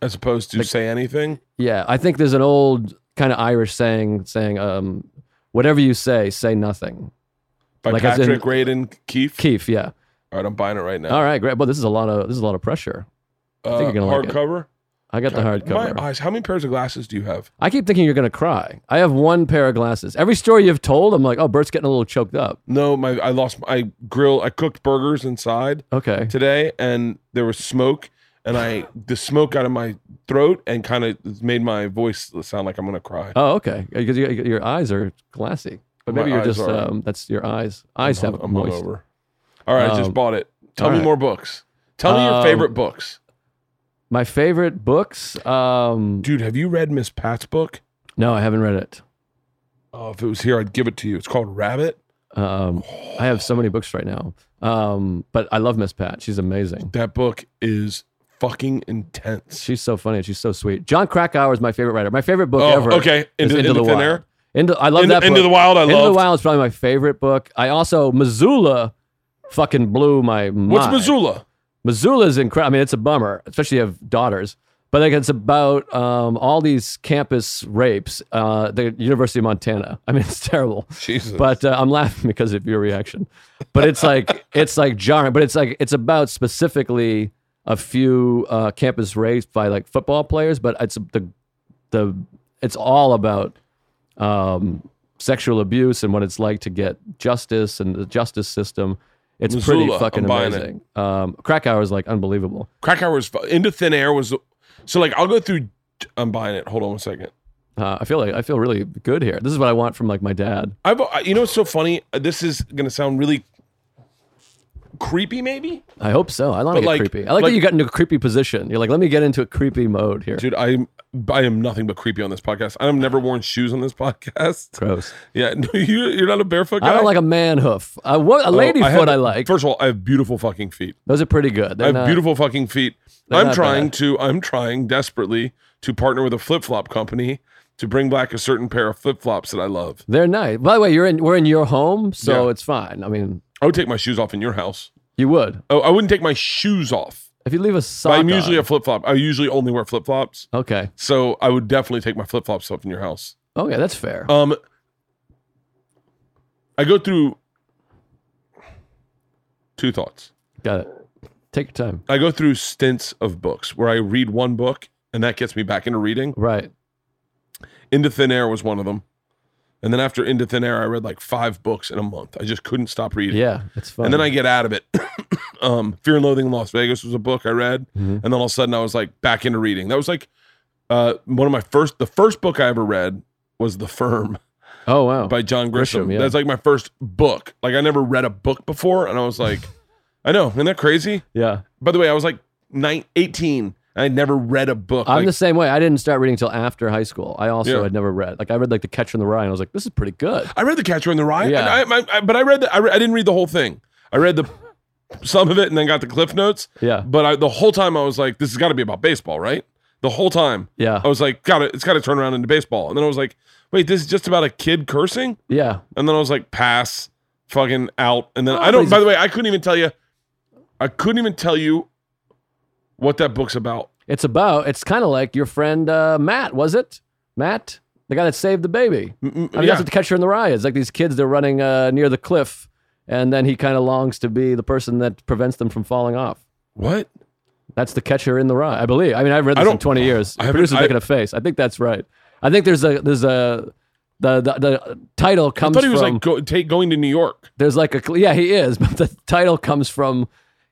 S1: as opposed to say anything.
S4: Yeah. I think there's an old kind of Irish saying, saying, um, whatever you say, say nothing.
S1: By
S4: Like as in-
S1: Patrick Radin Keefe.
S4: Keefe. Yeah.
S1: All right, I'm buying it right now.
S4: All right. Great. Well, this is a lot of, this is a lot of pressure.
S1: uh,
S4: think you're gonna like it.
S1: hardcover.
S4: I got the
S1: My
S4: hardcover.
S1: eyes. How many pairs of glasses do you have?
S4: I keep thinking you're going to cry. I have one pair of glasses. Every story you've told, I'm like, oh, Bert's getting a little choked up.
S1: No, my I lost. I grill. I cooked burgers inside.
S4: Okay.
S1: today and there was smoke and I the smoke got in my throat and kind of made my voice sound like I'm gonna cry.
S4: Oh, okay. Because you, your eyes are glassy. But
S1: My
S4: maybe you're
S1: eyes
S4: just,
S1: are-
S4: um, that's your eyes. Eyes
S1: I'm,
S4: have
S1: hung- I'm
S4: moist.
S1: hungover. All right, I just
S4: Um,
S1: bought it. Tell me
S4: alright.
S1: more books. Tell me your
S4: Um,
S1: favorite books,
S4: My favorite books? Um,
S1: dude. Have you read Miss Pat's book?
S4: no, I haven't read it.
S1: Oh, if it was here, I'd give it to you. It's called Rabbit.
S4: Um, I have so many books right now. Um, but I love Miss Pat. She's amazing.
S1: That book is fucking intense.
S4: She's so funny and she's so sweet. John Krakauer is my favorite writer. My favorite book
S1: Oh,
S4: ever.
S1: okay.
S4: is
S1: Into, into, the thin
S4: Wild.
S1: air.
S4: Into, I love
S1: into,
S4: that
S1: into
S4: book.
S1: the wild. I
S4: Into the
S1: love.
S4: Wild is probably my favorite book. I also Missoula fucking blew my mind.
S1: What's Missoula?
S4: Missoula's incredible. I mean, it's a bummer, especially if you have daughters. But like, it's about um, all these campus rapes. Uh, the University of Montana. I mean, it's terrible.
S1: Jesus.
S4: But uh, I'm laughing because of your reaction. But it's like it's like jarring. But it's like it's about specifically a few uh, campus rapes by like football players. But it's the the it's all about um, sexual abuse and what it's like to get justice and the justice system. It's pretty
S1: Missoula,
S4: fucking
S1: I'm buying it.
S4: amazing. Um, Krakauer is like unbelievable.
S1: Crack Hour was fu- into thin air was so like I'll go through. I'm buying it. Hold on one second.
S4: Uh, I feel like I feel really good here. This is what I
S1: uh,
S4: want from like my dad.
S1: I've, I- you know, what's so funny. This is going to sound really creepy, maybe.
S4: I hope so. I like
S1: But
S4: it
S1: like-
S4: creepy. I like,
S1: like-
S4: that you got into a creepy position. You're like, let me get into a creepy mode here.
S1: Dude, I'm I am nothing but creepy on this podcast. I've never worn shoes on this podcast.
S4: Gross.
S1: Yeah, no, you you're not a barefoot guy.
S4: I don't like a man hoof. I, what, a
S1: Oh,
S4: lady
S1: have-
S4: foot I like.
S1: First of all, I have beautiful fucking feet.
S4: Those are pretty good. They're
S1: I have
S4: not-
S1: beautiful fucking feet.
S4: they're
S1: I'm
S4: not
S1: trying
S4: bad.
S1: to I'm trying desperately to partner with a flip flop company to bring back a certain pair of flip flops that I love.
S4: They're nice. By the way, you're in. We're in your home, so
S1: Yeah.
S4: it's fine. I mean,
S1: I would take my shoes off in your house.
S4: you would
S1: Oh, I wouldn't take my shoes off.
S4: if you leave a
S1: But
S4: sock.
S1: I'm usually
S4: on.
S1: a flip flop. I usually only wear flip flops.
S4: okay.
S1: So I would definitely take my flip flops off in your house.
S4: Okay, that's fair.
S1: Um, I go through two thoughts.
S4: got it. Take your time.
S1: I go through stints of books where I read one book and that gets me back into reading.
S4: Right.
S1: Into Thin Air was one of them. And then after Into Thin Air, I read like five books in a month. I just couldn't stop reading.
S4: Yeah, it's fun.
S1: And then I get out of it. um, Fear and Loathing in Las Vegas was a book I read.
S4: Mhm.
S1: And then all of a sudden I was like back into reading. That was like uh, one of my first, the first book I ever read was The Firm
S4: Oh wow.
S1: by John Grisham.
S4: Grisham, yeah.
S1: That's like my first book. Like I never read a book before. And I was like, I know, isn't that crazy?
S4: yeah.
S1: By the way, I was like nine, 18. I had never read a book.
S4: I'm
S1: like,
S4: the same way. I didn't start reading until after high school. I also
S1: Yeah.
S4: had never read. Like I read like The Catcher in the Rye, and I was like, this is pretty good.
S1: I read The Catcher in the Rye,
S4: Yeah.
S1: and I, I, I, but I read the, I, re- I didn't read the whole thing. I read the some of it and then got the cliff notes.
S4: Yeah.
S1: But I, the whole time I was like, this has got to be about baseball, right? The whole time
S4: Yeah.
S1: I was like, got it. It's got to turn around into baseball. And then I was like, wait, this is just about a kid cursing.
S4: Yeah.
S1: And then I was like, pass, fucking out. And then
S4: Oh,
S1: I
S4: but
S1: don't.
S4: he's-
S1: By the way, I couldn't even tell you. I couldn't even tell you what that book's about.
S4: It's about. It's kind of like your friend uh, Matt. Was it Matt? The guy that saved the baby.
S1: Mm, mm,
S4: I mean,
S1: yeah.
S4: that's what the catcher in the rye is. Like these kids, they're running uh, near the cliff, and then he kind of longs to be the person that prevents them from falling off.
S1: what?
S4: That's the catcher in the rye, I believe. I mean, I've read
S1: I
S4: this in
S1: don't-
S4: twenty years.
S1: I
S4: The
S1: haven't-
S4: Producer's
S1: I-
S4: making a face. I think that's right. I think there's a there's a the the, the title
S1: I
S4: comes
S1: thought he was
S4: from
S1: like go, take, going to New York.
S4: there's like a cl- yeah he is, but the title comes from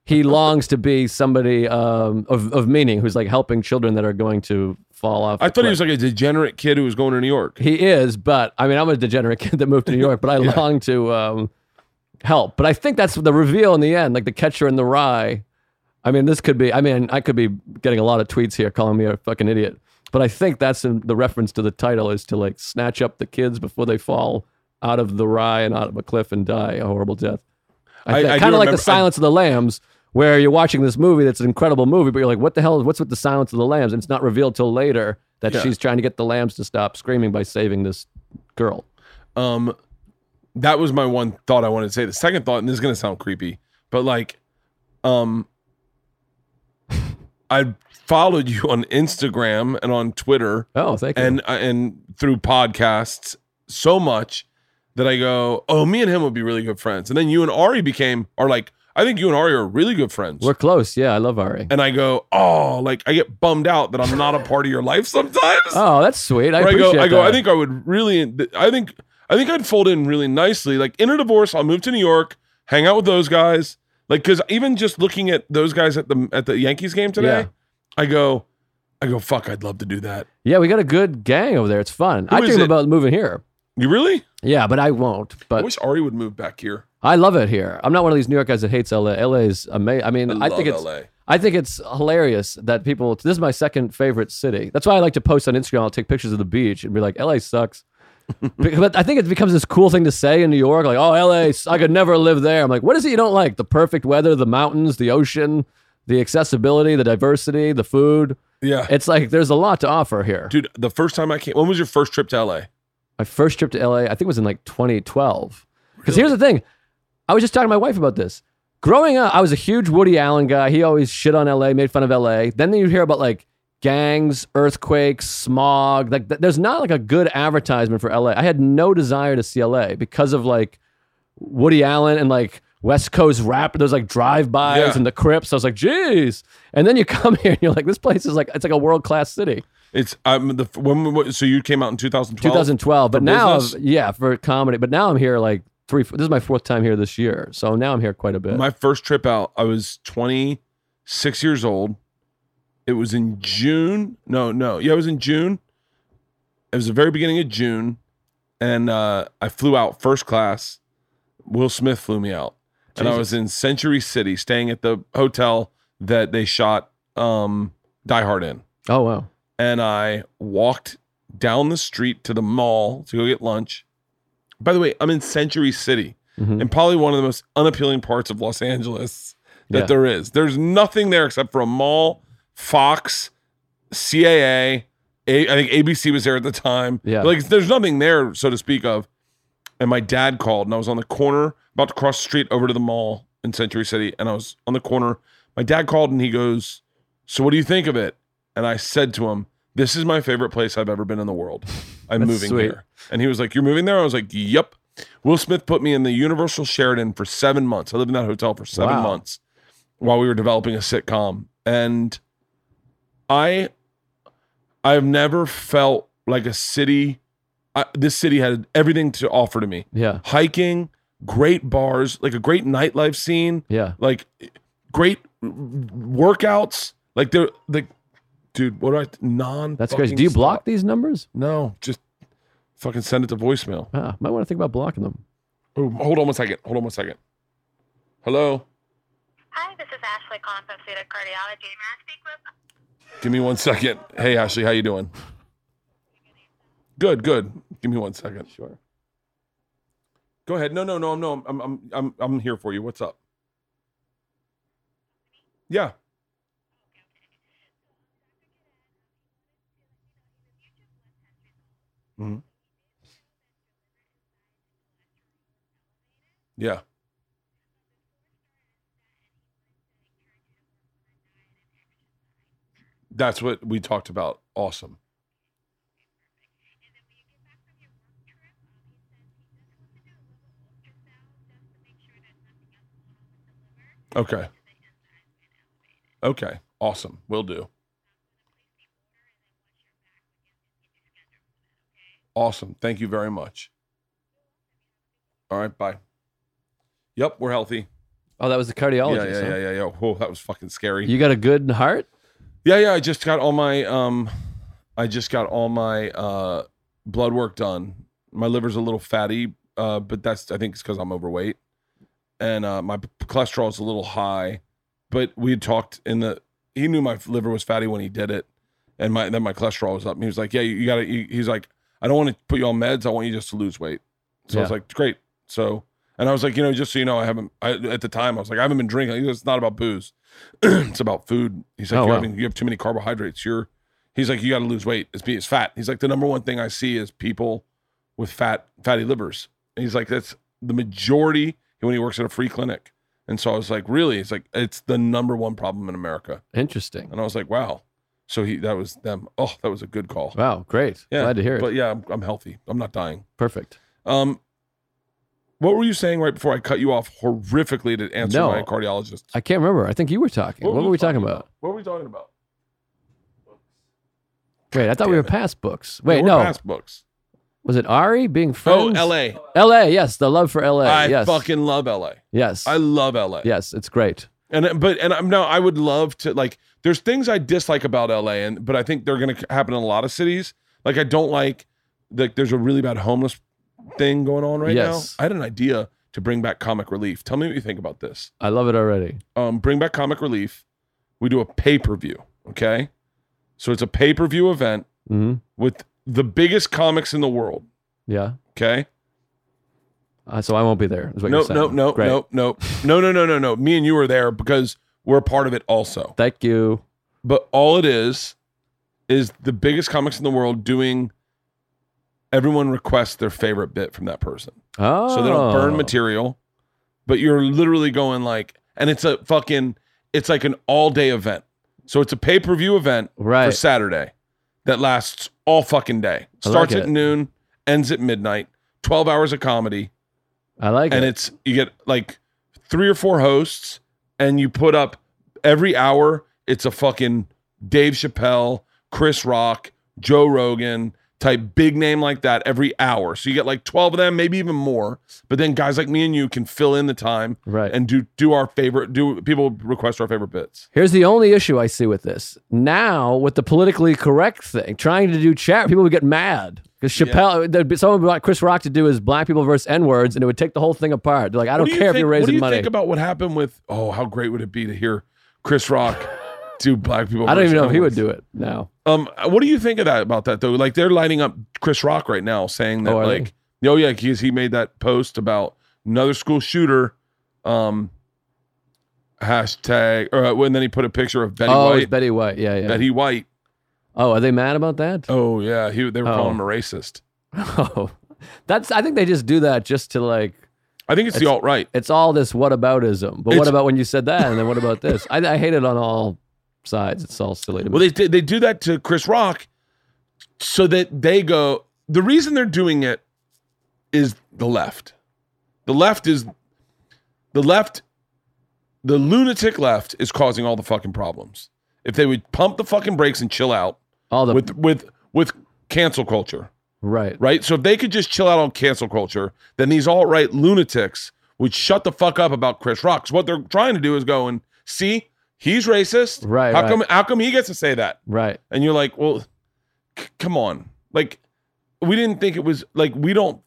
S4: he longs to be somebody um, of of meaning who's like helping children that are going to fall off.
S1: I
S4: the
S1: thought he was
S4: cliff.
S1: like a degenerate kid who was going to New York.
S4: He is, but I mean, I'm a degenerate kid that moved to New York, but I long to um, help. But I think that's the reveal in the end, like the catcher in the rye. I mean, this could be, I mean, I could be getting a lot of tweets here calling me a fucking idiot, but I think that's in, the reference to the title is to like snatch up the kids before they fall out of the rye and out of a cliff and die a horrible death.
S1: I-
S4: I,
S1: I do
S4: kind of like
S1: remember-
S4: the Silence of the Lambs, where you're watching this movie that's an incredible movie, but you're like, what the hell? What's with the Silence of the Lambs? And it's not revealed till later that
S1: Yeah.
S4: she's trying to get the lambs to stop screaming by saving this girl.
S1: Um, that was my one thought I wanted to say. The second thought, and this is gonna sound creepy, but like, um, I followed you on Instagram and on Twitter
S4: Oh, thank you.
S1: and and through podcasts so much that I go, oh, me and him would be really good friends. And then you and Ari became are like, I think you and Ari are really good friends.
S4: We're close. Yeah, I love Ari.
S1: and I go, oh, like I get bummed out that I'm not a part of your life sometimes.
S4: Oh, that's sweet. I
S1: Where I,
S4: appreciate
S1: go, I go.
S4: that.
S1: I think I would really. I think. I think I'd fold in really nicely. Like in a divorce, I'll move to New York, hang out with those guys. Like because even just looking at those guys at the at the Yankees game today,
S4: Yeah.
S1: I go, I go. Fuck, I'd love to do that.
S4: yeah, we got a good gang over there. It's fun.
S1: Who
S4: I
S1: is
S4: dream
S1: it?
S4: about moving here.
S1: You really?
S4: Yeah, but I won't.
S1: I
S4: But
S1: wish Ari would move back here.
S4: I love it here. I'm not one of these New York guys that hates LA. LA is amazing. I mean,
S1: I,
S4: I,
S1: love
S4: think it's
S1: LA.
S4: I think it's hilarious that people. This is my second favorite city. That's why I like to post on Instagram. I'll take pictures of the beach and be like, "LA sucks." Be- but I think it becomes this cool thing to say in New York, like, "Oh, LA, I could never live there." I'm like, "What is it you don't like? The perfect weather, the mountains, the ocean, the accessibility, the diversity, the food."
S1: Yeah,
S4: It's like there's a lot to offer here.
S1: dude. The first time I came, when was your first trip to LA?
S4: My first trip to LA, I think it was in like 2012. Because here's the thing I was just talking to my wife about this. Growing up, I was a huge Woody Allen guy. He always shit on LA, made fun of LA. Then you hear about like gangs, earthquakes, smog. Like th- there's not like a good advertisement for LA. I had no desire to see LA because of like Woody Allen and like West Coast rap, those like drive bys
S1: Yeah.
S4: and the Crips. I was like, geez. And then you come here and you're like, this place is like, it's like a world class city.
S1: It's um the when we- so you came out in 2012.
S4: 2012 but
S1: For
S4: now
S1: business?
S4: yeah for comedy but now i'm here like three this is my fourth time here this year so now i'm here quite a bit
S1: My first trip out, I was 26 years old. It was in June. No, no. Yeah, it was in June. It was the very beginning of June. And uh, I flew out first class. Will Smith flew me out. and I was in Century City, staying at the hotel that they shot um, Die Hard in.
S4: Oh wow.
S1: And I walked down the street to the mall to go get lunch. By the way, I'm in Century City,
S4: Mhm.
S1: and probably one of the most unappealing parts of Los Angeles that
S4: Yeah.
S1: there is. There's nothing there except for a mall, Fox, CAA. A- I think ABC was there at the time.
S4: Yeah.
S1: Like there's nothing there, so to speak, of. And my dad called, and I was on the corner, about to cross the street over to the mall in Century City, and I was on the corner. My dad called, and he goes, "So what do you think of it?" And I said to him, "This is my favorite place I've ever been in the world. I'm
S4: That's
S1: moving
S4: sweet.
S1: here." And he was like, "You're moving there?" I was like, "Yep." Will Smith put me in the Universal Sheridan for seven months. I lived in that hotel for seven
S4: Wow.
S1: months while we were developing a sitcom, and I, I've never felt like a city. I, this city had everything to offer to me:
S4: Yeah.
S1: hiking, great bars, like a great nightlife scene,
S4: Yeah.
S1: like great workouts. Like they're like, dude, what do I non?
S4: That's crazy. Do you block these numbers?
S1: No, just fucking send it to voicemail.
S4: Ah, might want to think about blocking them.
S1: Oh, hold on one second. Hold on one second. Hello.
S3: Hi, this is Ashley calling from Suda Cardiology. May I speak with
S1: Give me one second. Hey, Ashley, how you doing? Good, good. Give me one second.
S4: Sure.
S1: Go ahead. No, no, no. I'm no. I'm I'm I'm I'm here for you. What's up? Yeah. hmm Yeah. That's what we talked about. Awesome. Okay. Okay. Awesome. Will do. Awesome. Thank you very much. All right. Bye. Yep. We're healthy.
S4: Oh, that was the
S1: Yeah.
S4: cardiologist.
S1: Yeah.
S4: huh?
S1: Yeah. Yeah. Yeah. Whoa, that was fucking scary.
S4: You got a good heart?
S1: Yeah, yeah. I just got all my um, I just got all my uh blood work done. My liver's a little fatty, uh, but that's I think it's because I'm overweight, and uh, my p- cholesterol is a little high. But we had talked in the he knew my liver was fatty when he did it, and my then my cholesterol was up. And he was like, "Yeah, you, you got to." He's like, "I don't want to put you on meds. I want you just to lose weight." So I was
S4: Yeah.
S1: like, "Great." So and I was like, you know, just so you know, I haven't I, at the time. I was like, I haven't been drinking. He goes, it's not about booze. it's about food. He's like,
S4: Oh,
S1: you're
S4: wow.
S1: having, you have too many carbohydrates. You're, he's like, you got to lose weight. It's be it's fat. He's like, the number one thing I see is people with fat fatty livers. And he's like, that's the majority when he works at a free clinic. And so I was like, really? It's like it's the number one problem in America.
S4: Interesting.
S1: And I was like, wow. So he that was them. Oh, that was a good call.
S4: Wow, great.
S1: Yeah,
S4: Glad to hear it.
S1: But yeah, I'm, I'm healthy. I'm not dying.
S4: Perfect.
S1: Um, what were you saying right before I cut you off horrifically to answer
S4: No.
S1: my cardiologist?
S4: I can't remember. I think you were talking. What, were we talking about?
S1: What were we talking about?
S4: Wait, I thought we
S1: damn
S4: were
S1: it.
S4: past books. Wait,
S1: We're
S4: no.
S1: past books.
S4: Was it Ari being
S1: Oh,
S4: friends?
S1: L.A.
S4: LA, yes. The love for LA.
S1: I
S4: yes.
S1: fucking love L.A.
S4: yes.
S1: I love L.A.
S4: yes, it's great.
S1: and but and I'm no, I would love to like. There's things I dislike about L.A. and but I think they're gonna happen in a lot of cities. Like I don't like like there's a really bad homeless thing going on right
S4: Yes.
S1: now. I had an idea to bring back comic relief. Tell me what you think about this.
S4: I love it already.
S1: um, bring back comic relief. We do a pay per view. Okay. So it's a pay per view event
S4: hmm
S1: with the biggest comics in the world.
S4: Yeah.
S1: Okay.
S4: Uh, so I won't be there. Is what
S1: No,
S4: you're saying.
S1: no, no,
S4: Great.
S1: no, no, no, no, no, no, no. Me and you are there because we're a part of it also.
S4: Thank you.
S1: But all it is is the biggest comics in the world doing everyone requests their favorite bit from that person.
S4: Oh.
S1: so they don't burn material. But you're literally going like, and it's a fucking, it's like an all day event. So it's a pay per view event for
S4: Right.
S1: Saturday that lasts all fucking day.
S4: I like
S1: Starts
S4: it.
S1: at noon, ends at midnight. Twelve hours of comedy,
S4: I like
S1: and
S4: it.
S1: it's you get like three or four hosts, and you put up every hour. It's a fucking Dave Chappelle, Chris Rock, Joe Rogan, type big name like that every hour. So you get like 12 of them, maybe even more. But then guys like me and you can fill in the time
S4: Right.
S1: and do do our favorite do people request our favorite bits.
S4: Here's the only issue I see with this. Now, with the politically correct thing, trying to do chat, people would get mad. Because Chappelle, there'd be, someone brought Chris Rock to do his black people versus N words, and it would take the whole thing apart. They're like, I don't
S1: What do you
S4: care if
S1: think-
S4: you're
S1: What do
S4: raising
S1: you
S4: money.
S1: think about what happened with? Oh, how great would it be to hear Chris Rock do black people?
S4: I don't even
S1: versus
S4: know if he
S1: N-words?
S4: would do it now.
S1: Um, what do you think of that about that though? Like they're lining up Chris Rock right now, saying that
S4: Oh, are they?
S1: like, oh yeah, because he made that post about another school shooter. Um, hashtag or uh, and then he put a picture of Betty
S4: oh, it's
S1: White.
S4: Betty White. Yeah, yeah.
S1: Betty White.
S4: oh, are they mad about that?
S1: Oh yeah, he they were
S4: Oh.
S1: calling him a racist.
S4: Oh, that's. I think they just do that just to like.
S1: I think it's, the alt right.
S4: It's all this whataboutism. But
S1: It's-
S4: what about when you said that, and then what about this? I, I hate it on all sides. It's all silly. To me.
S1: Well, they they do that to Chris Rock, so that they go. The reason they're doing it is the left. The left is the left. The lunatic left is causing all the fucking problems. If they would pump the fucking brakes and chill out
S4: all the
S1: with with with cancel culture,
S4: right.
S1: right? So if they could just chill out on cancel culture, then these alt right lunatics would shut the fuck up about Chris Rock. 'Cause what they're trying to do is go and see he's racist.
S4: Right,
S1: How
S4: right.
S1: come? How come he gets to say that?
S4: Right.
S1: and you're like, well, c- come on, like we didn't think it was like we don't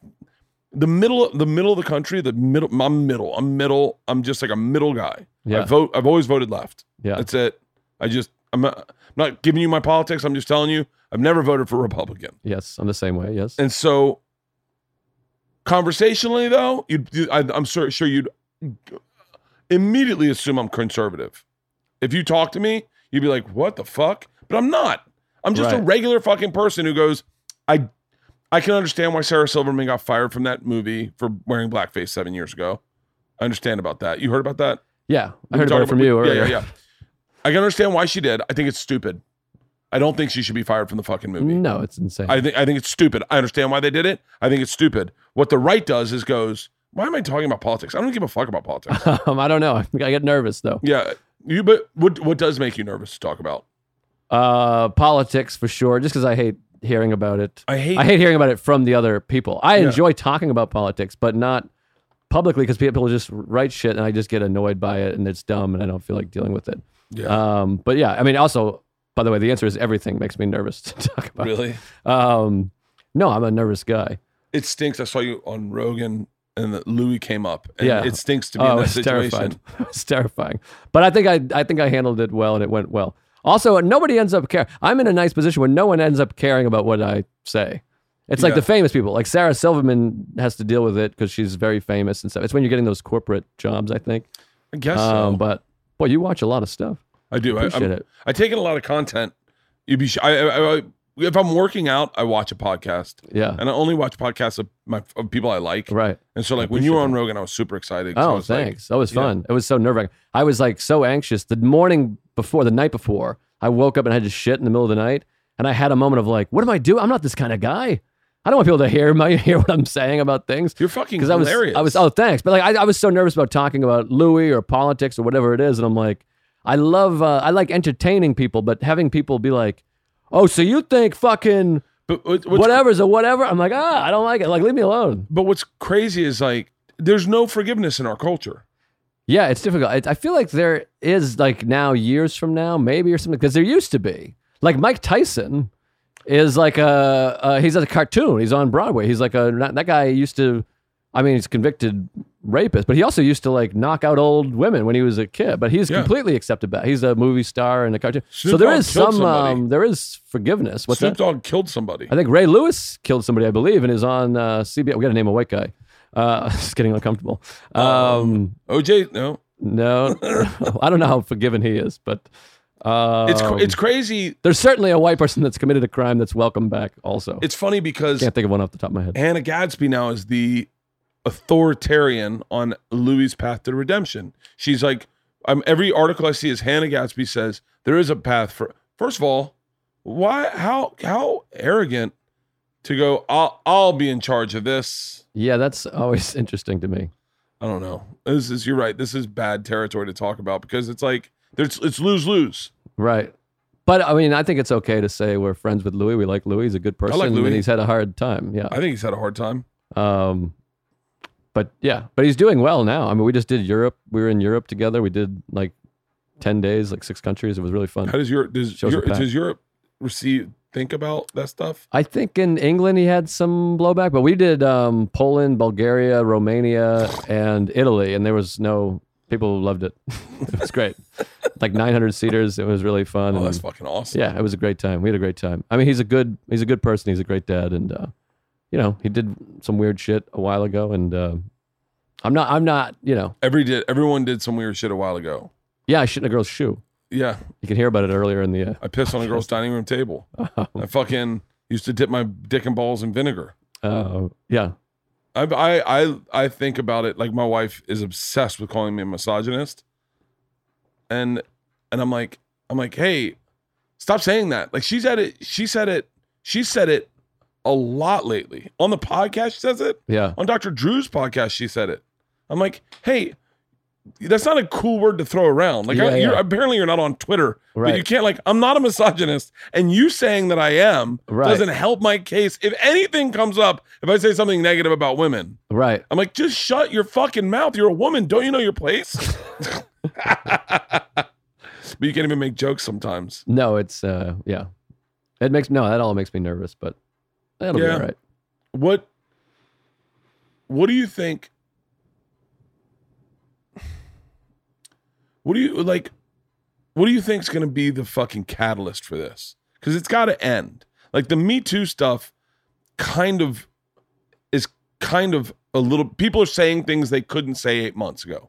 S1: the middle the middle of the country the middle I'm middle I'm middle I'm just like a middle guy. I
S4: Yeah.
S1: vote. I've always voted left.
S4: Yeah.
S1: That's it. I just I'm not, I'm not giving you my politics. I'm just telling you I've never voted for Republican.
S4: Yes. I'm the same way. Yes.
S1: And so conversationally though, you'd, you I, I'm sure sure you'd immediately assume I'm conservative. If you talk to me, you'd be like, "What the fuck?" But I'm not. I'm just a
S4: Right.
S1: regular fucking person who goes, "I, I can understand why Sarah Silverman got fired from that movie for wearing blackface seven years ago. I understand about that. You heard about that?
S4: yeah. I
S1: We
S4: heard
S1: talked
S4: about it from you
S1: yeah,
S4: earlier.
S1: yeah, yeah. I can understand why she did. I think it's stupid. I don't think she should be fired from the fucking movie.
S4: No, it's insane.
S1: I think I think it's stupid. I understand why they did it. I think it's stupid. What the right does is goes, why am I talking about politics? I don't give a fuck about politics.
S4: um, I don't know. I think I get nervous though.
S1: yeah, you. But what what does make you nervous to talk about?
S4: Uh, politics for sure. Just because I hate hearing about it.
S1: I hate.
S4: I hate hearing about it from the other people. I
S1: Yeah.
S4: enjoy talking about politics, but not publicly because people just write shit and I just get annoyed by it and it's dumb and I don't feel like dealing with it.
S1: yeah.
S4: Um, but yeah, I mean, also, by the way, the answer is everything makes me nervous to talk about.
S1: really,
S4: Um, no, I'm a nervous guy.
S1: it stinks. I saw you on Rogan, and that Louis came up. And
S4: Yeah.
S1: it stinks to be in
S4: Oh,
S1: that
S4: it's
S1: situation.
S4: terrifying. it's terrifying. But I think I, I think I handled it well and it went well. Also, nobody ends up care. I'm in a nice position where no one ends up caring about what I say. It's like
S1: Yeah.
S4: the famous people, like Sarah Silverman has to deal with it because she's very famous and stuff. It's when you're getting those corporate jobs, I think.
S1: I guess
S4: Um,
S1: so.
S4: but boy, you watch a lot of stuff.
S1: I do. I,
S4: Appreciate
S1: I'm-
S4: it.
S1: I take in a lot of content. You'd be. Sh- I, I, I, if I'm working out, I watch a podcast,
S4: Yeah.
S1: and I only watch podcasts of my of people I like.
S4: Right.
S1: And so, like when you were on Rogan, I was super excited. 'cause I
S4: Oh,
S1: was like,
S4: thanks. that was
S1: yeah.
S4: fun. It was so nerve wracking. I was like so anxious. The morning before, the night before, I woke up and I had to shit in the middle of the night. And I had a moment of like, what am I doing? I'm not this kind of guy. I don't want people to hear my hear what I'm saying about things.
S1: You're fucking
S4: Because I was,
S1: hilarious.
S4: I was, oh, thanks. But like, I, I was so nervous about talking about Louis or politics or whatever it is. And I'm like, I love, uh, I like entertaining people, but having people be like, oh, so you think fucking
S1: but what- what's,
S4: whatever's a whatever? I'm like, ah, I don't like it. Like, leave me alone.
S1: But what's crazy is like there's no forgiveness in our culture.
S4: Yeah, it's difficult. I, I feel like there is like now years from now, maybe or something, because there used to be like Mike Tyson is like a, a he's a cartoon. He's on Broadway. He's like a that guy used to. I mean, he's convicted rapist, but he also used to like knock out old women when he was a kid. But he's
S1: Yeah.
S4: completely accepted back. He's a movie star and a cartoon.
S1: Snoop
S4: so there
S1: Dogg
S4: is
S1: killed
S4: some
S1: somebody.
S4: um, there is forgiveness. What's
S1: Snoop
S4: that?
S1: Dogg killed somebody.
S4: I think Ray Lewis killed somebody, I believe, and is on uh, CBS. We got to name a white guy. Uh, it's getting uncomfortable.
S1: Uh,
S4: um
S1: OJ, no,
S4: no, I don't know how forgiven he is, but um,
S1: it's cr- it's crazy.
S4: there's certainly a white person that's committed a crime that's welcome back. Also,
S1: It's funny because
S4: can't think of one off the top of my head.
S1: Hannah Gadsby now is the authoritarian on Louis' path to redemption. She's like, I'm, every article I see is Hannah Gadsby says there is a path for. First of all, why? How? How arrogant to go? I'll I'll be in charge of this.
S4: Yeah, that's always interesting to me.
S1: I don't know. This is you're right. This is bad territory to talk about because it's like there's it's lose lose.
S4: Right. But I mean, I think it's okay to say we're friends with Louis. We like Louis. He's a good person,
S1: Louis.
S4: and he's had a hard time. Yeah.
S1: I think he's had a hard time.
S4: Um, but yeah, but he's doing well now. I mean, we just did Europe. We were in Europe together. We did like ten days, like six countries. It was really fun.
S1: How does Europe does,
S4: Shows are
S1: Europe,
S4: packed.
S1: does Europe receive think about that stuff?
S4: I think in England he had some blowback, but we did um, Poland, Bulgaria, Romania, and Italy, and there was no people loved it. it was great, like 900 seaters. It was really fun.
S1: Oh, that's
S4: and-
S1: fucking awesome.
S4: yeah, it was a great time. We had a great time. I mean, he's a good he's a good person. He's a great dad, and uh, you know he did some weird shit a while ago, and uh, I'm not I'm not you know
S1: Every did everyone did some weird shit a while ago.
S4: yeah I shit in a girl's shoe.
S1: Yeah,
S4: You can hear about it earlier in the.
S1: I pissed on a girl's dining room table.
S4: Oh.
S1: I fucking used to dip my dick and balls in vinegar.
S4: Uh, uh, yeah,
S1: I, I I I think about it like my wife is obsessed with calling me a misogynist, and and I'm like I'm like hey, stop saying that. Like she's at it. She said it. She said it a lot lately on the podcast. She says it
S4: yeah,
S1: on Dr. Drew's podcast. She said it. I'm like hey, that's not a cool word to throw around. Like I,
S4: Yeah,
S1: You're,
S4: yeah.
S1: apparently you're not on Twitter, but
S4: Right.
S1: you can't like I'm not a misogynist, and you saying that I am
S4: Right.
S1: doesn't help my case. If anything comes up, if I say something negative about women.
S4: right.
S1: I'm like, just shut your fucking mouth. You're a woman. Don't you know your place? but you can't even make jokes sometimes.
S4: No, it's uh, yeah. It makes no that all makes me nervous, but that'll be
S1: Yeah.
S4: all right.
S1: What what do you think? What do you like what do you think's gonna be the fucking catalyst for this? Because it's gotta end. Like the Me Too stuff kind of is kind of a little people are saying things they couldn't say eight months ago.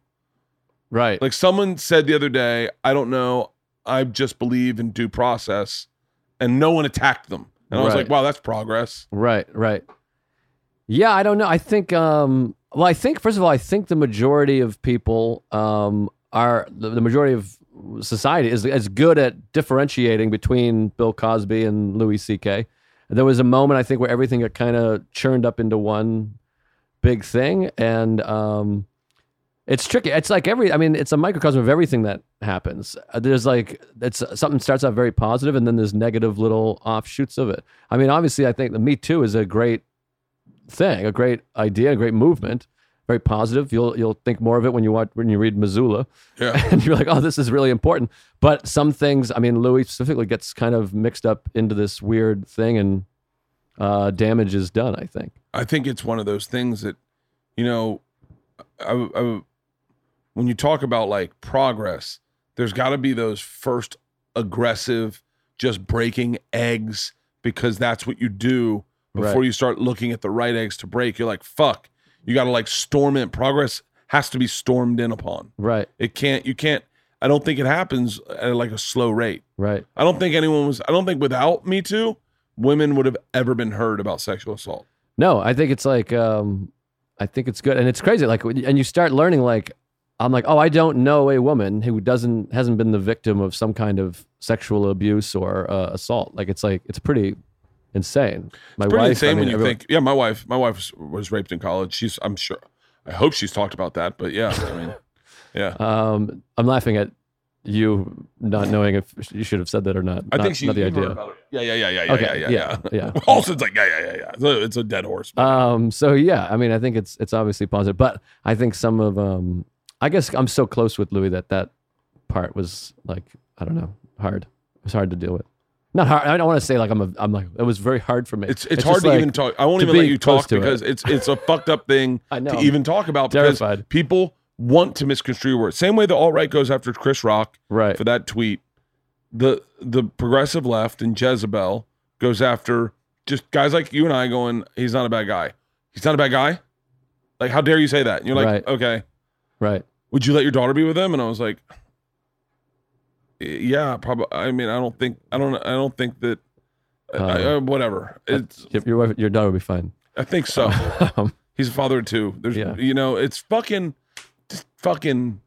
S4: Right.
S1: Like someone said the other day, I don't know, I just believe in due process, and no one attacked them. And I was
S4: Right.
S1: like, wow, that's progress.
S4: Right, right. Yeah, I don't know. I think um well I think first of all I think the majority of people um are the, the majority of society is as good at differentiating between Bill Cosby and Louis CK. There was a moment I think where everything got kind of churned up into one big thing and um it's tricky. It's like every I mean it's a microcosm of everything that happens. Uh, There's like it's something starts out very positive and then there's negative little offshoots of it. I mean, obviously, I think the Me Too is a great thing, a great idea, a great movement, very positive. You'll you'll think more of it when you watch when you read Missoula,
S1: Yeah.
S4: and you're like, oh, this is really important. But some things, I mean, Louis specifically gets kind of mixed up into this weird thing, and uh, damage is done. I think.
S1: I think it's one of those things that, you know, I, I- when you talk about like progress, there's got to be those first aggressive, just breaking eggs because that's what you do before
S4: Right.
S1: you start looking at the right eggs to break. You're like, fuck, you got to like storm in. Progress has to be stormed in upon.
S4: Right.
S1: It can't. You can't. I don't think it happens at like a slow rate.
S4: Right.
S1: I don't think anyone was. I don't think without Me Too, women would have ever been heard about sexual assault.
S4: No, I think it's like um, I think it's good, and it's crazy. Like, when- and you start learning. Like, I'm like, oh, I don't know a woman who doesn't hasn't been the victim of some kind of sexual abuse or uh, assault. Like, it's like it's pretty insane. My
S1: It's pretty
S4: wife,
S1: insane
S4: I mean,
S1: when you
S4: everyone-
S1: think. Yeah, my wife. My wife was, was raped in college. She's. I'm sure. I hope she's talked about that. But yeah, I mean, yeah.
S4: Um, I'm laughing at you not knowing if you should have said that or not.
S1: I
S4: not,
S1: think she's
S4: not the idea.
S1: Yeah, yeah, yeah, yeah, yeah,
S4: okay.
S1: yeah, yeah. yeah.
S4: yeah.
S1: Halston's like yeah, yeah, yeah, yeah. So it's a dead horse.
S4: Um, so yeah, I mean, I think it's it's obviously positive, but I think some of um, I guess I'm so close with Louis that that part was like I don't know, hard. It was hard to deal with. Not hard. I don't want to say like I'm a. I'm like it was very hard for me.
S1: It's it's,
S4: just
S1: hard to
S4: like-
S1: even talk. I won't
S4: to
S1: even let
S4: be
S1: you
S4: close
S1: talk
S4: to it.
S1: because it's it's a fucked up thing
S4: I know.
S1: to even talk about because
S4: Terrified.
S1: people want to misconstrue words. Same way the alt right goes after Chris Rock
S4: Right.
S1: for that tweet. The the progressive left and Jezebel goes after just guys like you and I going, he's not a bad guy. He's not a bad guy. Like, how dare you say that? And you're like,
S4: Right.
S1: okay,
S4: Right.
S1: would you let your daughter be with him? And I was like, yeah, probably. I mean, I don't think, I don't, I don't think that, I- I-
S4: Uh,
S1: uh, whatever. It's,
S4: Your, your wife, your daughter would be fine.
S1: I think so.
S4: Um,
S1: He's a father of two. There's,
S4: Yeah.
S1: you know, it's fucking, just fucking.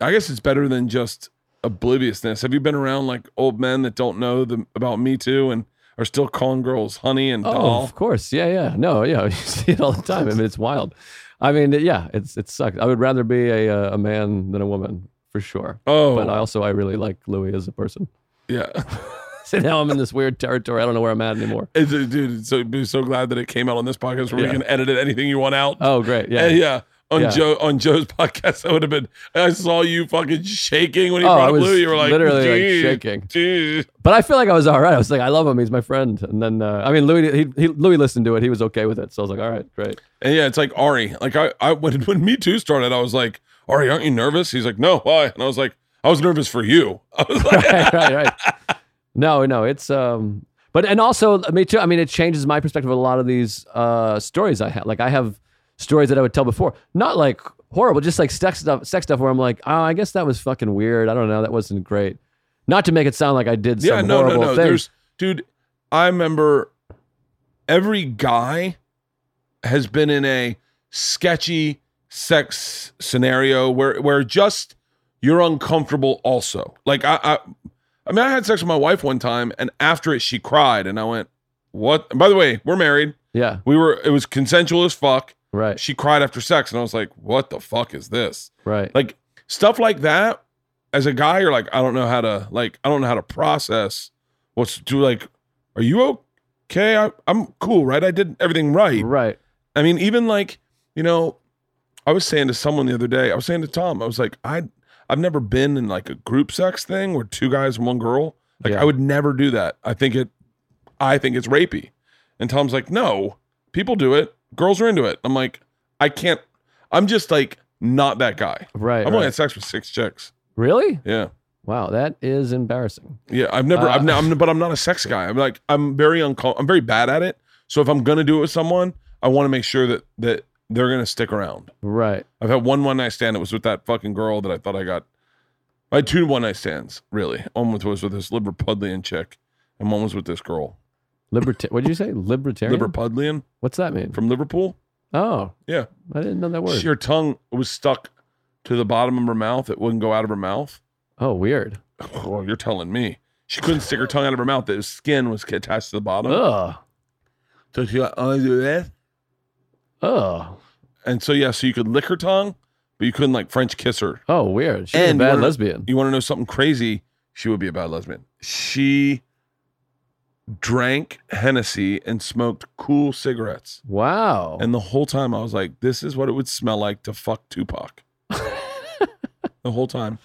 S1: I guess it's better than just obliviousness. Have you been around like old men that don't know the, about Me Too and are still calling girls honey and
S4: Oh,
S1: doll?
S4: of course. Yeah, yeah. No, yeah. You see it all the time. I mean, it's wild. I mean, yeah, it's it sucks. I would rather be a uh, a man than a woman for sure.
S1: Oh,
S4: But I also I really like Louis as a person.
S1: Yeah.
S4: So now I'm in this weird territory. I don't know where I'm at anymore.
S1: It's, uh, dude, so be so glad that it came out on this podcast where
S4: Yeah.
S1: we can edit it anything you want out.
S4: Oh, great.
S1: yeah.
S4: Yeah.
S1: yeah. On
S4: Yeah.
S1: Joe on Joe's podcast, that would have been. I saw you fucking shaking when he
S4: Oh, I
S1: brought up
S4: was
S1: Lou. You were like
S4: literally, like,
S1: "Gee,
S4: shaking."
S1: gee."
S4: But I feel like I was all right. I was like, I love him. He's my friend. And then, uh, I mean, Louis, he, he, Louis listened to it. He was okay with it. So I was like, all right, great.
S1: And yeah, it's like Ari. Like I, I when when Me Too started, I was like, Ari, aren't you nervous? He's like, No, why? And I was like, I was nervous for you. I was like,
S4: right, right, right. No, no, it's um but and also uh, me too. I mean, it changes my perspective of a lot of these uh stories I have. Like I have stories that I would tell before. Not like horrible, just like sex stuff sex stuff where I'm like, oh, I guess that was fucking weird. I don't know, that wasn't great. Not to make it sound like I did some
S1: Yeah, no, no,
S4: horrible
S1: no.
S4: thing.
S1: There's dude, I remember every guy has been in a sketchy sex scenario where where just you're uncomfortable also. Like I I I mean I had sex with my wife one time and after it she cried and I went, What And by the way, we're married.
S4: yeah,
S1: We were it was consensual as fuck.
S4: right,
S1: She cried after sex and I was like, What the fuck is this?
S4: right.
S1: Like stuff like that, as a guy, you're like, I don't know how to like, I don't know how to process what's to like, are you okay? I, I'm cool, right? I did everything right.
S4: right.
S1: I mean, even like, you know, I was saying to someone the other day, I was saying to Tom, I was like, I I've never been in like a group sex thing where two guys and one girl. Like
S4: Yeah.
S1: I would never do that. I think it I think it's rapey. And Tom's like, "No, people do it. Girls are into it." I'm like, "I can't I'm just like not that guy.
S4: Right.
S1: I've
S4: right.
S1: only had sex with six chicks.
S4: Really?
S1: Yeah.
S4: Wow, that is embarrassing.
S1: Yeah, I've never, I've ne-
S4: Uh,
S1: I'm, but I'm not a sex guy. I'm like, I'm very uncom- I'm very bad at it. So if I'm gonna do it with someone, I want to make sure that that they're gonna stick around.
S4: Right.
S1: I've had one one night stand. It was with that fucking girl that I thought I got. I had two one night stands really. One was- was with this Liverpudlian chick, and one was with this girl.
S4: Liberta- what did you say? Libertarian?
S1: Liverpudlian
S4: What's that mean?
S1: from Liverpool.
S4: Oh.
S1: Yeah.
S4: I didn't know that word.
S1: Her tongue was stuck to the bottom of her mouth. It wouldn't go out of her mouth.
S4: Oh, weird.
S1: Oh, you're telling me she couldn't stick her tongue out of her mouth. The skin was attached to the bottom.
S4: Ugh.
S1: So she got "Oh, do this.
S4: Oh.
S1: And so yeah, so you could lick her tongue, but you couldn't like French kiss her.
S4: Oh, weird. She's
S1: And
S4: a bad
S1: we're-
S4: lesbian.
S1: You want to know something crazy? She would be a bad lesbian. She drank Hennessy and smoked cool cigarettes.
S4: Wow.
S1: And the whole time I was like, this is what it would smell like to fuck Tupac. the whole time.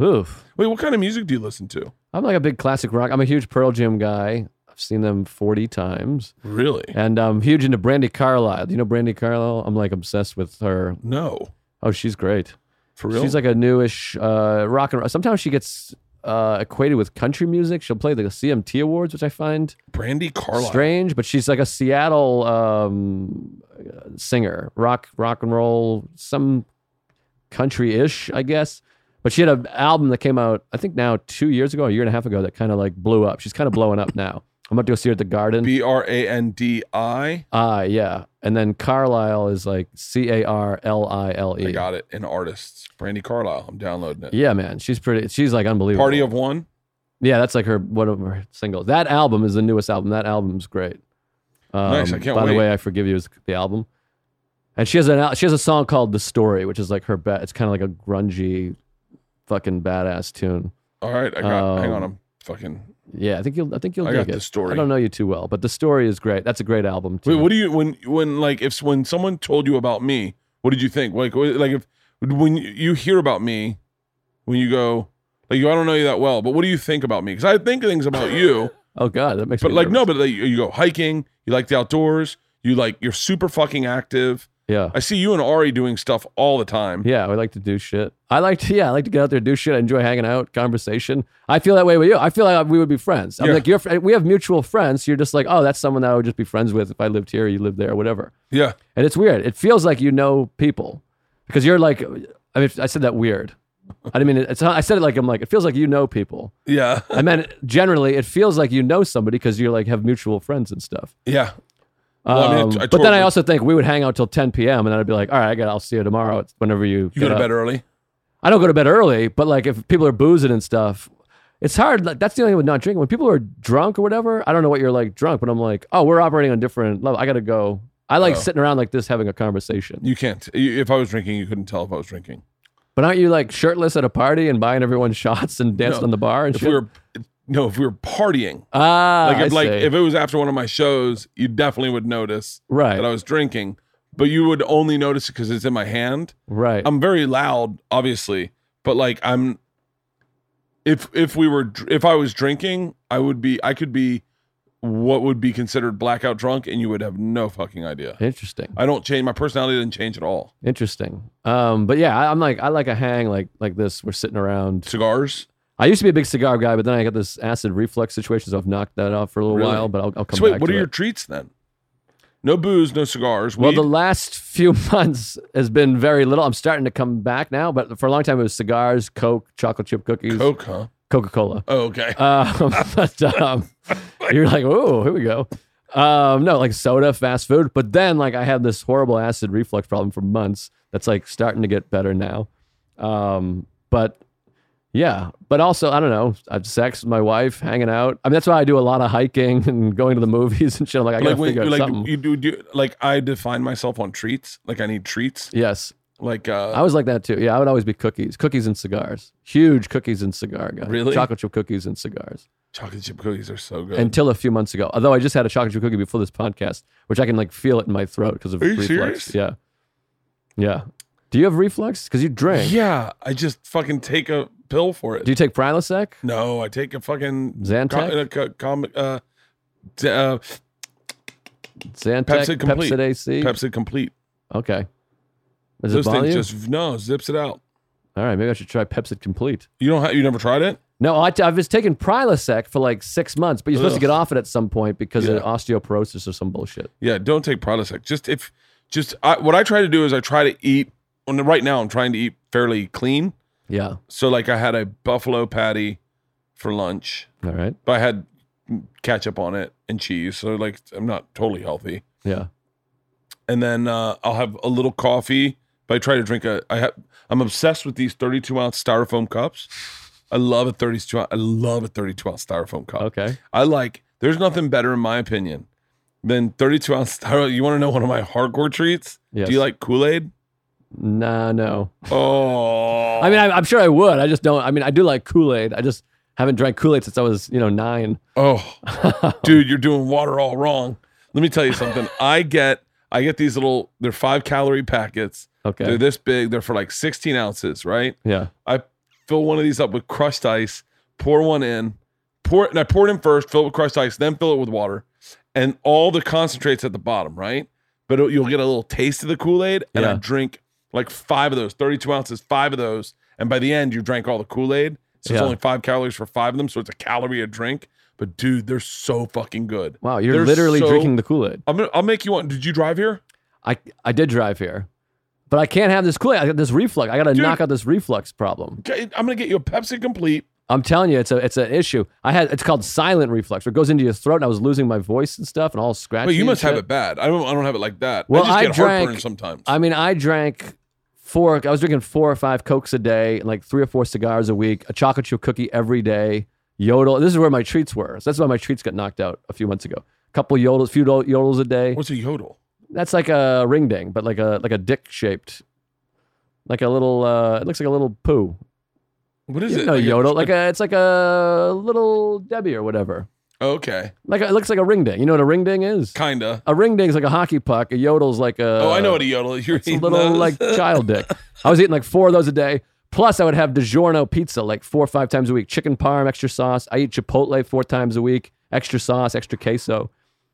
S4: Oof.
S1: Wait, what kind of music do you listen to?
S4: I'm like a big classic rock. I'm a huge Pearl Jam guy. I've seen them 40 times.
S1: Really?
S4: And I'm huge into Brandy Carlisle. Do you know Brandy Carlisle? I'm like obsessed with her.
S1: No.
S4: Oh, she's great.
S1: For real?
S4: She's like a newish uh, rock and roll. Sometimes she gets uh, equated with country music. She'll play the CMT Awards, which I find
S1: Brandy Carlisle.
S4: strange, but she's like a Seattle um, singer, rock, rock and roll, some country-ish, I guess. But she had an album that came out, I think now two years ago, a year and a half ago, that kind of like blew up. She's kind of blowing up now. I'm about to go see her at the Garden.
S1: B R A N D I.
S4: Ah, yeah. And then Carlisle is like C A R L I L
S1: I
S4: E.
S1: got it. An artist. Brandy Carlisle. I'm downloading it.
S4: Yeah, man, she's pretty. She's like unbelievable.
S1: Party of One.
S4: yeah, that's like her one of her singles. That album is the newest album. That album's great. Um,
S1: Nice, I can't
S4: by
S1: wait.
S4: the way, I forgive you is the album. And she has an al- she has a song called "The Story," which is like her bet. It's kind of like a grungy, fucking badass tune.
S1: All right, I got. hang on,
S4: Um,
S1: I'm fucking.
S4: Yeah, I think you'll I think you'll
S1: I
S4: dig
S1: got
S4: it.
S1: the story.
S4: I don't know you too well, but the story is great. That's a great album. Too.
S1: Wait, what do you when when like if when someone told you about me, what did you think? Like wh- like if when you hear about me, when you go like you, I don't know you that well, but what do you think about me? Because I think things about you,
S4: oh God, that makes.
S1: but
S4: me
S1: like no,
S4: nervous.
S1: but like, you- you go hiking, you like the outdoors, you like you're super fucking active.
S4: Yeah.
S1: I see you and Ari doing stuff all the time.
S4: Yeah, I like to do shit. I like to, yeah, I like to get out there, do shit. I enjoy hanging out, conversation. I feel that way with you. I feel like we would be friends. I'm
S1: Yeah.
S4: like, you're, fr- we have mutual friends. You're just like, oh, that's someone that I would just be friends with if I lived here, you lived there, whatever.
S1: Yeah,
S4: And it's weird. It feels like you know people because you're like, I mean, I said that weird. I didn't mean it. It's not, I said it like I'm like, it feels like you know people.
S1: yeah,
S4: I meant generally, it feels like you know somebody because you're like have mutual friends and stuff.
S1: yeah. Well, I mean, I
S4: Um,
S1: t- I
S4: but then I
S1: totally-
S4: also think we would hang out till 10 p.m. and I'd be like, all right, I got, I'll see you tomorrow. It's whenever you,
S1: You go
S4: get
S1: to
S4: up.
S1: bed early.
S4: I don't go to bed early, but like if people are boozing and stuff, it's hard. Like, that's the only thing with not drinking. When people are drunk or whatever, I don't know what you're like drunk, but I'm like, oh, we're operating on different level. I gotta go. I like
S1: Oh.
S4: sitting around like this having a conversation.
S1: You can't. You- If I was drinking, you couldn't tell if I was drinking.
S4: But aren't you like shirtless at a party and buying everyone shots and dancing
S1: No.
S4: on the bar and
S1: If
S4: shit?
S1: we were no, if we were partying,
S4: ah,
S1: like
S4: I
S1: if, like
S4: see.
S1: if it was after one of my shows, you definitely would notice
S4: right,
S1: that I was drinking, but you would only notice it because it's in my hand.
S4: right.
S1: I'm very loud, obviously, but like I'm. If if we were dr- if I was drinking, I would be I could be what would be considered blackout drunk, and you would have no fucking idea.
S4: Interesting.
S1: I don't change my personality doesn't change at all.
S4: Interesting. Um, but yeah, I, I'm like I like a hang like like this. We're sitting around.
S1: Cigars.
S4: I used to be a big cigar guy, but then I got this acid reflux situation, so I've knocked that off for a little
S1: Really?
S4: while. But I'll, I'll come
S1: So wait,
S4: back.
S1: what
S4: to
S1: are
S4: it.
S1: your treats then? No booze, no cigars.
S4: Well,
S1: weed?
S4: the last few months has been very little. I'm starting to come back now, but for a long time it was cigars, Coke, chocolate chip cookies,
S1: Coke, huh?
S4: Coca Cola.
S1: Oh, okay.
S4: Um, but um, you're like, oh, here we go. Um, no, like soda, fast food. But then, like, I had this horrible acid reflux problem for months. That's like starting to get better now. Um, but yeah, but also, I don't know. I've sex with my wife, hanging out. I mean, that's why I do a lot of hiking and going to the movies and shit. I'm like, I gotta
S1: like when
S4: figure out
S1: like
S4: something.
S1: you do, do like I define myself on treats. Like I need treats.
S4: yes,
S1: Like uh
S4: I was like that too. Yeah, I would always be cookies, cookies and cigars. Huge cookies and cigar guy.
S1: Really?
S4: chocolate chip cookies and cigars.
S1: chocolate chip cookies are so good.
S4: until a few months ago. Although I just had a chocolate chip cookie before this podcast, which I can like feel it in my throat because of
S1: Are you
S4: reflux.
S1: serious?
S4: Yeah, yeah. Do you have reflux? Because you drink.
S1: yeah, I just fucking take a pill for it.
S4: Do you take Prilosec,
S1: no, I take a fucking
S4: Zantac,
S1: com, uh, co- com, uh, d- uh,
S4: Zantac,
S1: Pepsi Complete.
S4: Pepsid AC?
S1: Pepsi Complete.
S4: Okay. Does
S1: Those
S4: it bother
S1: things
S4: you?
S1: just no zips it out.
S4: All right, maybe I should try Pepsid Complete.
S1: You don't have you never tried it?
S4: No, I, have just taken Prilosec for like six months, but you're supposed
S1: Ugh.
S4: to get off it at some point because
S1: Yeah.
S4: of osteoporosis or some bullshit.
S1: Yeah, don't take Prilosec. Just if just I, what I try to do is I try to eat. On right now, I'm trying to eat fairly clean.
S4: Yeah.
S1: So like I had a buffalo patty for lunch,
S4: All right.
S1: but I had ketchup on it and cheese. So like I'm not totally healthy.
S4: Yeah.
S1: And then uh, I'll have a little coffee. But I try to drink a. I have. I'm obsessed with these 32 ounce styrofoam cups. I love a 32. ounce- I love a 32 ounce styrofoam cup.
S4: Okay.
S1: I like. There's nothing better in my opinion than 32 ounce styro. You want to know one of my hardcore treats?
S4: Yes.
S1: Do you like Kool Aid?
S4: Nah, no.
S1: Oh.
S4: I mean, I, I'm sure I would. I just don't. I mean, I do like Kool Aid. I just haven't drank Kool Aid since I was, you know, nine.
S1: Oh, dude, you're doing water all wrong. Let me tell you something. I get I get these little they're five calorie packets.
S4: Okay.
S1: They're this big. They're for like 16 ounces, right?
S4: Yeah.
S1: I fill one of these up with crushed ice, pour one in, pour it, and I pour it in first, fill it with crushed ice, then fill it with water, and all the concentrates at the bottom, right? But it- you'll get a little taste of the Kool Aid, and I
S4: Yeah.
S1: drink like five of those, 32 ounces, five of those, and by the end you drank all the Kool Aid. So it's
S4: Yeah.
S1: only five calories for five of them, so it's a calorie a drink. But dude, they're so fucking good.
S4: Wow. You're
S1: They're
S4: literally
S1: so-
S4: drinking the Kool Aid.
S1: I'm gonna, I'll make you one. Did you drive here?
S4: I I did drive here, but I can't have this Kool Aid. I got this reflux. I got to
S1: Dude.
S4: knock out this reflux problem.
S1: Okay, I'm gonna get you a Pepsi Complete.
S4: I'm telling you, it's a it's an issue. I had it's called silent reflux. Where it goes into your throat, and I was losing my voice and stuff, and all scratchy.
S1: But you
S4: and
S1: must have
S4: shit.
S1: it bad. I don't. I don't have it like that.
S4: Well,
S1: I just
S4: I
S1: get heartburn
S4: drank-
S1: sometimes.
S4: I mean, I drank four. I was drinking four or five cokes a day, and like three or four cigars a week, a chocolate chip cookie every day, yodel. This is where my treats were. So that's why my treats got knocked out a few months ago. A couple yodels, few do- yodels a day.
S1: What's a yodel?
S4: That's like a ring ding, but like a like a dick shaped, like a little. uh It looks like a little poo.
S1: What is
S4: You
S1: it?
S4: know, yodel. Like a, it's like a little Debbie or whatever.
S1: okay,
S4: Like a, it looks like a ring ding. You know what a ring ding is?
S1: kinda.
S4: A ring ding is like a hockey puck. A yodel's like a.
S1: oh, I know what a yodel is. You're
S4: Uh, It's a
S1: eating
S4: little
S1: those.
S4: like child dick. I was eating like four of those a day. Plus, I would have DiGiorno pizza like four or five times a week. Chicken parm, extra sauce. I eat Chipotle four times a week, extra sauce, extra queso.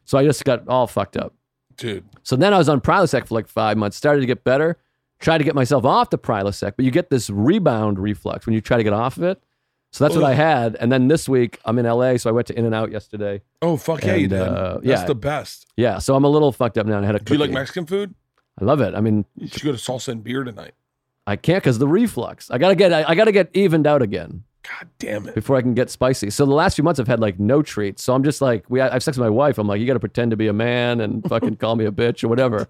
S4: So I just got all fucked up.
S1: dude.
S4: So then I was on Prilosec for like five months. Started to get better. Tried to get myself off the Prilosec, but you get this rebound reflux when you try to get off of it. So that's what I had. And then this week I'm in LA, so I went to In and Out yesterday.
S1: Oh fuck yeah, you
S4: And,
S1: did.
S4: uh,
S1: That's
S4: yeah.
S1: the best.
S4: Yeah, so I'm a little fucked up now. And I had a
S1: Do you like
S4: cookie.
S1: Mexican food?
S4: I love it. I mean,
S1: You should go to salsa and beer tonight.
S4: I can't because the reflux. I gotta get I, I gotta get evened out again
S1: God damn it.
S4: before I can get spicy. So the last few months I've had like no treats. So I'm just like we I- I've sex with my wife. I'm like you gotta pretend to be a man and fucking call me a bitch or whatever.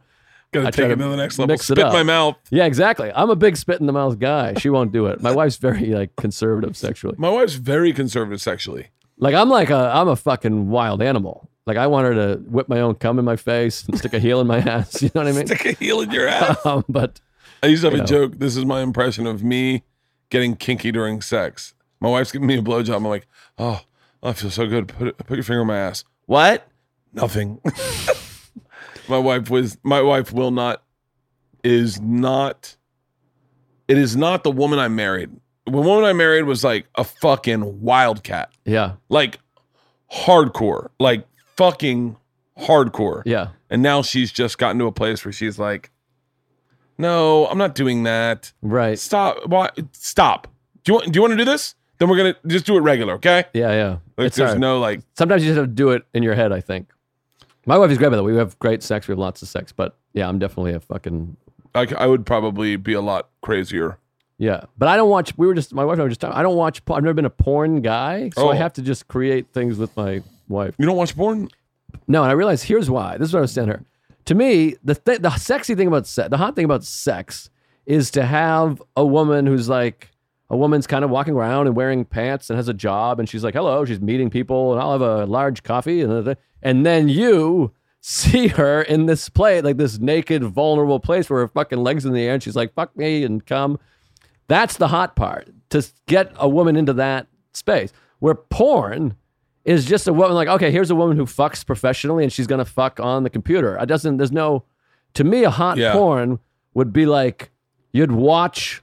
S1: Gotta
S4: I try
S1: take it
S4: to
S1: to the next level.
S4: mix it
S1: Spit in
S4: up.
S1: my mouth.
S4: Yeah, exactly. I'm a big spit in the mouth guy. She won't do it. My wife's very like conservative sexually.
S1: My wife's very conservative sexually.
S4: Like I'm like a I'm a fucking wild animal. Like I want her to whip my own cum in my face and stick a heel in my ass. You know what I mean?
S1: Stick a heel in your ass.
S4: Um, but
S1: I used to have
S4: You
S1: a joke. This is my impression of me getting kinky during sex. My wife's giving me a blowjob. I'm like, oh, I feel so good. Put it, put your finger in my ass.
S5: What?
S1: Nothing. my wife was. My wife will not. Is not. It is not the woman I married. The woman I married was like a fucking wildcat,
S4: Yeah.
S1: like hardcore, like fucking hardcore.
S4: Yeah.
S1: And now she's just gotten to a place where she's like, no, I'm not doing that.
S4: Right.
S1: Stop. Why? Stop. Do you want? Do you want to do this? Then we're gonna just do it regular, okay?
S4: Yeah. Yeah.
S1: Like,
S4: It's
S1: there's
S4: hard.
S1: no like.
S4: Sometimes you just have to do it in your head, I think. My wife is great, by the way. We have great sex. We have lots of sex. But yeah, I'm definitely a fucking.
S1: I, c- I would probably be a lot crazier.
S4: Yeah. But I don't watch. We were just. My wife and I were just talking. I don't watch. por- I've never been a porn guy. So I
S1: Oh.
S4: have to just create things with my wife.
S1: You don't watch porn?
S4: No, and I realized here's why. This is what I was saying to her. To me, the th- the sexy thing about sex, the hot thing about sex, is to have a woman who's like a woman's kind of walking around and wearing pants and has a job, and she's like, "Hello," she's meeting people, and I'll have a large coffee, and th- and then you see her in this play, like this naked, vulnerable place where her fucking legs in the air, and she's like, "Fuck me" and come. That's the hot part to get a woman into that space. Where porn is just a woman like, okay, here's a woman who fucks professionally and she's gonna fuck on the computer. It doesn't. There's no. To me, a hot
S1: Yeah.
S4: porn would be like you'd watch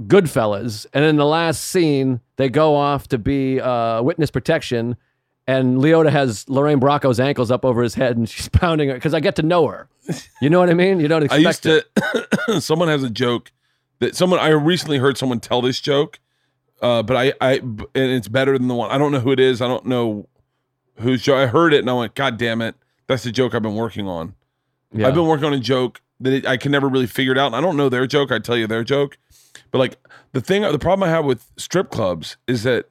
S4: Goodfellas, and in the last scene, they go off to be uh, witness protection, and Leota has Lorraine Bracco's ankles up over his head, and she's pounding her because I get to know her. You know what I mean? You don't
S1: I
S4: expect
S1: used
S4: it.
S1: to. someone has a joke that someone I recently heard someone tell this joke, uh, but I I b- and it's better than the one. I don't know who it is. I don't know whose joke. I heard it and I went, God damn it! That's the joke I've been working on.
S4: Yeah.
S1: I've been working on a joke that it, I can never really figure it out. And I don't know their joke. I tell you their joke, but like the thing, the problem I have with strip clubs is that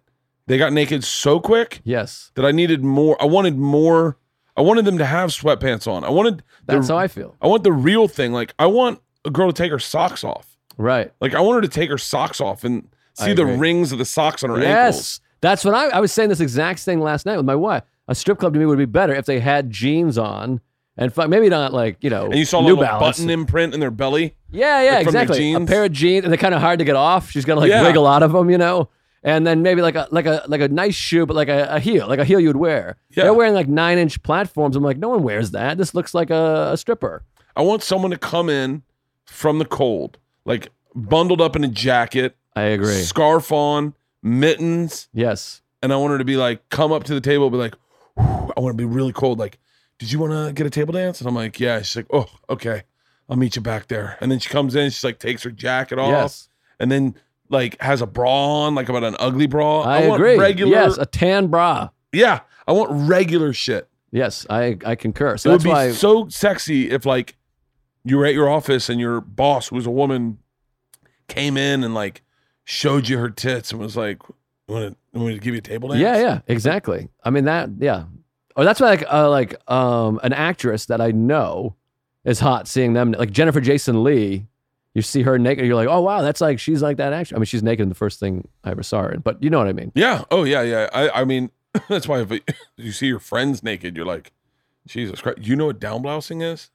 S1: they got naked so quick
S4: yes,
S1: that I needed more. I wanted more. I wanted them to have sweatpants on. I wanted.
S4: that's
S1: the,
S4: how I feel.
S1: I want the real thing. Like I want a girl to take her socks off.
S4: Right.
S1: Like I want her to take her socks off and see
S4: I
S1: the
S4: agree.
S1: rings of the socks on her ankles.
S4: Yes. That's what I, I was saying this exact thing last night with my wife. A strip club to me would be better if they had jeans on and fuck, maybe not like, you know,
S1: And you saw
S4: New
S1: the little
S4: Balance.
S1: button imprint in their belly.
S4: yeah, yeah,
S1: like from their
S4: exactly.
S1: jeans.
S4: A pair of jeans. They're kind of hard to get off. She's got to like
S1: Yeah.
S4: wiggle out of them, you know? And then maybe like a like a like a nice shoe, but like a, a heel, like a heel you would wear.
S1: Yeah.
S4: They're wearing like nine inch platforms. I'm like, no one wears that. This looks like a, a stripper.
S1: I want someone to come in from the cold, like bundled up in a jacket,
S4: I agree.
S1: scarf on, mittens,
S4: Yes.
S1: and I want her to be like, come up to the table, be like, "Whew, I want to be really cold. Like, did you want to get a table dance? And I'm like, yeah. She's like, oh, okay. I'll meet you back there. And then she comes in, she's like, takes her jacket off,
S4: Yes.
S1: and then like has a bra on, like about an ugly bra.
S4: I,
S1: want
S4: agree.
S1: Regular,
S4: Yes, a tan bra.
S1: yeah. I want regular shit.
S4: Yes, I I concur. So
S1: it would
S4: that's
S1: be
S4: why
S1: so sexy if like you were at your office and your boss who was a woman came in and like showed you her tits and was like want to want to give you a table dance
S4: Yeah, yeah, exactly. I mean that. Yeah. Oh, that's why like uh, like um an actress that I know is hot. Seeing them like Jennifer Jason Lee, you see her naked, you're like, oh wow, that's like she's like that actress. I mean, she's naked in the first thing I ever saw her in, but you know what I mean.
S1: yeah oh yeah yeah i i mean that's why if you see your friends naked you're like jesus christ you know what downblousing is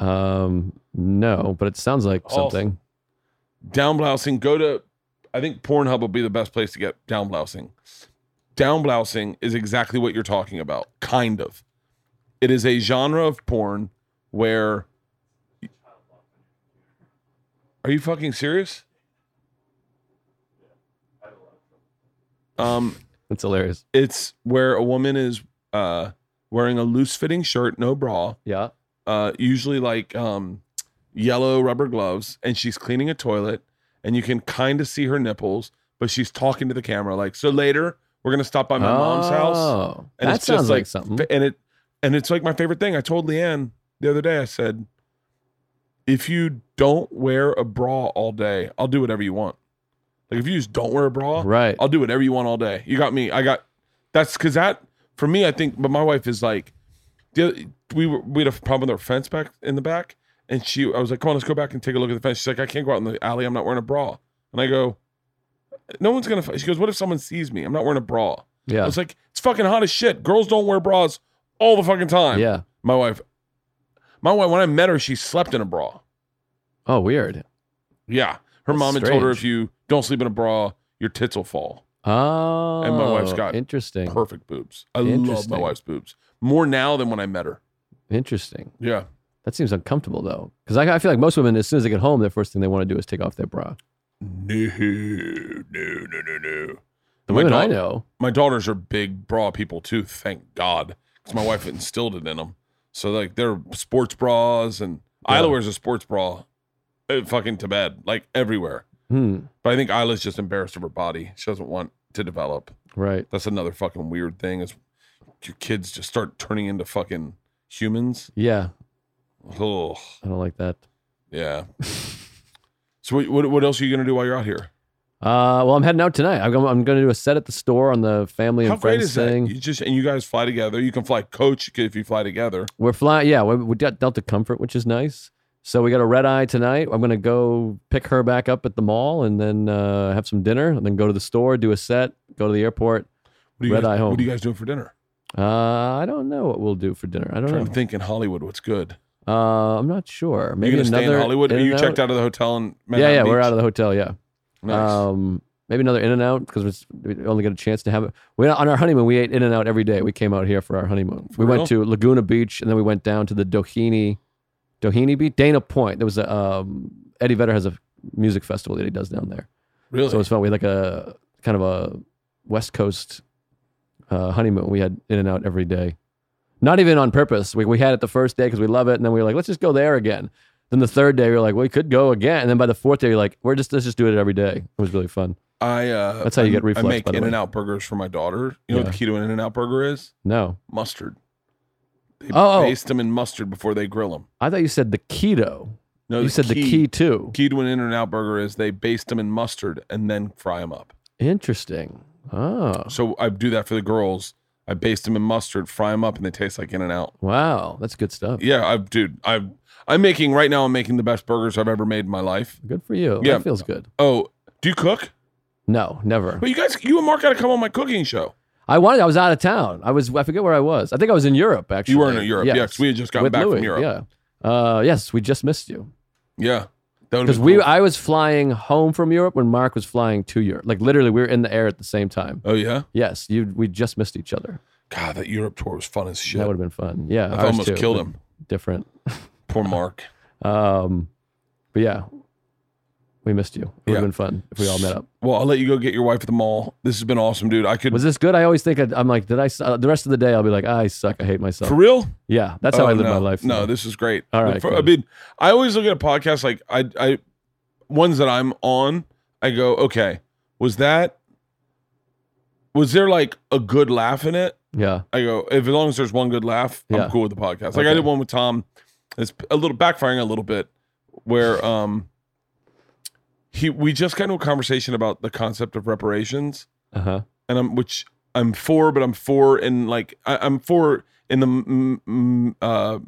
S4: Um, no, but it sounds like
S1: Awesome.
S4: something.
S1: downblousing go to i think pornhub will be the best place to get downblousing downblousing is exactly what you're talking about kind of it is a genre of porn where are you fucking serious um
S4: That's hilarious.
S1: it's where a woman is uh wearing a loose fitting shirt no bra
S4: Yeah.
S1: uh, usually like um, yellow rubber gloves, and she's cleaning a toilet, and you can kind of see her nipples, but she's talking to the camera like, "So later, we're gonna stop by my mom's house."
S4: Oh,
S1: and
S4: that
S1: it's just
S4: sounds like,
S1: like
S4: something.
S1: F- And it and it's like my favorite thing. I told Leanne the other day. I said, "If you don't wear a bra all day, I'll do whatever you want. Like if you just don't wear a bra,
S4: right.
S1: I'll do whatever you want all day. You got me. I got that's because that for me, I think. But my wife is like, the other- we were, we had a problem with our fence back in the back, and she, I was like, come on, let's go back and take a look at the fence. She's like, I can't go out in the alley. I'm not wearing a bra. And I go, no one's gonna. f-" She goes, what if someone sees me? I'm not wearing a bra. I
S4: Yeah.
S1: was like, it's fucking hot as shit. Girls don't wear bras all the fucking time.
S4: Yeah.
S1: My wife, my wife, when I met her, she slept in a bra.
S4: Oh, weird.
S1: Yeah. Her
S4: That's
S1: mom had told her
S4: strange.
S1: if you don't sleep in a bra, your tits will fall.
S4: Oh,
S1: wife's got
S4: interesting.
S1: Perfect boobs. I love my
S4: Interesting.
S1: wife's boobs more now than when I met her.
S4: Interesting.
S1: Yeah.
S4: That seems uncomfortable though, because I, I feel like most women, as soon as they get home, the first thing they want to do is take off their bra.
S1: No, no, no, no, no.
S4: The
S1: My
S4: women I
S1: dog-
S4: know,
S1: My daughters are big bra people too, thank God, because my wife instilled it in them. So like they're sports bras and
S4: Yeah.
S1: Isla wears a sports bra, uh, fucking to bed, like everywhere.
S4: hmm,
S1: But I think Isla's just embarrassed of her body. She doesn't want to develop.
S4: right?
S1: That's another fucking weird thing is your kids just start turning into fucking humans.
S4: Yeah,
S1: Oh,
S4: I don't like that.
S1: yeah. so what, what what else are you gonna do while you're out here?
S4: Uh, well, I'm heading out tonight. I'm going, I'm going to do a set at the store on the family
S1: How
S4: and friends
S1: great is
S4: thing.
S1: that? You just and you guys fly together. You can fly coach if you fly together.
S4: We're flying. Yeah, we, we got Delta Comfort, which is nice. So we got a red eye tonight. I'm going to go pick her back up at the mall and then uh, have some dinner and then go to the store, do a set, go to the airport.
S1: What do you
S4: Red
S1: guys,
S4: eye home.
S1: What are you guys doing for dinner?
S4: Uh, I don't know what we'll do for dinner. I don't
S1: I'm
S4: know.
S1: thinking Hollywood. What's good?
S4: Uh, I'm not sure. Maybe
S1: you gonna
S4: another
S1: stay in Hollywood?
S4: In
S1: you
S4: and
S1: checked out of the hotel in
S4: yeah,
S1: Manhattan
S4: yeah, we're out of the hotel. Yeah.
S1: the nice.
S4: Um, maybe another In and Out because we only got a chance to have it. We on our honeymoon we ate In and Out every day. We came out here for our honeymoon.
S1: For
S4: we
S1: real?
S4: went to Laguna Beach and then we went down to the Doheny, Doheny Beach, Dana Point. There was a um, Eddie Vedder has a music festival that he does down there,
S1: really?
S4: Oh. so it's fun. We had like a kind of a West Coast uh, honeymoon. We had In and Out every day. Not even on purpose. We, we had it the first day because we love it, and then we were like, let's just go there again. Then the third day, we were like, we could go again. And then by the fourth day, we are like, we're just let's just do it every day. It was really fun.
S1: I uh,
S4: That's how you
S1: I-
S4: get reflux,
S1: I make
S4: by the
S1: In
S4: way.
S1: and Out burgers for my daughter. You know what the keto In and Out burger is?
S4: No,
S1: Mustard. They
S4: Oh, oh.
S1: baste them in mustard before they grill them.
S4: I thought you said the keto.
S1: No,
S4: you said the key too.
S1: Oh, Key to an In and Out burger is they baste them in mustard and then fry them up.
S4: Interesting. Oh,
S1: So I do that for the girls. I baste them in mustard, fry them up, and they taste like In and Out.
S4: wow, that's good stuff.
S1: Yeah, I dude, I I'm making right now. I'm making the best burgers I've ever made in my life.
S4: Good for you.
S1: Yeah.
S4: That feels good.
S1: Oh, do you cook?
S4: No, never.
S1: Well, you guys, you and Mark got to come on my cooking show.
S4: I wanted. I was out of town. I was. I forget where I was. I think I was in Europe. Actually,
S1: You were in Europe,
S4: Yes.
S1: yeah. 'cause we had just gotten
S4: With
S1: back
S4: Louis,
S1: from Europe.
S4: Yeah. Uh, yes, we just missed you
S1: Yeah, that would
S4: because we. I was flying home from Europe when Mark was flying to Europe. Like literally, we were in the air at the same time.
S1: oh yeah,
S4: Yes, you. We just missed each other.
S1: God, that Europe tour was fun as shit.
S4: That would have been fun. Yeah,
S1: I've
S4: ours
S1: almost
S4: too,
S1: killed
S4: but
S1: him.
S4: Different.
S1: Poor Mark.
S4: Um, but yeah, we missed you. It would
S1: Yeah.
S4: have been fun if we all met up.
S1: Well, I'll let you go get your wife at the mall. This has been awesome, dude. I could
S4: Was this good? I always think I, I'm like, did I? s- Uh, the rest of the day, I'll be like, I suck. I hate mymyself.
S1: for real.
S4: yeah, that's how
S1: Oh,
S4: I live
S1: no.
S4: my life.
S1: No,
S4: now.
S1: this is great.
S4: All right,
S1: For- I
S4: good.
S1: mean, I always look at a podcast like I, I, ones that I'm on. I go, okay, was that, was there like a good laugh in it?
S4: yeah,
S1: I go, if as long as there's one good laugh,
S4: Yeah.
S1: I'm cool with the podcast. Like I
S4: Okay.
S1: did one with Tom. It's a little backfiring a little bit where um he we just got into a conversation about the concept of reparations
S4: uh huh.
S1: and I'm which I'm for, but I'm for in like I, I'm for in the mm, mm, uh,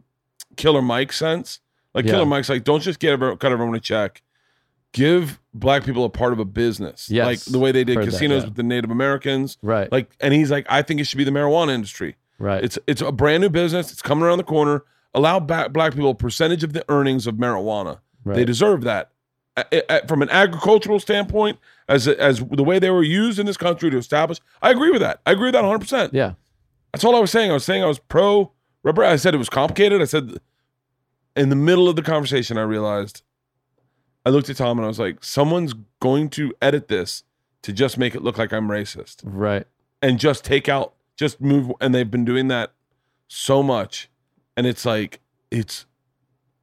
S1: Killer Mike sense. Like
S4: Yeah.
S1: Killer Mike's like, don't just get everyone, cut everyone a check. Give black people a part of a business,
S4: Yes.
S1: like the way they did
S4: Heard that,
S1: casinos
S4: yeah.
S1: with the Native Americans.
S4: Right,
S1: Like, and he's like, I think it should be the marijuana industry.
S4: right.
S1: It's it's a brand new business. It's coming around the corner. Allow ba- black people a percentage of the earnings of marijuana.
S4: right.
S1: They deserve that. A- a- from an agricultural standpoint, as as the way they were used in this country to establish, I agree with that. I agree with that 100. percent
S4: yeah,
S1: That's all I was saying. I was saying I was pro rubber. I said it was complicated. I said in the middle of the conversation, I realized. I looked at Tom and I was like, someone's going to edit this to just make it look like I'm racist
S4: right.
S1: and just take out, just move. And they've been doing that so much. And it's like, it's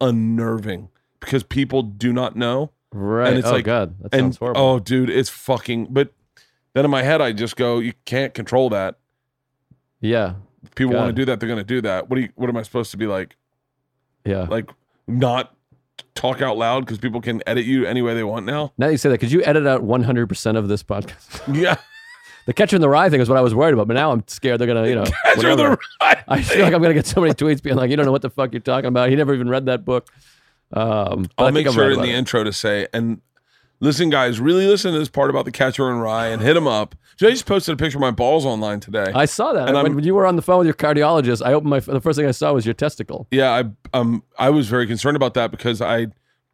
S1: unnerving because people do not know.
S4: Right.
S1: And it's
S4: oh
S1: like-
S4: god, that
S1: and
S4: sounds horrible.
S1: oh, dude, it's fucking. But then in my head, I just go, you can't control that.
S4: yeah,
S1: If people want to
S4: God.
S1: do that, they're going to do that. What do you, what am I supposed to be like?
S4: yeah.
S1: Like, not talk out loud because people can edit you any way they want now?
S4: now that you say that, could you edit out 100 percent of this podcast?
S1: Yeah.
S4: the catcher in the rye thing is what I was worried about, but now I'm scared they're gonna, you know,
S1: That's where
S4: whatever.
S1: the right
S4: I feel like I'm gonna get so many tweets being like, "You don't know what the fuck you're talking about." He never even read that book. Um, but I
S1: I'll
S4: think
S1: make
S4: I'm
S1: sure
S4: right
S1: in
S4: about
S1: the
S4: it.
S1: intro to say and listen, guys, really listen to this part about the catcher and Rye and hit him up. So I just posted a picture of my balls online today.
S4: I saw that
S1: And
S4: when,
S1: I'm-
S4: when you were on the phone with your cardiologist. I opened my the first thing I saw was your testicle.
S1: yeah, I um I was very concerned about that because I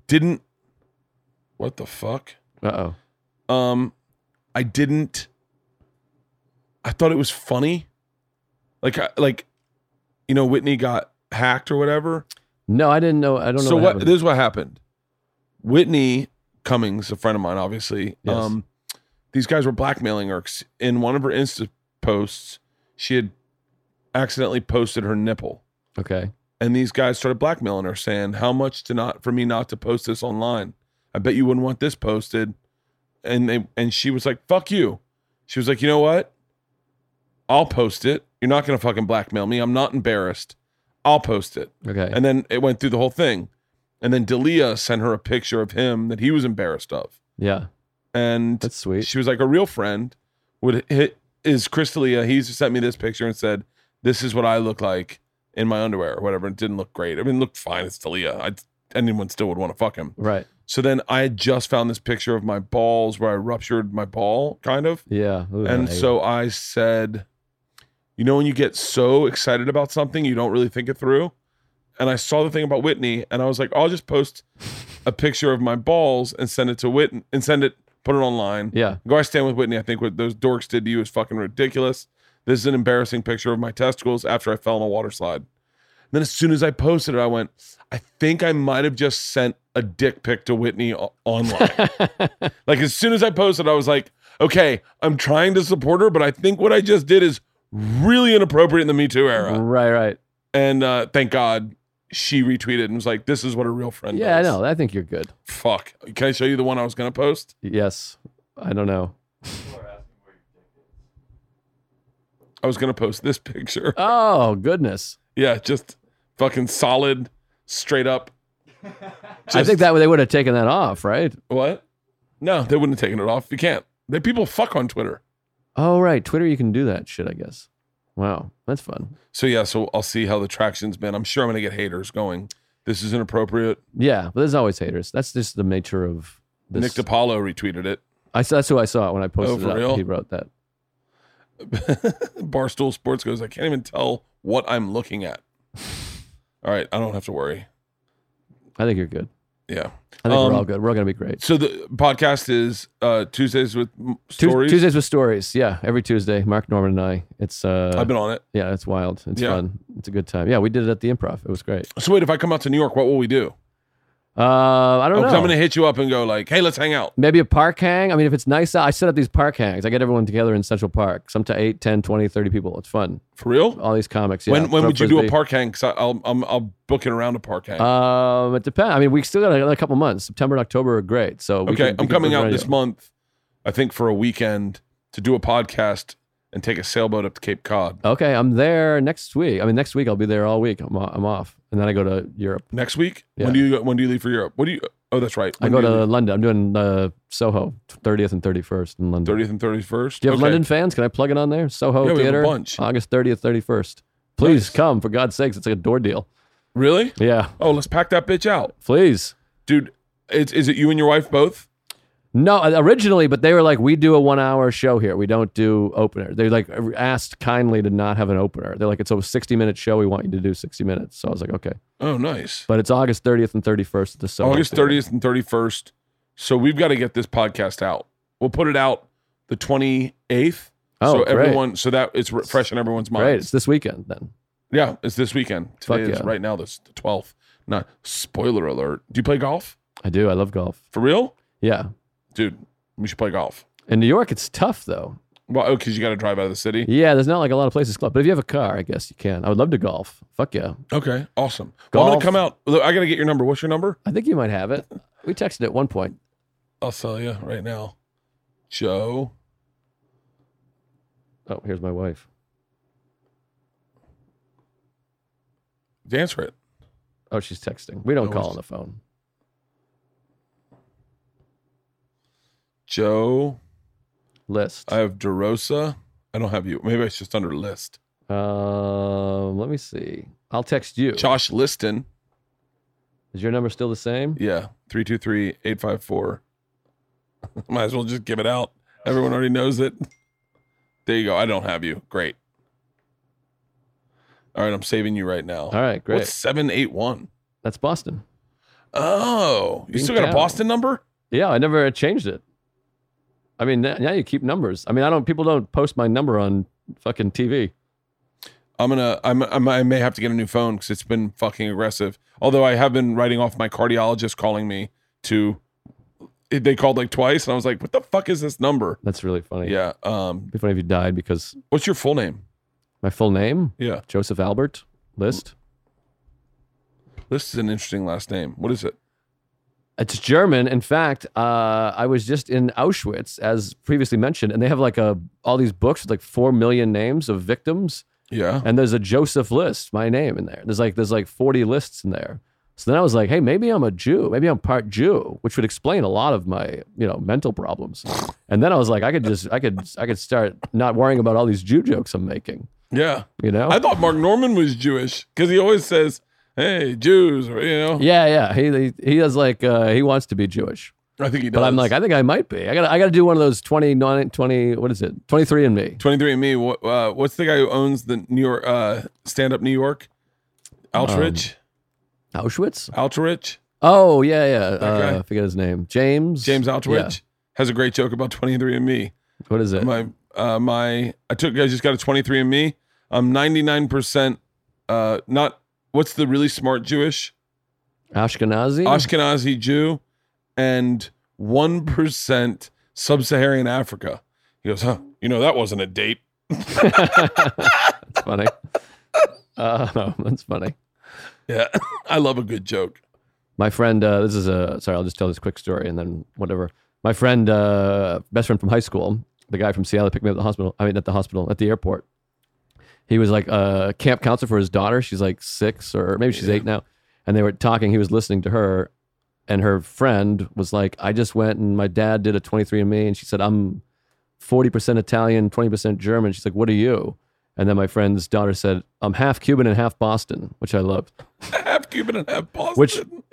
S1: didn't What the fuck?
S4: Uh oh.
S1: Um, I didn't. I thought it was funny, like I- like, you know, Whitney got hacked or whatever.
S4: No, I didn't know. I don't know.
S1: so what,
S4: happened.
S1: this is what happened whitney cummings a friend of mine obviously
S4: Yes.
S1: um these guys were blackmailing her 'cause in one of her insta posts she had accidentally posted her nipple
S4: okay.
S1: and these guys started blackmailing her saying how much to not for me not to post this online i bet you wouldn't want this posted and they and she was like fuck you she was like you know what i'll post it you're not gonna fucking blackmail me i'm not embarrassed i'll post it
S4: Okay.
S1: and then it went through the whole thing. And then Dalia sent her a picture of him that he was embarrassed of.
S4: yeah.
S1: And
S4: That's sweet.
S1: she was like, a real friend would hit is Chris D'Elia. He sent me this picture and said, This is what I look like in my underwear or whatever. It didn't look great. I mean, it looked fine. It's Dalia. I, anyone still would want to fuck him.
S4: Right.
S1: So then I had just found this picture of my balls where I ruptured my ball, kind of.
S4: Yeah. Ooh,
S1: And
S4: I-
S1: so I said, you know, when you get so excited about something, you don't really think it through. And I saw the thing about Whitney, and I was like, I'll just post a picture of my balls and send it to Whitney and send it, put it online.
S4: Yeah.
S1: Go, I stand with Whitney. I think what those dorks did to you is fucking ridiculous. This is an embarrassing picture of my testicles after I fell in a water slide. And then as soon as I posted it, I went, I think I might have just sent a dick pic to Whitney o- online. Like as soon as I posted, I was like, okay, I'm trying to support her, but I think what I just did is really inappropriate in the Me Too era.
S4: Right. Right.
S1: And uh, thank God she retweeted and was like, this is what a real friend
S4: Yeah. I
S1: does.
S4: know. I think you're good.
S1: Fuck. Can I show you the one I was gonna post?
S4: Yes. I don't know.
S1: I was gonna post this picture.
S4: Oh goodness.
S1: Yeah, just fucking solid, straight up.
S4: I
S1: Just-
S4: think that way they would have taken that off, right?
S1: what? No, they wouldn't have taken it off. You can't. They people fuck on Twitter.
S4: Oh right. Twitter, you can do that shit. I guess. Wow. That's fun.
S1: So yeah, so I'll see how the traction's been. I'm sure I'm gonna get haters going. This is inappropriate.
S4: Yeah. But there's always haters. That's just the nature of this.
S1: Nick DiPaolo retweeted it.
S4: I that's who I saw when I posted
S1: for
S4: it. up.
S1: real?
S4: He wrote that.
S1: Barstool Sports goes, I can't even tell what I'm looking at. All right, I don't have to worry.
S4: I think you're good.
S1: Yeah.
S4: I think
S1: Um,
S4: we're all good. We're all gonna be great.
S1: So the podcast is uh Tuesdays with m-
S4: Tu-
S1: stories.
S4: Tuesdays with stories. Yeah, every Tuesday, Mark Norman and I. It's uh,
S1: I've been on it.
S4: yeah, it's wild. It's
S1: Yeah.
S4: fun. It's a good time. Yeah, we did it at the improv. It was great.
S1: So wait, if I come out to New York, what will we do?
S4: Uh, I don't
S1: Oh, 'cause
S4: know.
S1: I'm gonna hit you up and go like, hey, let's hang out.
S4: Maybe a park hang. I mean, if it's nice out, I set up these park hangs. I get everyone together in Central Park. Some to 8, 10, 20, 30 people. It's fun.
S1: For real?
S4: All these comics. Yeah,
S1: when when
S4: throw
S1: would you do a
S4: frisbee.
S1: park hang? Cause I, I'll I'm, I'll book it around a park hang.
S4: Um, it depends. I mean, we still got another couple months. September and October are great. So we
S1: okay,
S4: could- we
S1: I'm
S4: could
S1: coming
S4: put it
S1: out
S4: on
S1: this
S4: you.
S1: month. I think for a weekend to do a podcast and take a sailboat up to Cape Cod.
S4: Okay, I'm there next week. I mean, next week I'll be there all week. I'm, I'm off, and then I go to Europe.
S1: Next week?
S4: Yeah.
S1: When do you go- when do you leave for Europe? What do you? Oh, that's right.
S4: I
S1: When
S4: go
S1: do you
S4: to London. I'm doing uh, Soho, 30th and 31st in London.
S1: thirtieth and thirty first.
S4: Do you have London fans? Can I plug it on there?
S1: Yeah,
S4: Soho
S1: we have a
S4: Theater,
S1: bunch.
S4: August 30th, 31st. Please
S1: Nice.
S4: come, for God's sakes. It's like a door deal.
S1: Really?
S4: Yeah,
S1: Oh, let's pack that bitch out,
S4: please.
S1: dude. It's, is it you and your wife both?
S4: No, uh, originally, but they were like, we do a one hour show here. We don't do opener. They like asked kindly to not have an opener. They're like, it's a 60 minute show. We want you to do 60 minutes. So I was like, okay.
S1: Oh, nice.
S4: But it's August 30th and 31st at the Soho.
S1: August
S4: Theater.
S1: thirtieth and thirty first. So we've got to get this podcast out. We'll put it out the twenty eighth.
S4: Oh,
S1: so
S4: great.
S1: everyone, so that it's re- fresh in everyone's
S4: Great. It's
S1: minds.
S4: this weekend then.
S1: Yeah, it's this weekend.
S4: Fuck
S1: Today is
S4: yeah.
S1: right now. This the twelfth. Not spoiler alert. Do you play golf
S4: I do. I love golf.
S1: for real,
S4: Yeah.
S1: dude? We should play golf.
S4: In New York, it's tough though.
S1: Well, oh, because you got to drive out of the city.
S4: Yeah, there's not like a lot of places club. But if you have a car, I guess you can. I would love to golf. Fuck yeah.
S1: Okay, awesome. Well, I'm
S4: Golf.
S1: gonna come out. Look, I gotta get your number. What's your number?
S4: I think you might have it. We texted at one point.
S1: I'll tell you right now. Joe.
S4: Oh, here's my wife.
S1: Dance for it.
S4: Oh, she's texting. We don't
S1: Oh,
S4: call
S1: it's-
S4: on the phone.
S1: Joe.
S4: List.
S1: I have DeRosa. I don't have you. Maybe it's just under list.
S4: um, let me see. I'll text you.
S1: Josh Liston.
S4: Is your number still the same?
S1: Yeah. 323 854. Might as well just give it out. Everyone already knows it. There you go. I don't have you. Great. All right. I'm saving you right now.
S4: All right, great.
S1: What's 781?
S4: That's Boston.
S1: Oh, you
S4: Bing
S1: still got a
S4: Town.
S1: Boston number?
S4: Yeah, I never changed it. I mean, now now you keep numbers. I mean, I don't. People don't post my number on fucking TV.
S1: I'm gonna. I'm. I'm I may have to get a new phone because it's been fucking aggressive. Although I have been writing off my cardiologist calling me to. They called like twice, and I was like, "What the fuck is this number?"
S4: That's really funny.
S1: Yeah. Um.
S4: It'd be funny if you died because
S1: What's your full name?
S4: my full name,
S1: Yeah.
S4: Joseph Albert List.
S1: This is an interesting last name. What is it?
S4: It's German. In fact, uh, I was just in Auschwitz, as previously mentioned, and they have like a all these books with like four million names of victims,
S1: Yeah.
S4: and there's a Joseph list, my name in there. There's like there's like forty lists in there. So then I was like, hey, maybe I'm a Jew. Maybe I'm part Jew, which would explain a lot of my you know mental problems. And then I was like, I could just I could I could start not worrying about all these Jew jokes I'm making.
S1: Yeah.
S4: You know?
S1: I thought Mark Norman was Jewish because he always says, "Hey, Jews," or you know.
S4: yeah, yeah. He he, he does like uh, he wants to be Jewish.
S1: I think he does.
S4: But I'm like, I think I might be. I got to I got to do one of those 29 20 what is it? 23 and me.
S1: 23 and me. What? Uh, what's the guy who owns the New York uh, stand up New York? Altrich.
S4: Auschwitz?
S1: Altrich.
S4: Oh, yeah, yeah.
S1: guy.
S4: Uh, I forget his name. James
S1: James
S4: Yeah.
S1: Altrich has a great joke about 23 and me.
S4: What is it?
S1: my uh my I took I just got a 23 and me. I'm 99% uh not what's the really smart Jewish
S4: Ashkenazi?
S1: Ashkenazi Jew and 1% sub-Saharan Africa. He goes, "Huh, you know that wasn't a date."
S4: that's funny. Uh, that's funny.
S1: Yeah. I love a good joke.
S4: My friend uh, this is a sorry, I'll just tell this quick story and then whatever. My friend uh, best friend from high school, the guy from Seattle picked me up at the hospital. I mean at the hospital, at the airport. he was like a camp counselor for his daughter. She's like six or maybe she's eight now. And they were talking. He was listening to her, and her friend was like, "I just went and my dad did a 23andMe." And she said, "I'm 40% Italian, 20% German." She's like, "What are you?" And then my friend's daughter said, "I'm half Cuban and half Boston," which I loved.
S1: Half Cuban and half Boston.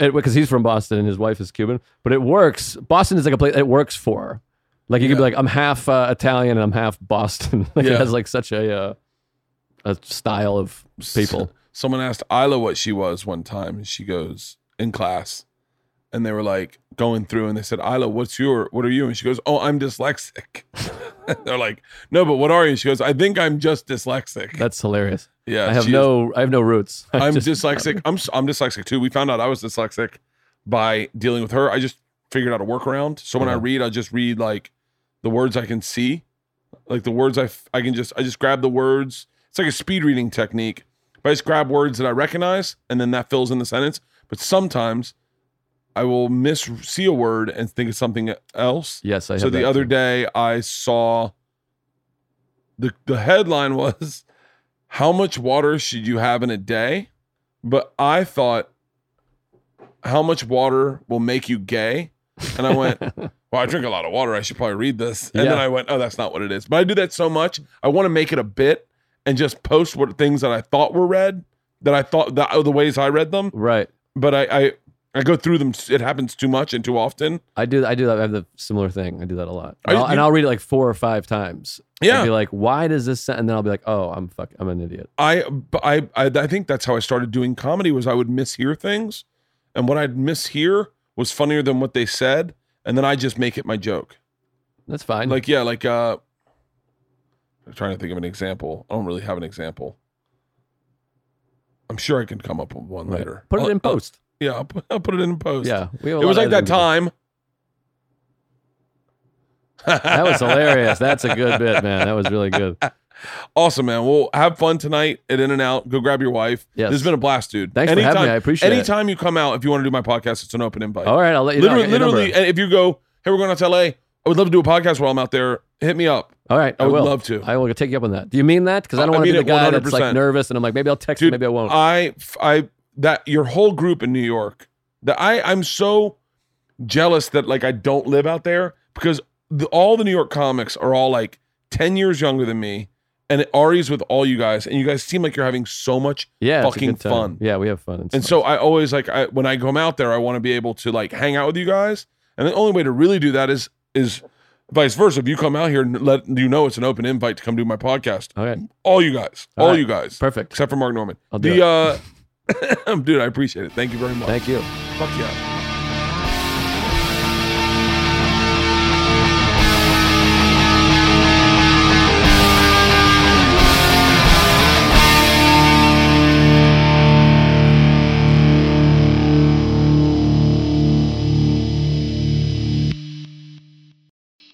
S4: Which because he's from Boston and his wife is Cuban, but it works. Boston is like a place it works for. her. Like you could be like, "I'm half uh, Italian and I'm half Boston." like
S1: Yeah.
S4: it has like such a uh, a style of people.
S1: Someone asked Isla what she was one time, and she goes in class, and they were like going through, and they said, "Isla, what's your? What are you?" And she goes, "Oh, I'm dyslexic." They're like, "No, but what are you?" She goes, "I think I'm just dyslexic."
S4: That's hilarious.
S1: yeah,
S4: I have
S1: she is-
S4: no I have no roots. I
S1: I'm
S4: just-
S1: dyslexic. I'm s- I'm dyslexic too. We found out I was dyslexic by dealing with her. I just figured out a workaround. So when I
S4: Yeah.
S1: read, I just read like the words I can see, like the words I f- I can just I just grab the words. It's like a speed reading technique. But I just grab words that I recognize, and then that fills in the sentence. But sometimes I will miss see a word and think it's something e-, else.
S4: Yes, I have
S1: So the
S4: that
S1: other
S4: too.
S1: day I saw the the headline was how much water should you have in a day? But I thought how much water will make you gay? And I went, well, I drink a lot of water. I should probably read this. And then
S4: Yeah.
S1: I went, oh, that's not what it is. But I do that so much. I want to make it a bit and just post what things that I thought were read that I thought that oh, the ways I read them.
S4: Right.
S1: But I, I I go through them. It happens too much and too often.
S4: I do I do that. I have the similar thing. I do that a lot.
S1: Are you-
S4: And I'll, and
S1: you-
S4: I'll read it like four or five times.
S1: Yeah.
S4: I'll be like, why does this sen-" and then I'll be like, oh, I'm fuck I'm an idiot.
S1: I, but I, I, I think that's how I started doing comedy. Was I would mishear things, and what I'd mishear was funnier than what they said, and then I just make it my joke.
S4: That's fine.
S1: Like yeah, like uh, I'm trying to think of an example. I don't really have an example. I'm sure I can come up with one
S4: Right.
S1: later.
S4: Put it
S1: I'll-
S4: in
S1: I'll-
S4: post.
S1: yeah, I'll put, I'll put it in oh, post.
S4: yeah. We have a
S1: it was like
S4: lot of
S1: that
S4: editing to
S1: time.
S4: do. That was hilarious. That's a good bit, man. That was really good.
S1: Awesome, man. Well, have fun tonight at In and Out. Go grab your wife.
S4: Yes.
S1: This has been a blast, dude.
S4: Thanks for having me. I appreciate it. Oh,
S1: Anytime you come out, if you want to do my podcast, it's an open invite.
S4: All right, I'll let you know. I
S1: literally,
S4: got your number.
S1: literally. And if you go, hey, we're going out to LA. I would love to do a podcast while I'm out there. Hit me up,
S4: All right,
S1: I
S4: I,
S1: would
S4: will.
S1: love to.
S4: I will take you up on that. Do you mean that? Because I
S1: I
S4: don't want to
S1: mean
S4: be the
S1: it
S4: guy that's
S1: 100%.
S4: like nervous, and I'm like, maybe I'll text
S1: dude.
S4: you, maybe I won't.
S1: I, I, that your whole group in New York. That I, I'm so jealous that like I don't live out there because the, all the New York comics are all like ten years younger than me, and Ari's with all you guys, and you guys seem like you're having so much
S4: yeah, it's a
S1: fucking
S4: good time.
S1: fun.
S4: Yeah, we have fun. It's
S1: And
S4: fun.
S1: so I always like I, when I come out there, I want to be able to like hang out with you guys. And the only way to really do that is is vice versa. If you come out here and let you know it's an open invite to come do my podcast,
S4: all right,
S1: all you guys, all,
S4: All right.
S1: you guys,
S4: perfect.
S1: except for Mark Norman.
S4: Uh, I'll do
S1: the uh, dude, I appreciate it. Thank you very much.
S4: Thank you.
S1: Fuck yeah.